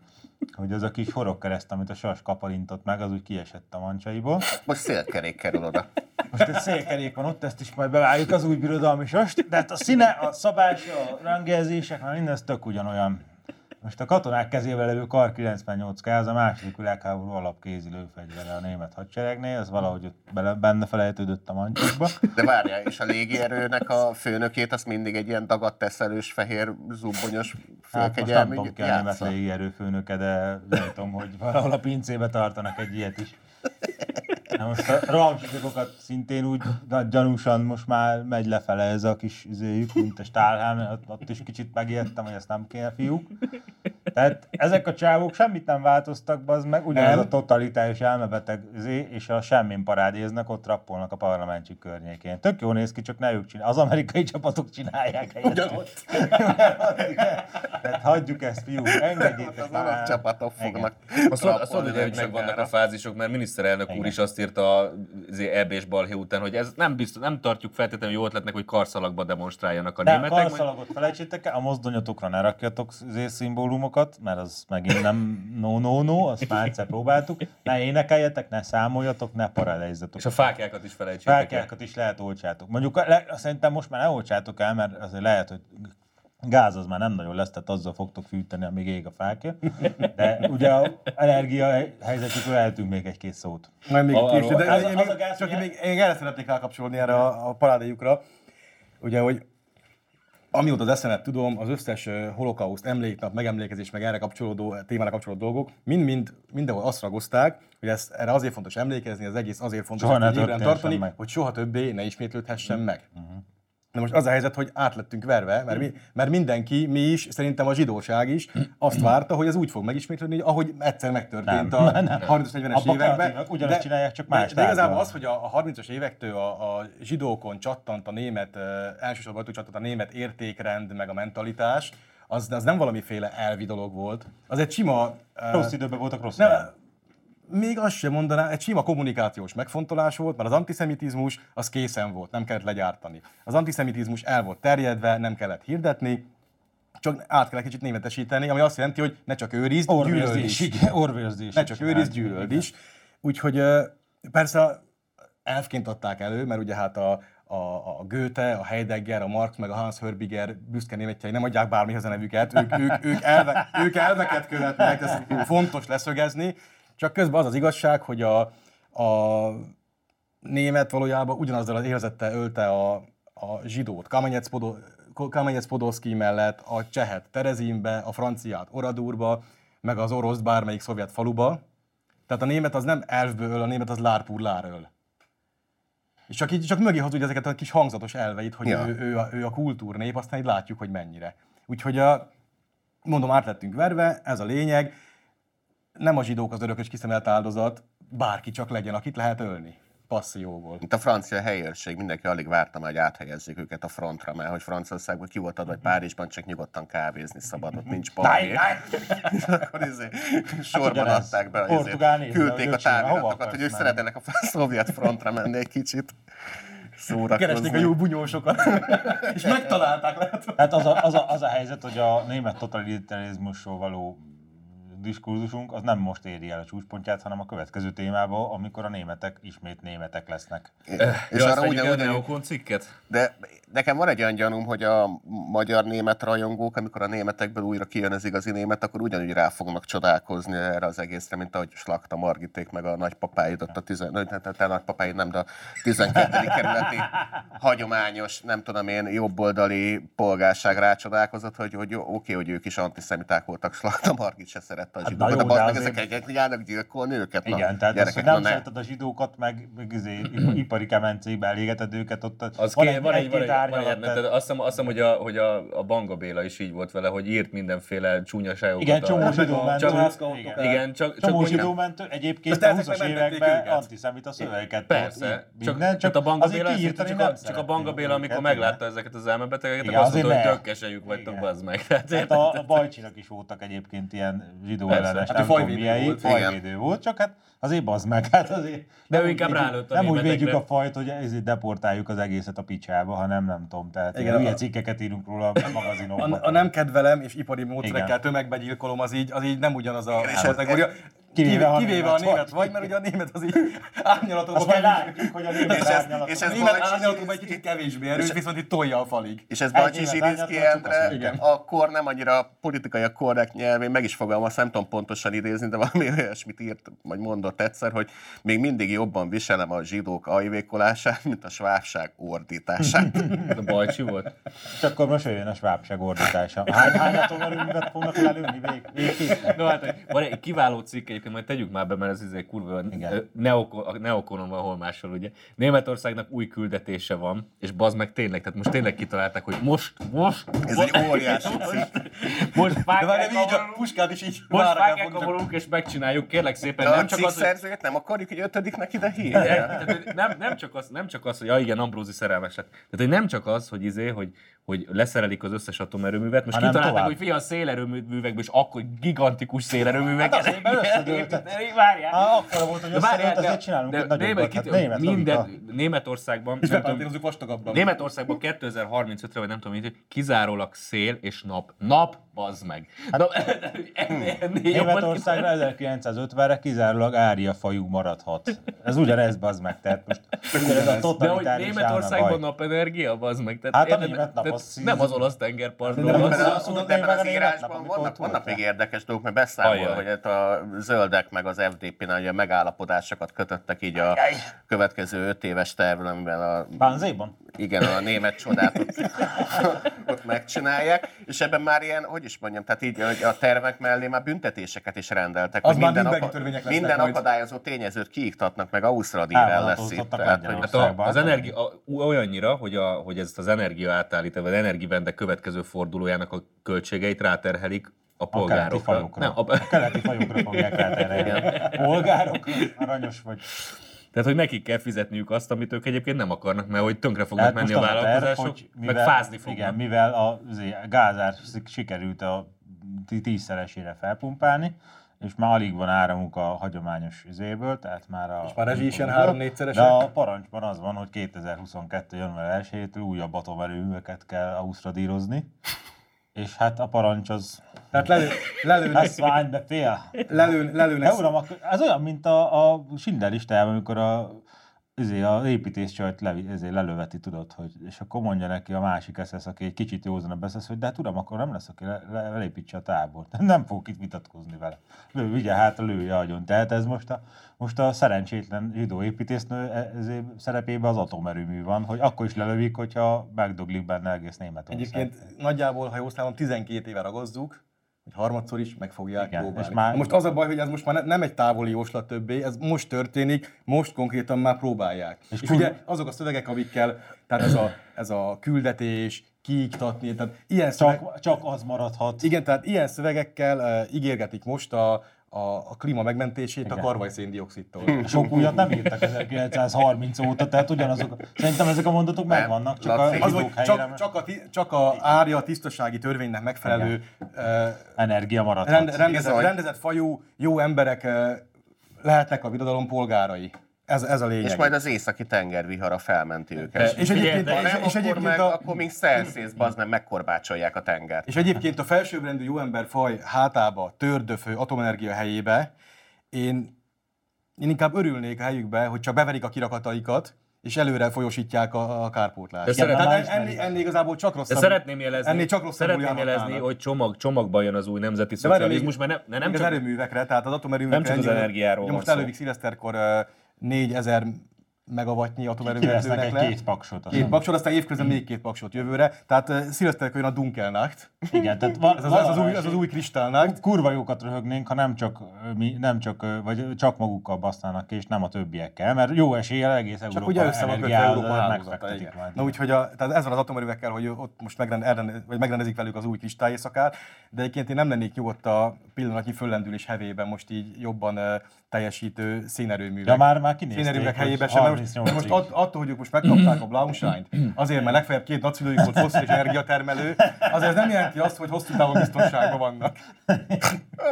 hogy az a kis horogkereszt, amit a sas kaparintott meg, az úgy kiesett a mancsaiból.
Most szélkerék kerül oda.
Most egy szélkerék van ott, ezt is majd beváljuk az új birodalmi sost, de hát a színe, a szabás, a rangjelzések, már minden ez tök ugyanolyan. Most a katonák kezével levő kar 98K, az a második világháború alapkézi lőfegyvere a német hadseregnél, ez valahogy ott bele, benne felejtődött a mancsukba.
De várjál, és a légierőnek a főnökét, azt mindig egy ilyen dagadt teszelős, fehér, zubbonyos,
Hát most nem
fölkegyelmű
tudom ki a német
játsza.
légierőfőnöke, de látom, hogy valahol a pincébe tartanak egy ilyet is. Na most a rohamsikokat szintén úgy nagy- gyanúsan most már megy lefele ez a kis izéjük, mint a stálhám, ott, ott is kicsit megijedtem, hogy ezt nem kéne fiúk. Tehát ezek a csávók semmit nem változtak, az meg ugyanaz
Nem.
a totalitárius elmebeteg izé, és a semmin parádéznak, ott rappolnak a parlamentjük környékén. Tök jó néz ki, csak ne ők csinálják. Az amerikai csapatok csinálják helyettük. Tehát hagyjuk ezt, fiú, engedjétek
Az
már.
alapcsapatok
Hát, Igen.
fognak.
A szó, a szó,
Rappolni
hogy
nem
meg vannak
sokára.
a fázisok, mert miniszterelnök úr
Igen.
is azt írta az EB és balhé után, hogy ez nem biztos, nem tartjuk feltétlenül jó ötletnek, hogy karszalagba demonstráljanak a
De a
németek. majd-
karszalagot felejtsétek el, a mozdonyotokra ne rakjatok izé szimbólumokot, mert az megint nem no-no-no, azt már egyszer próbáltuk. Ne énekeljetek, ne számoljatok, ne paralelizzatok.
És a fákjákat is felejtsétek el.
Fákjákat is lehet olcsátok. Mondjuk le, szerintem most már ne olcsátok el, mert azért lehet, hogy gáz az már nem nagyon lesz, tehát azzal fogtok fűteni, amíg ég a fákja. De ugye a energia helyzetükről eltűnk még egy-két szót.
Majd még
Arról-
később, de
Az-
de-
az
még-
a gáz,
csak
ugye-
még én erre szeretnék rákapcsolni erre a, a parádéjukra. Ugye, hogy amióta az eszemet tudom, az összes ö, holokauszt, emléknap, megemlékezés, meg erre kapcsolódó eh, témára kapcsolódó dolgok, mind-mind mindenhol azt ragozták, hogy ezt, erre azért fontos emlékezni, az egész azért fontos
Soha ne
ezt így ébren
történhessen
tartani,
meg. Mm.
hogy soha többé ne ismétlődhessen meg. Na most az a helyzet, hogy átlettünk verve, mert, mi, mert mindenki, mi is, szerintem a zsidóság is azt várta, hogy ez úgy fog megismétlődni, ahogy egyszer megtörtént
Nem,
a
nem.
30-as, 40-es
Abba
években.
kreatívak, ugyanazt csinálják, csak más
de, de igazából
tárgyal.
az, hogy a, a 30-as évektől a, a zsidókon csattant a német, ö, elsősorban rajtuk csattant a német értékrend, meg a mentalitás, az, az nem valamiféle elvi dolog volt. Az egy sima... ö,
Rossz időben voltak rossz
nem,
helyen.
még azt sem mondanám, egy sima kommunikációs megfontolás volt, mert az antiszemitizmus az készen volt, nem kellett legyártani. Az antiszemitizmus el volt terjedve, nem kellett hirdetni, csak át kellett kicsit németesíteni, ami azt jelenti, hogy ne csak őrizd, gyűlöld is.
Orvérzésig. Orvérzésig.
Ne csak őrizd, gyűlöld is. Úgyhogy ö, persze elfként adták elő, mert ugye hát a, a, a Goethe, a Heidegger, a Marx, meg a Hans Hörbiger büszke németjei nem adják bármihez a nevüket, ők, ők, ők, elve, ők elveket követnek, ezt fontos leszögezni, csak közben az az igazság, hogy a, a német valójában ugyanazzal az érzettel ölte a, a zsidót. Kamenyec Podo- Kamenyec Podolszki mellett, a csehet Terezinbe, a franciát Oradurba, meg az oroszt bármelyik szovjet faluba. Tehát a német az nem elfből öl, a német az lárpúr láröl. És csak, így, csak mögé hazudja ezeket a kis hangzatos elveit, hogy
Ja.
ja. ő, ő, a, ő a kultúrnép, aztán így látjuk, hogy mennyire. Úgyhogy a, mondom, át lettünk verve, ez a lényeg. Nem a zsidók az örökös kiszemelt áldozat, bárki csak legyen, akit lehet ölni. Passzióból.
Mint a francia helyőrség, mindenki alig várta már, hogy áthelyezzék őket a frontra, mert hogy Franciaországban ki volt adva, hogy Párizsban csak nyugodtan kávézni szabad, ott nincs palé. És akkor izé, sorban
Hát ugyanez.
adták be,
Portugál
izé,
nézze, hogy
küldték a
öcsém, hova
táviratokat,
akarsz
hogy ők
menni?
szeretnének a szovjet frontra menni egy kicsit
Hát Keresték a
szórakozni.
jó bunyósokat, és megtalálták lehet.
Tehát az a, az, a, az a helyzet, hogy a német totalitarizmusról való diskurzusunk, az nem most éri el a csúcspontját, hanem a következő témába, amikor a németek ismét németek lesznek.
És
Ja,
arra
azt vegyük el
ugyanúgy,
a
hogy
Neokon cikket?
De nekem van egy olyan gyanúm, hogy a magyar-német rajongók, amikor a németekből újra kijön az igazi német, akkor ugyanúgy rá fognak csodálkozni erre az egészre, mint ahogy Slakta Margiték, meg a nagypapáid, ott a 15, tehát a nagypapáid nem, de a 12. kerületi hagyományos, nem tudom én, jobboldali polgárság rácsodálkozott, hogy, hogy jó, oké, hogy ők is antiszemiták voltak, Slakta Margit se szerette a
Hát na jó,
zsidókat, de bazd
de
meg ezek
azért-
egyet járnak gyilkolni őket.
Igen,
na,
tehát az, hogy
gyerekek,
nem
na ne.
szereted a zsidókat, meg, meg izé, ip- ipari kemencékbe elégeted őket, ott
Az van, egy, van, egy, van, egy,
egy-két
van egy,
árnyalat,
átmenet.
tehát-
azt hiszem, azt hiszem, hogy, a, hogy a, a Banga Béla is így volt vele, hogy írt mindenféle csúnyaságokat.
Igen,
a-
csomó zsidó ment.
Csak-
oda,
igen.
Igen, csak, csak
Csomó
mondjuk-
zsidó mentő, egyébként
Aztán
a
ezek
20-as
meg mentették
években
őket.
antiszemita szövegeket.
Persze,
tart, így
csak,
minden,
csak, a Banga
azért
Béla, ezt-
kiírtani
csak,
nem
a, csak a Banga
szerették
Béla, amikor
őket, igen.
meglátta ezeket az elmebetegeket,
Igen,
akkor azt
azért
mondta, hogy
ne.
tökkesejük vagytok,
Igen.
bazd meg. Tehát,
Tehát a, a bajcsinak is voltak egyébként ilyen zsidó
Persze.
ellenes,
Hát
hát
ő
nem tudom
fajvédő
milyen,
volt.
fajvédő volt, csak hát azért bazd meg, hát azért.
De ő
nem
inkább
úgy védjük-
rálőtt a
Nem úgy
németekre.
védjük a fajt, hogy ezért deportáljuk az egészet a picsába, hanem nem tudom, tehát
Igen,
Igen, hülye
a-
cikkeket írunk róla a magazinokban.
A, a nem kedvelem és ipari
Igen.
módszerekkel tömegbe gyilkolom, az így, az így nem ugyanaz a
és ez-
kategória.
Kivéve,
Kivéve,
ha
kivéve a
német
német
vagy.
vagy, mert ugye a német az így árnyalatokban
Azt majd látjuk, hogy a német
És ez-
árnyalatok.
és
A
ez
német
Balázs-
árnyalatokban egy kicsit kevésbé erős, viszont itt tolja a falig.
És ez
Egy
Bacsi
éve
Zsirinszki
lányat tartunk, azt
Endre, akkor nem annyira politikai a korrekt nyelvén, meg is fogalmaz, nem tudom pontosan idézni, de valami olyasmit írt, vagy mondott egyszer, hogy még mindig jobban viselem a zsidók ajvékolását, mint a svábság ordítását.
A bajcsi volt?
És akkor most jöjjön a svábság ordítása. Hány, hányatól a rümivet fognak lelőni vég, végképp?
No, hát van egy kiváló cikk, egyébként majd tegyük már be, mert ez izé kurva,
Igen.
ö, neoko, a neokonom van hol máshol, ugye. Németországnak új küldetése van, és bazd meg tényleg, tehát most tényleg kitalálták, hogy most, most,
Ez
most,
egy óriási cikk.
most
De várj, így a
fákják
puskát is így
most
vára kell
fákják
fogni,
a
csak
borunk, és megcsináljuk, kérlek
De
szépen,
a
nem csak
cikk
az, hogy
szerzőjét nem akarjuk, hogy ötödiknek ide
Igen,
hívja.
tehát, hogy nem, nem, csak az, nem csak az, hogy ja, igen, Ambrózi szerelmes lett. Tehát, hogy nem csak az, hogy izé, hogy, hogy leszerelik az összes atomerőművet, most
Hanem
kitalálták,
tovább.
hogy fia a szélerőművekből, és akkor gigantikus szélerőművek.
Hát azért, mert összedőltek.
Várjál.
Á, akkora volt, hogy
De várjál,
összejött, azért
de-
csinálunk
de
egy nagyobbat.
német,
Hát
kit,
német
minden,
logika.
Németországban,
és
nem tudom,
bepatírozunk vastagabban.
Németországban 2035-re, vagy nem tudom, mit, kizárólag szél és nap. Nap, bazd meg.
Hát-
Na, ennél- ennél jobban
Németországra 1950-re kizárólag ária fajú maradhat. Ez ugyanez, bazd meg, tehát most ez a
De hogy
totalitárius
Németországban
állam baj.
napenergia, az meg. Tehát
Hát a
érted?
német nap
Tehát
az-
Nem az olasz tengerpartról.
Nem,
van Hát
mert
szó.
az-
De ebben az írásban
amikor
vannak,
ott
vannak
voltál.
még érdekes dolgok, mert beszámol,
Ajaj.
hogy hát a zöldek meg az FDP-nál ugye megállapodásokat kötöttek így a következő öt éves tervről, amiben a
Bánzéban?
igen, a német csodát ott, ott megcsinálják, és ebben már ilyen, hogy is mondjam, tehát így hogy a termek mellé már büntetéseket is rendeltek.
Az
hogy
már Nürnbergi törvények lesznek
minden
majd.
akadályozó tényezőt kiiktatnak, meg Ausztradírel lesz itt.
Elvonatoztatnak
Tehát, hogy
Lengyelország.
Hát a,
Országban.
az energia, a, olyannyira, hogy, a, hogy ezt az energia átállítás, vagy energivende következő fordulójának a költségeit ráterhelik a
A keleti
polgárokra.
fajokra.
Nem, a,
A keleti fajokra fogják ráterelni. Polgárok? Aranyos vagy.
tehát, hogy nekik kell fizetniük azt, amit ők egyébként nem akarnak, mert hogy tönkre fognak
Tehát
menni a
most az terv,
vállalkozások,
hogy
meg fázni fognak.
Igen, mivel a azért a gázár szik- sikerült a tí- tízszeresére felpumpálni, és már alig van áramuk a hagyományos üzéből, tehát már a...
És már rezsi is ilyen
a-
három-négyszeresek?
De a parancsban az van, hogy 2022. január 1-től újabb atomerőműveket kell ausztradírozni, és hát a parancs az...
Tehát lelő, lelőnek,
Lesz vágy, de fél!
lelő, lelőnek,
De uram, ak- ez olyan, mint a, a Schindler listájában, amikor a Izé, az építéscsajt le, izé, lelöveti, tudod, hogy, és akkor mondja neki a másik eszesz, aki egy kicsit józanabb eszesz, hogy de hát uram, akkor nem lesz, aki le, le, elépítse a tábort. Nem fogok itt vitatkozni vele. Lő, vigye hát, lője agyon. Tehát ez most a, most a szerencsétlen zsidó építésznő e- izé, szerepében az atomerőmű van, hogy akkor is lelövik, hogyha megdoglik benne egész Németország.
Egyébként nagyjából, ha jól számolom, 12 éve ragozzuk, hogy harmadszor is meg fogják
Igen,
próbálni.
és már-
Most az a baj, hogy ez most már ne, nem egy távoli jóslat többé, ez most történik, most konkrétan már próbálják. És,
kurva-
ugye azok a szövegek, amikkel, tehát ez a, ez a küldetés, kiiktatni, tehát ilyen szöveg,
Csak, csak az maradhat.
igen, tehát ilyen szövegekkel uh, ígérgetik most a, a, a klíma megmentését a karvaj széndiokszidtól.
Sok újat nem írtak 1930 óta, tehát ugyanazok. Szerintem ezek a mondatok megvannak, csak a
Laci.
Az,
zsidók
hogy
helyére
csak, csak, a, ti- csak a árja a tisztasági törvénynek megfelelő uh,
energia maradt.
Rend, rendezett,
hát, Bizony.
rendezett fajú, jó emberek eh, lehetnek a birodalom polgárai. Ez, ez a lényeg.
És majd az északi tengervihara felmenti őket.
és egyébként,
Ha
és,
nem,
és
akkor
egyébként
meg,
a,
akkor még szelszész, bazd meg, megkorbácsolják a tengert.
és egyébként a felsőbbrendű jó ember faj hátába, tördöfő, atomenergia helyébe, én, én inkább örülnék a helyükbe, hogy csak beverik a kirakataikat, és előre folyosítják a, a kárpótlást.
De szeretném-
Tehát ennél, ennél igazából csak
De
rosszabb.
szeretném jelezni,
ennél csak rosszabbul
szeretném
járhatnának.
jelezni hogy csomag, csomagban jön az új nemzeti
De várj,
szocializmus,
még-
mert nem, ne- nem
még
csak
az erőművekre, tehát az atomerőművekre.
nem csak az
ennyire-
energiáról
ugye
van
most
szó.
elővik szilveszterkor ö, 4000 megawattnyi
Ki lesznek
atomerőműveknek
egy két paksot.
Két paksot, aztán évközben még két paksot jövőre. Tehát uh, szilveszterkor jön a Dunkelnacht.
Igen, tehát van, hát
Ez az, ez az, új, ez az új kristálnacht.
Kurva jókat röhögnénk, ha nem csak, ö, mi, nem csak, ö, vagy csak magukkal basznának ki, és nem a többiekkel, mert jó eséllyel egész Európa
Csak ugye össze van kötve
energiához
Európa hálózata.
megfektetik
igen.
majd.
Na úgyhogy a, tehát ez van az atomerővekkel, hogy ott most megrend, elrend, vagy megrendezik velük az új kristályészakát, de egyébként én nem lennék nyugodt a pillanatnyi föllendülés hevében most így jobban ö, teljesítő szénerőművek.
Ja, már, már kinézték,
szénerőművek helyébe
hogy
sem, mert
38
most, de most att, attól, hogy ők most megkapták a Blauscheint, azért, mert legfeljebb két nagyszülőjük volt fosszilis energiatermelő, azért ez nem jelenti azt, hogy hosszú távon biztonságban vannak.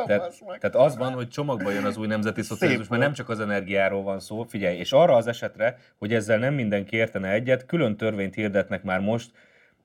Tehát, tehát az van, hogy csomagban jön az új nemzeti szocializmus, mert nem csak az energiáról van szó, figyelj, és arra az esetre, hogy ezzel nem mindenki értene egyet, külön törvényt hirdetnek már most,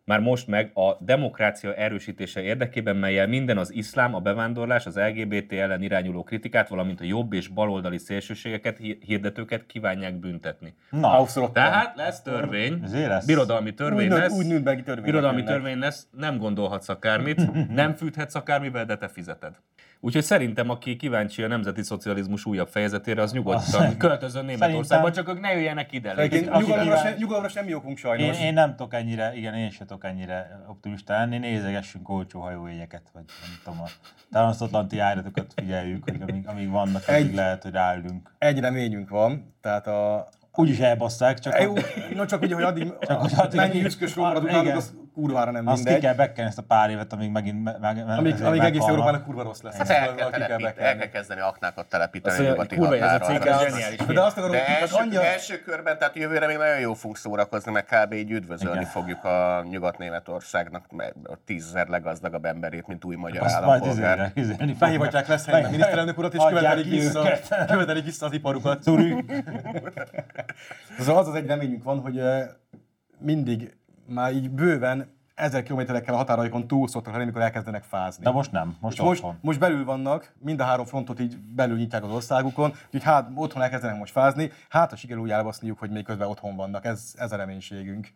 már most meg a demokrácia erősítése érdekében, melyel minden az iszlám, a bevándorlás, az LGBT ellen irányuló kritikát, valamint a jobb és baloldali szélsőségeket, hi- hirdetőket kívánják büntetni.
Na,
Tehát lesz törvény,
Ezért lesz.
birodalmi törvény
Úgy nő-
lesz,
úgy Nürnbergi törvények
birodalmi
jönnek.
törvény lesz, nem gondolhatsz akármit, nem fűthetsz akármivel, de te fizeted. Úgyhogy szerintem, aki kíváncsi a nemzeti szocializmus újabb fejezetére, az nyugodtan költözön Németországba, csak ők ne jöjjenek ide. légy
Egyébként
szíves.
Nyugalomra se- nyugalomra semmi okunk
én,
sajnos.
én nem tudok ennyire, igen, én sem tudok ennyire optimista lenni, nézegessünk olcsó hajójegyeket, vagy nem tudom, a transatlanti áratokat figyeljük, hogy amíg, amíg vannak, addig
Egy-
lehet, hogy ráülünk.
Egy reményünk van, tehát a...
Úgyis elbasszák, csak
Jó, no csak ugye, hogy addig,
hogy
a-
addig- Hát,
mennyi üszkös róla
Igen.
utálunk, az kurvára nem
azt ki
mindegy.
kell bekken ezt a pár évet, amíg megint me, meg,
Amíg,
ezért
amíg egész
meghalnak.
Európának kurva rossz lesz.
Hát
Ezt
el kell,
valahogy ki kell
telepíteni, el
bekelni. Hát
kell kezdeni aknákat telepíteni
Azt
a
mondja,
nyugati
kurva, ez a
határra.
cég,
De
ez
az-
zseniális.
De azt akarom,
De
tehát
első,
annyira...
első körben, tehát jövőre még nagyon jó fogunk szórakozni, meg kb. így üdvözölni
Igen.
fogjuk a Nyugat-Németországnak mert a tízzer leggazdagabb emberét, mint új magyar
Azt majd izére,
állampolgár.
izélni fogják.
Felhívatják lesz helyen a miniszterelnök urat, és
Adják
követelik
ki
vissza,
őket.
követelik vissza az iparukat.
Turi.
Szóval az az egy reményünk van, hogy ö, mindig már így bőven ezer kilométerekkel a határaikon túl szoktak lenni, amikor elkezdenek fázni.
De most nem, most
és most,
otthon.
most belül vannak, mind a három frontot így belül nyitják az országukon, úgyhogy hát otthon elkezdenek most fázni, hát a sikerül úgy elbaszniuk, hogy még közben otthon vannak, ez, ez a reménységünk.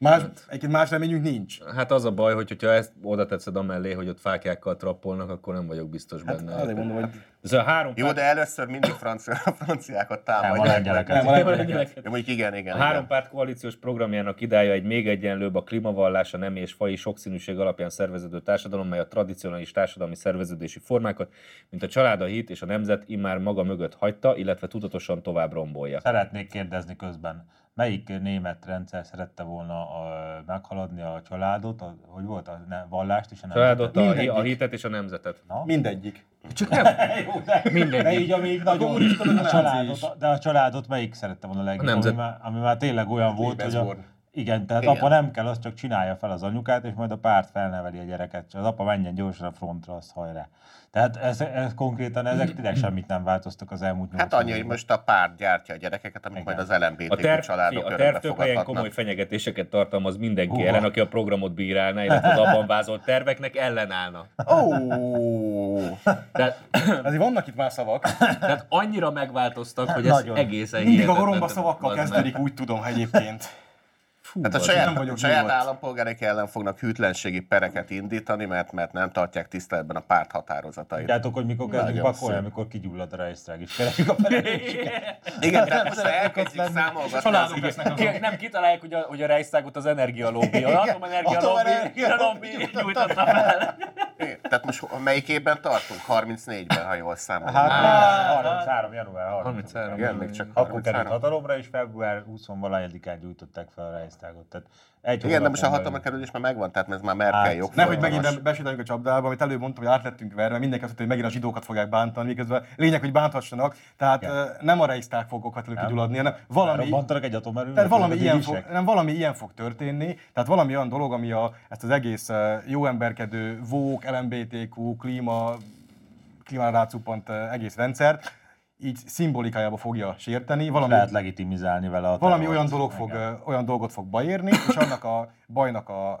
Más, egyébként más reményünk nincs.
Hát az a baj, hogy hogyha ezt oda tetszed amellé, hogy ott fákjákkal trappolnak, akkor nem vagyok biztos benne.
Azért mondom, hogy
Ez a három
Jó, de először mindig francia, a franciákat
Nem, van
támadják. meg.
lengyeleket.
nem, a
párt,
legjobb-
Ja, mondjuk igen, igen.
a
igen.
három párt koalíciós programjának idája egy még egyenlőbb a klímavallás, a nem és fai sokszínűség alapján szerveződő társadalom, mely a tradicionális társadalmi szerveződési formákat, mint a család, a hit és a nemzet immár maga mögött hagyta, illetve tudatosan tovább rombolja.
Szeretnék kérdezni közben, melyik német rendszer szerette volna a, meghaladni a családot, a, hogy volt a ne, vallást és a nemzetet?
Családot, a, hi- a hitet és a nemzetet.
mindegyik.
Csak nem.
Jó, de,
Mindegyik.
de így, amíg nagyon
kommunista, meg a
a
náci
családot, de a családot melyik szerette volna leginkább, ami,
nemzet.
már, ami már tényleg olyan volt, hogy a,
Lebensborn.
igen, tehát
Igen.
apa nem kell, az csak csinálja fel az anyukát, és majd a párt felneveli a gyereket, csak az apa menjen gyorsan a frontra, azt hajrá. Tehát ez, ez konkrétan ezek tényleg semmit nem változtak az elmúlt
Hát
80
annyi, hogy
évben.
most a párt gyártja a gyerekeket, amik
Igen.
majd az LMBTQ
A terv,
családok
a
örökbe
terv több helyen komoly
fogadhatnak.
fenyegetéseket tartalmaz mindenki
Húha.
ellen, aki a programot bírálna, illetve az abban vázolt terveknek ellenállna.
Ó,
Tehát,
Azért vannak itt már szavak.
tehát annyira megváltoztak, hogy ez
Nagyon.
egészen
Mindig a
hihetetlen.
goromba szavakkal
Bazd meg.
kezdődik, úgy tudom egyébként.
Fú,
Hát a
bazd
saját,
nem
a
vagyok
saját
nyugodt.
állampolgáraik ellen fognak hűtlenségi pereket indítani, mert, mert nem tartják tiszteletben a párt határozatait.
Tudjátok, hogy mikor kezdünk
Nagyon
pakolni,
szép.
amikor kigyullad a rejsztrág, és kerekjük a felelősséget.
Igen, de most elkezdjük számolgatni. az igen-
meg. Ki- Nem kitalálják, hogy a, hogy a Reichstagot az energialobbi, az atomenergialobbi, a lobby gyújtotta fel.
igen. Tehát most ho- melyik évben tartunk? 34-ben, ha jól számolom.
Hát,
Hát,
33. január 30.
igen, még csak
Akkor került
33.
hatalomra, és február 20-valahányadikán gyújtották fel a Reichstagot. Tehát egy
Igen, de
hónapon
most a hatalma
belül.
kerülés már megvan, tehát ez már Merkel
Hát,
jog.
Nehogy megint be- besétáljunk a csapdába, amit előbb mondtam, hogy át lettünk verve, mindenki azt mondta, hogy megint a zsidókat fogják bántani, miközben lényeg, hogy bánthassanak, tehát
Ja.
ö, nem a reiszták fogok
Nem.
kigyuladni, hanem valami,
Robbantanak egy atomerőművet.
tehát valami,
vagy egy
ilyen fog,
isek?
nem, valami ilyen fog történni, tehát valami olyan dolog, ami a, ezt az egész ö, jó emberkedő, vók, LMBTQ, klíma, klímára rácuppant ö, egész rendszert, így szimbolikájába fogja sérteni, valami,
Lehet legitimizálni vele a
valami
terrort.
olyan, dolog fog,
Igen.
ö, olyan dolgot fog beírni, és annak a bajnak a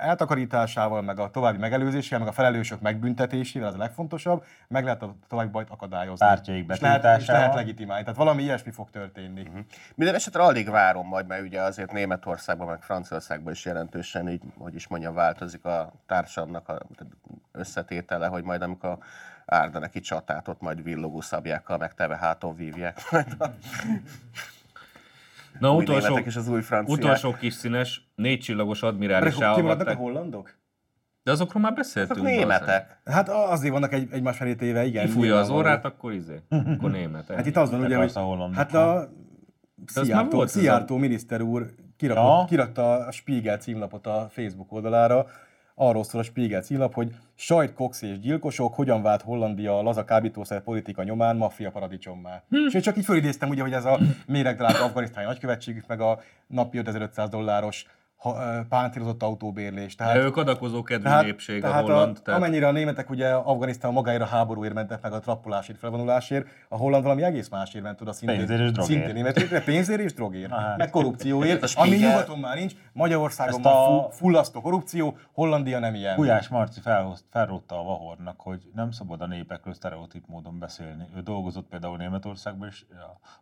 eltakarításával, meg a további megelőzésével, meg a felelősök megbüntetésével, ez a legfontosabb, meg lehet a további bajt akadályozni.
Pártjaik
és lehet, és
betiltásával.
lehet legitimálni. Tehát valami ilyesmi fog történni.
Minden esetre alig várom majd, mert ugye azért Németországban, meg Franciaországban is jelentősen így, hogy is mondjam, változik a társadalomnak a összetétele, hogy majd amikor Árda neki csatát, ott majd villogó szabjákkal megteve háton vívják. Majd a
Na,
új
utolsó,
németek és az új franciák.
utolsó kis színes, négy csillagos
És
admirális
ki maradnak a
állgatták.
hollandok?
De azokról már beszéltünk.
Azok
bazd meg.
németek.
Hát a- azért vannak egy, egymás felé téve, igen.
Kifújja az
nyilvánvaló.
orrát, akkor izé, akkor német.
Hát
ennyi.
itt az van ugye,
Persze a
hogy
hollandok,
hát a
már
Szijjártó,
volt ez a-
Szijjártó miniszter úr kirakott,
Ja.
ja. kiratta a Spiegel címlapot a Facebook oldalára, arról szól a Spiegel címlap, hogy sajt, cox és gyilkosok, hogyan vált Hollandia a laza kábítószer politika nyomán maffia paradicsommá. Hm. És én csak így fölidéztem ugye, hogy ez a méregdrága afganisztáni nagykövetségük, meg a napi 5500 dolláros ha- ö, páncélozott autóbérlés.
De
Tehát,
ők adakozó kedvű népség, a holland.
Hát, A,
tehát
Amennyire a németek ugye Afganisztán magáért a háborúért mentek meg a trappolásért, felvonulásért, a holland valami egész másért ment oda szintén.
Pénzért és drogért.
Szintén németért, de pénzért és drogért,
Aha.
meg korrupcióért,
a
ami
Spiegel-
nyugaton már nincs, Magyarországon
Ezt
a...
a-
van fu- fullasztó korrupció, Hollandia nem ilyen.
Gulyás Marci felhozt, felrótta a Vahornak, hogy nem szabad a népekről sztereotíp módon beszélni. Ő dolgozott például Németországban, és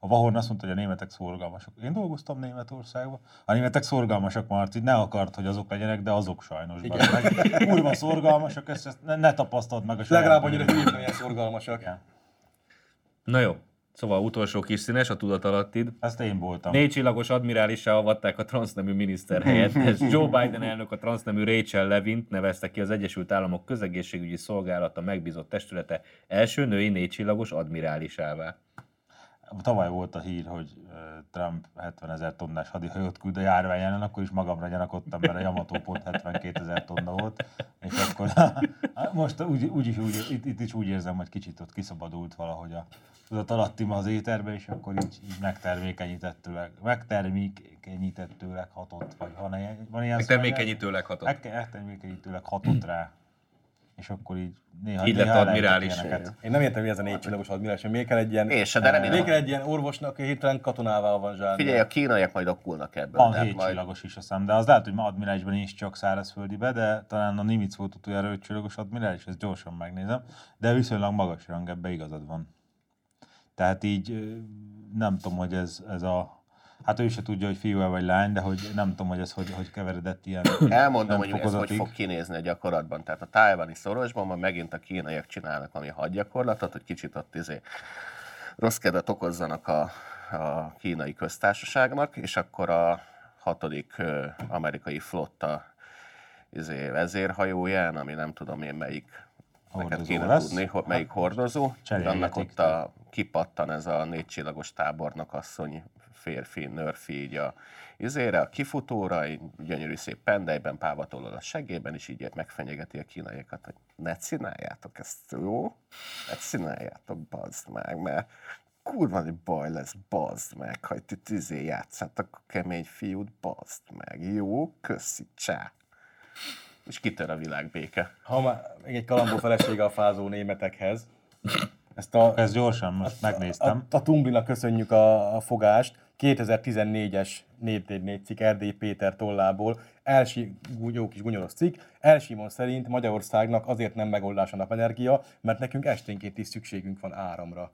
a Vahorn azt mondta, hogy a németek szorgalmasok. Én dolgoztam Németországban. A németek szorgalmasak, Marci, ne akart, hogy azok legyenek, de azok sajnos. bazd Meg. Kurva szorgalmasak, ezt, ezt ne, ne tapasztald meg a saját
Legalább annyira
bőrödön.
hülyék, ilyen szorgalmasak.
Igen.
Na jó. Szóval utolsó kis színes, a tudatalattid.
Ezt én voltam.
Négy csillagos admirálissá avatták a transznemű miniszter helyettes. Joe Biden elnök a transznemű Rachel Levint nevezte ki az Egyesült Államok közegészségügyi szolgálata megbízott testülete első női négy csillagos admirálisává.
Tavaly volt a hír, hogy ö, Trump 70 ezer tonnás hadihajót küld a járvány ellen, akkor is magamra gyanakodtam, mert a Yamato pont 72 ezer tonna volt, és akkor most úgy, úgy is, úgy, itt, itt, is úgy érzem, hogy kicsit ott kiszabadult valahogy a tudat alattim az éterbe, és akkor így, így megtermékenyített tőleg, megtermékenyített tőleg hatott, vagy van, ilyen- van ilyen
Megtermékenyítőleg hatott.
Meg- Megtermékenyítőleg hatott rá. És akkor így néha,
Így lett
néha
admirális.
lehetett ilyeneket.
Én nem értem, mi ez a négy csillagos admirális, hogy miért kell egy ilyen...
Én se, de remélem.
Miért kell egy ilyen orvosnak, aki hirtelen katonával van zsálni?
Figyelj, a kínaiak majd okulnak ebből.
Van
tehát
hét
majd-
csillagos is, azt hiszem, de az lehet, hogy ma admirálisban nincs csak szárazföldibe, de talán a Nimitz volt utoljára öt csillagos admirális, ezt gyorsan megnézem, de viszonylag magas rang, ebbe igazad van. Tehát így ö, nem tudom, hogy ez, ez a... Hát ő se tudja, hogy fiú vagy lány, de hogy nem tudom, hogy ez hogy, hogy keveredett ilyen.
Elmondom,
nem
hogy ez hogy
fokozatig.
fog kinézni a gyakorlatban. Tehát a tájvani szorosban ma megint a kínaiak csinálnak valami hadgyakorlatot, hogy kicsit ott izé rossz kedvet okozzanak a, a kínai köztársaságnak, és akkor a hatodik ö, amerikai flotta izé, vezérhajóján, ami nem tudom én melyik Neked
Hordozó
kéne
lesz.
tudni, hogy melyik hordozó.
Cserélgetik.
Annak ott a, kipattan ez a négycsillagos tábornok asszony, férfi, nörfi, így a izére, a kifutóra, így gyönyörű szép pendelyben, pávatolod a segében, és így megfenyegeti a kínaiakat, hogy ne csináljátok ezt, jó? Ne csináljátok, bazd meg, mert kurva nagy baj lesz, bazd meg, ha ti tizé játszátok a kemény fiút, bazd meg, jó? Köszi, csá. És kitör a világ béke.
Ha már még egy kalambó felesége a fázó németekhez. Ezt a,
Ez gyorsan, most
a,
megnéztem.
a Tumblinak köszönjük a, a fogást. 2014-es 444 cikk Erdély Péter tollából, Elsi, jó kis gunyoros cikk, Elsimon szerint Magyarországnak azért nem megoldás a napenergia, mert nekünk esténként is szükségünk van áramra.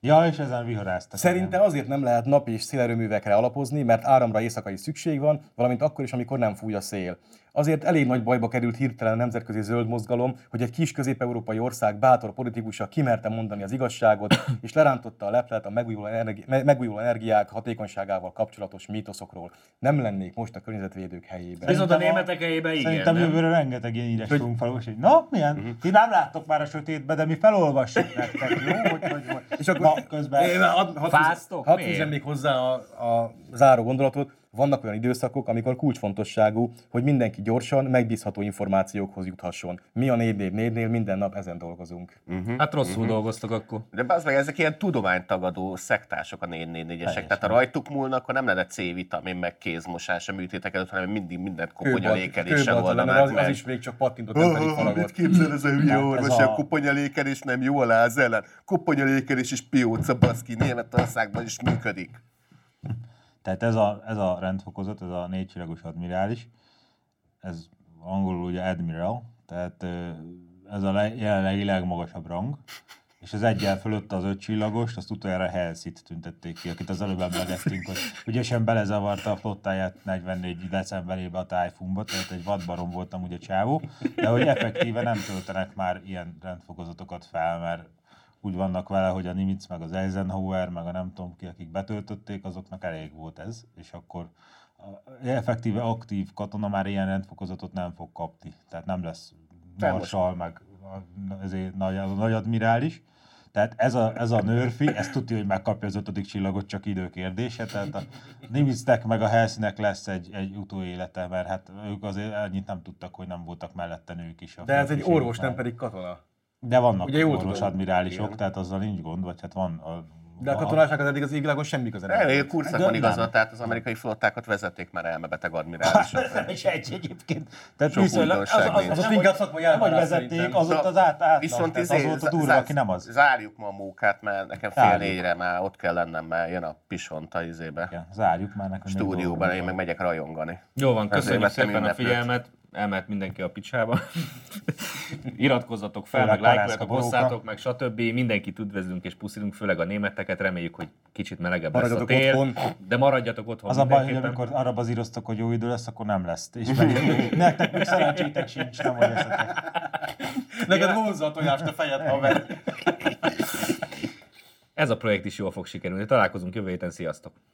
Ja, és ezen viharáztak.
Szerinte azért nem lehet nap és szélerőművekre alapozni, mert áramra éjszaka is szükség van, valamint akkor is, amikor nem fúj a szél. Azért elég nagy bajba került hirtelen a nemzetközi zöld mozgalom, hogy egy kis közép-európai ország bátor politikusa kimerte mondani az igazságot, és lerántotta a leplet a megújuló, energi- me- megújuló energiák hatékonyságával kapcsolatos mítoszokról. Nem lennék most a környezetvédők helyében.
Viszont a németek helyében igen,
Szerintem
nem?
jövőre rengeteg ilyen írás fogunk felolvasni. hogy Na, milyen?
Mhm.
Ti nem láttok már a sötétbe, de mi felolvassuk nektek, jó? Hogy, hogy, hogy.
És akkor
Ma közben...
Én hadd- hadd-
Fáztok?
Hadd
Miért?
fűzzem Hát, még hozzá a, a záró gondolatot. Vannak olyan időszakok, amikor kulcsfontosságú, hogy mindenki gyorsan, megbízható információkhoz juthasson. Mi a 444-nél minden nap ezen dolgozunk.
Hát rosszul dolgoztak akkor.
De az meg ezek ilyen tudománytagadó szektások a 444-esek. Tehát ha rajtuk múlnak, akkor nem lenne C-vitamin, meg kézmosás a műtétek előtt, hanem mindig mindent koponyalékeléssel
Kőbalt- kőbalt lenne,
oldanák
az, az
meg.
is még csak pattintott emberi falagot.
képzel ez a hülye
ez a-
koponyalékelés nem jó alá az ellen. Koponyalékelés és pióca baszki Németországban is működik.
Tehát ez a, ez a rendfokozat, ez a négycsillagos admirális, ez angolul ugye admiral, tehát ö, ez a le- jelenlegi legmagasabb rang, és az egyel fölött az öt csillagost, azt utoljára Helsit tüntették ki, akit az előbb emlegettünk, hogy ügyesen belezavarta a flottáját 44 decemberében a tájfunba, tehát egy vadbarom voltam ugye csávó, de hogy effektíve nem töltenek már ilyen rendfokozatokat fel, mert úgy vannak vele, hogy a Nimitz, meg az Eisenhower, meg a nem tudom ki, akik betöltötték, azoknak elég volt ez, és akkor a effektíve aktív katona már ilyen rendfokozatot nem fog kapni. Tehát nem lesz marsal, meg a- ezért nagy, a nagy admirális. Tehát ez a, ez a nőrfi, ezt tudja, hogy megkapja az ötödik csillagot, csak idő kérdése. Tehát a Nimitznek meg a Helsinnek lesz egy, egy utóélete, mert hát ők azért annyit nem tudtak, hogy nem voltak mellette nők is. a
De ez egy
férfiségben.
orvos, nem pedig katona.
De vannak
Ugye jól
orvos
tudom.
admirálisok, tehát azzal nincs gond, vagy hát van a
De a katonáknak az eddig az égvilágon semmi köze
Hát,
nem.
Elég
volt.
kurszakon
nem.
igaza, tehát az amerikai flottákat vezették már elmebeteg admirálisok.
nem is egy egyébként. Tehát
Sok
viszonylag az, az,
újdonság
az,
nincs.
az,
Az
nem,
inkább
hogy,
szakmai
nem, hogy
elvárás
vezették,
szerintem.
az ott az át, átlag, viszont az
izé,
volt a
zá-
durva,
zá-
aki nem az.
Zárjuk ma a munkát, mert nekem fél
Zárjuk.
négyre már ott kell lennem, mert jön a pisonta izébe.
Igen, zárjuk már nekünk. még
Stúdióban,
dolgunk
én meg
van.
megyek rajongani.
Jó van, köszönjük
vettem
szépen a
ünneplőt.
figyelmet. Elmehet mindenki a picsába. Iratkozzatok fel,
Főleg
meg lájkoljatok,
parászka
hosszátok,
boróka.
meg stb. Mindenkit üdvözlünk és puszilunk, főleg a németeket. Reméljük, hogy kicsit melegebb lesz a
Maradjatok
tél.
otthon.
De maradjatok otthon
Az a baj, hogy
mindenképpen.
amikor arra bazíroztok, hogy jó idő lesz, akkor nem lesz. És meg- nektek még szerencsétek sincs, nem hogy eszetek.
Neked vonzza a tojást a fejed, haver.
Ez a projekt is jól fog sikerülni. Találkozunk jövő héten, sziasztok!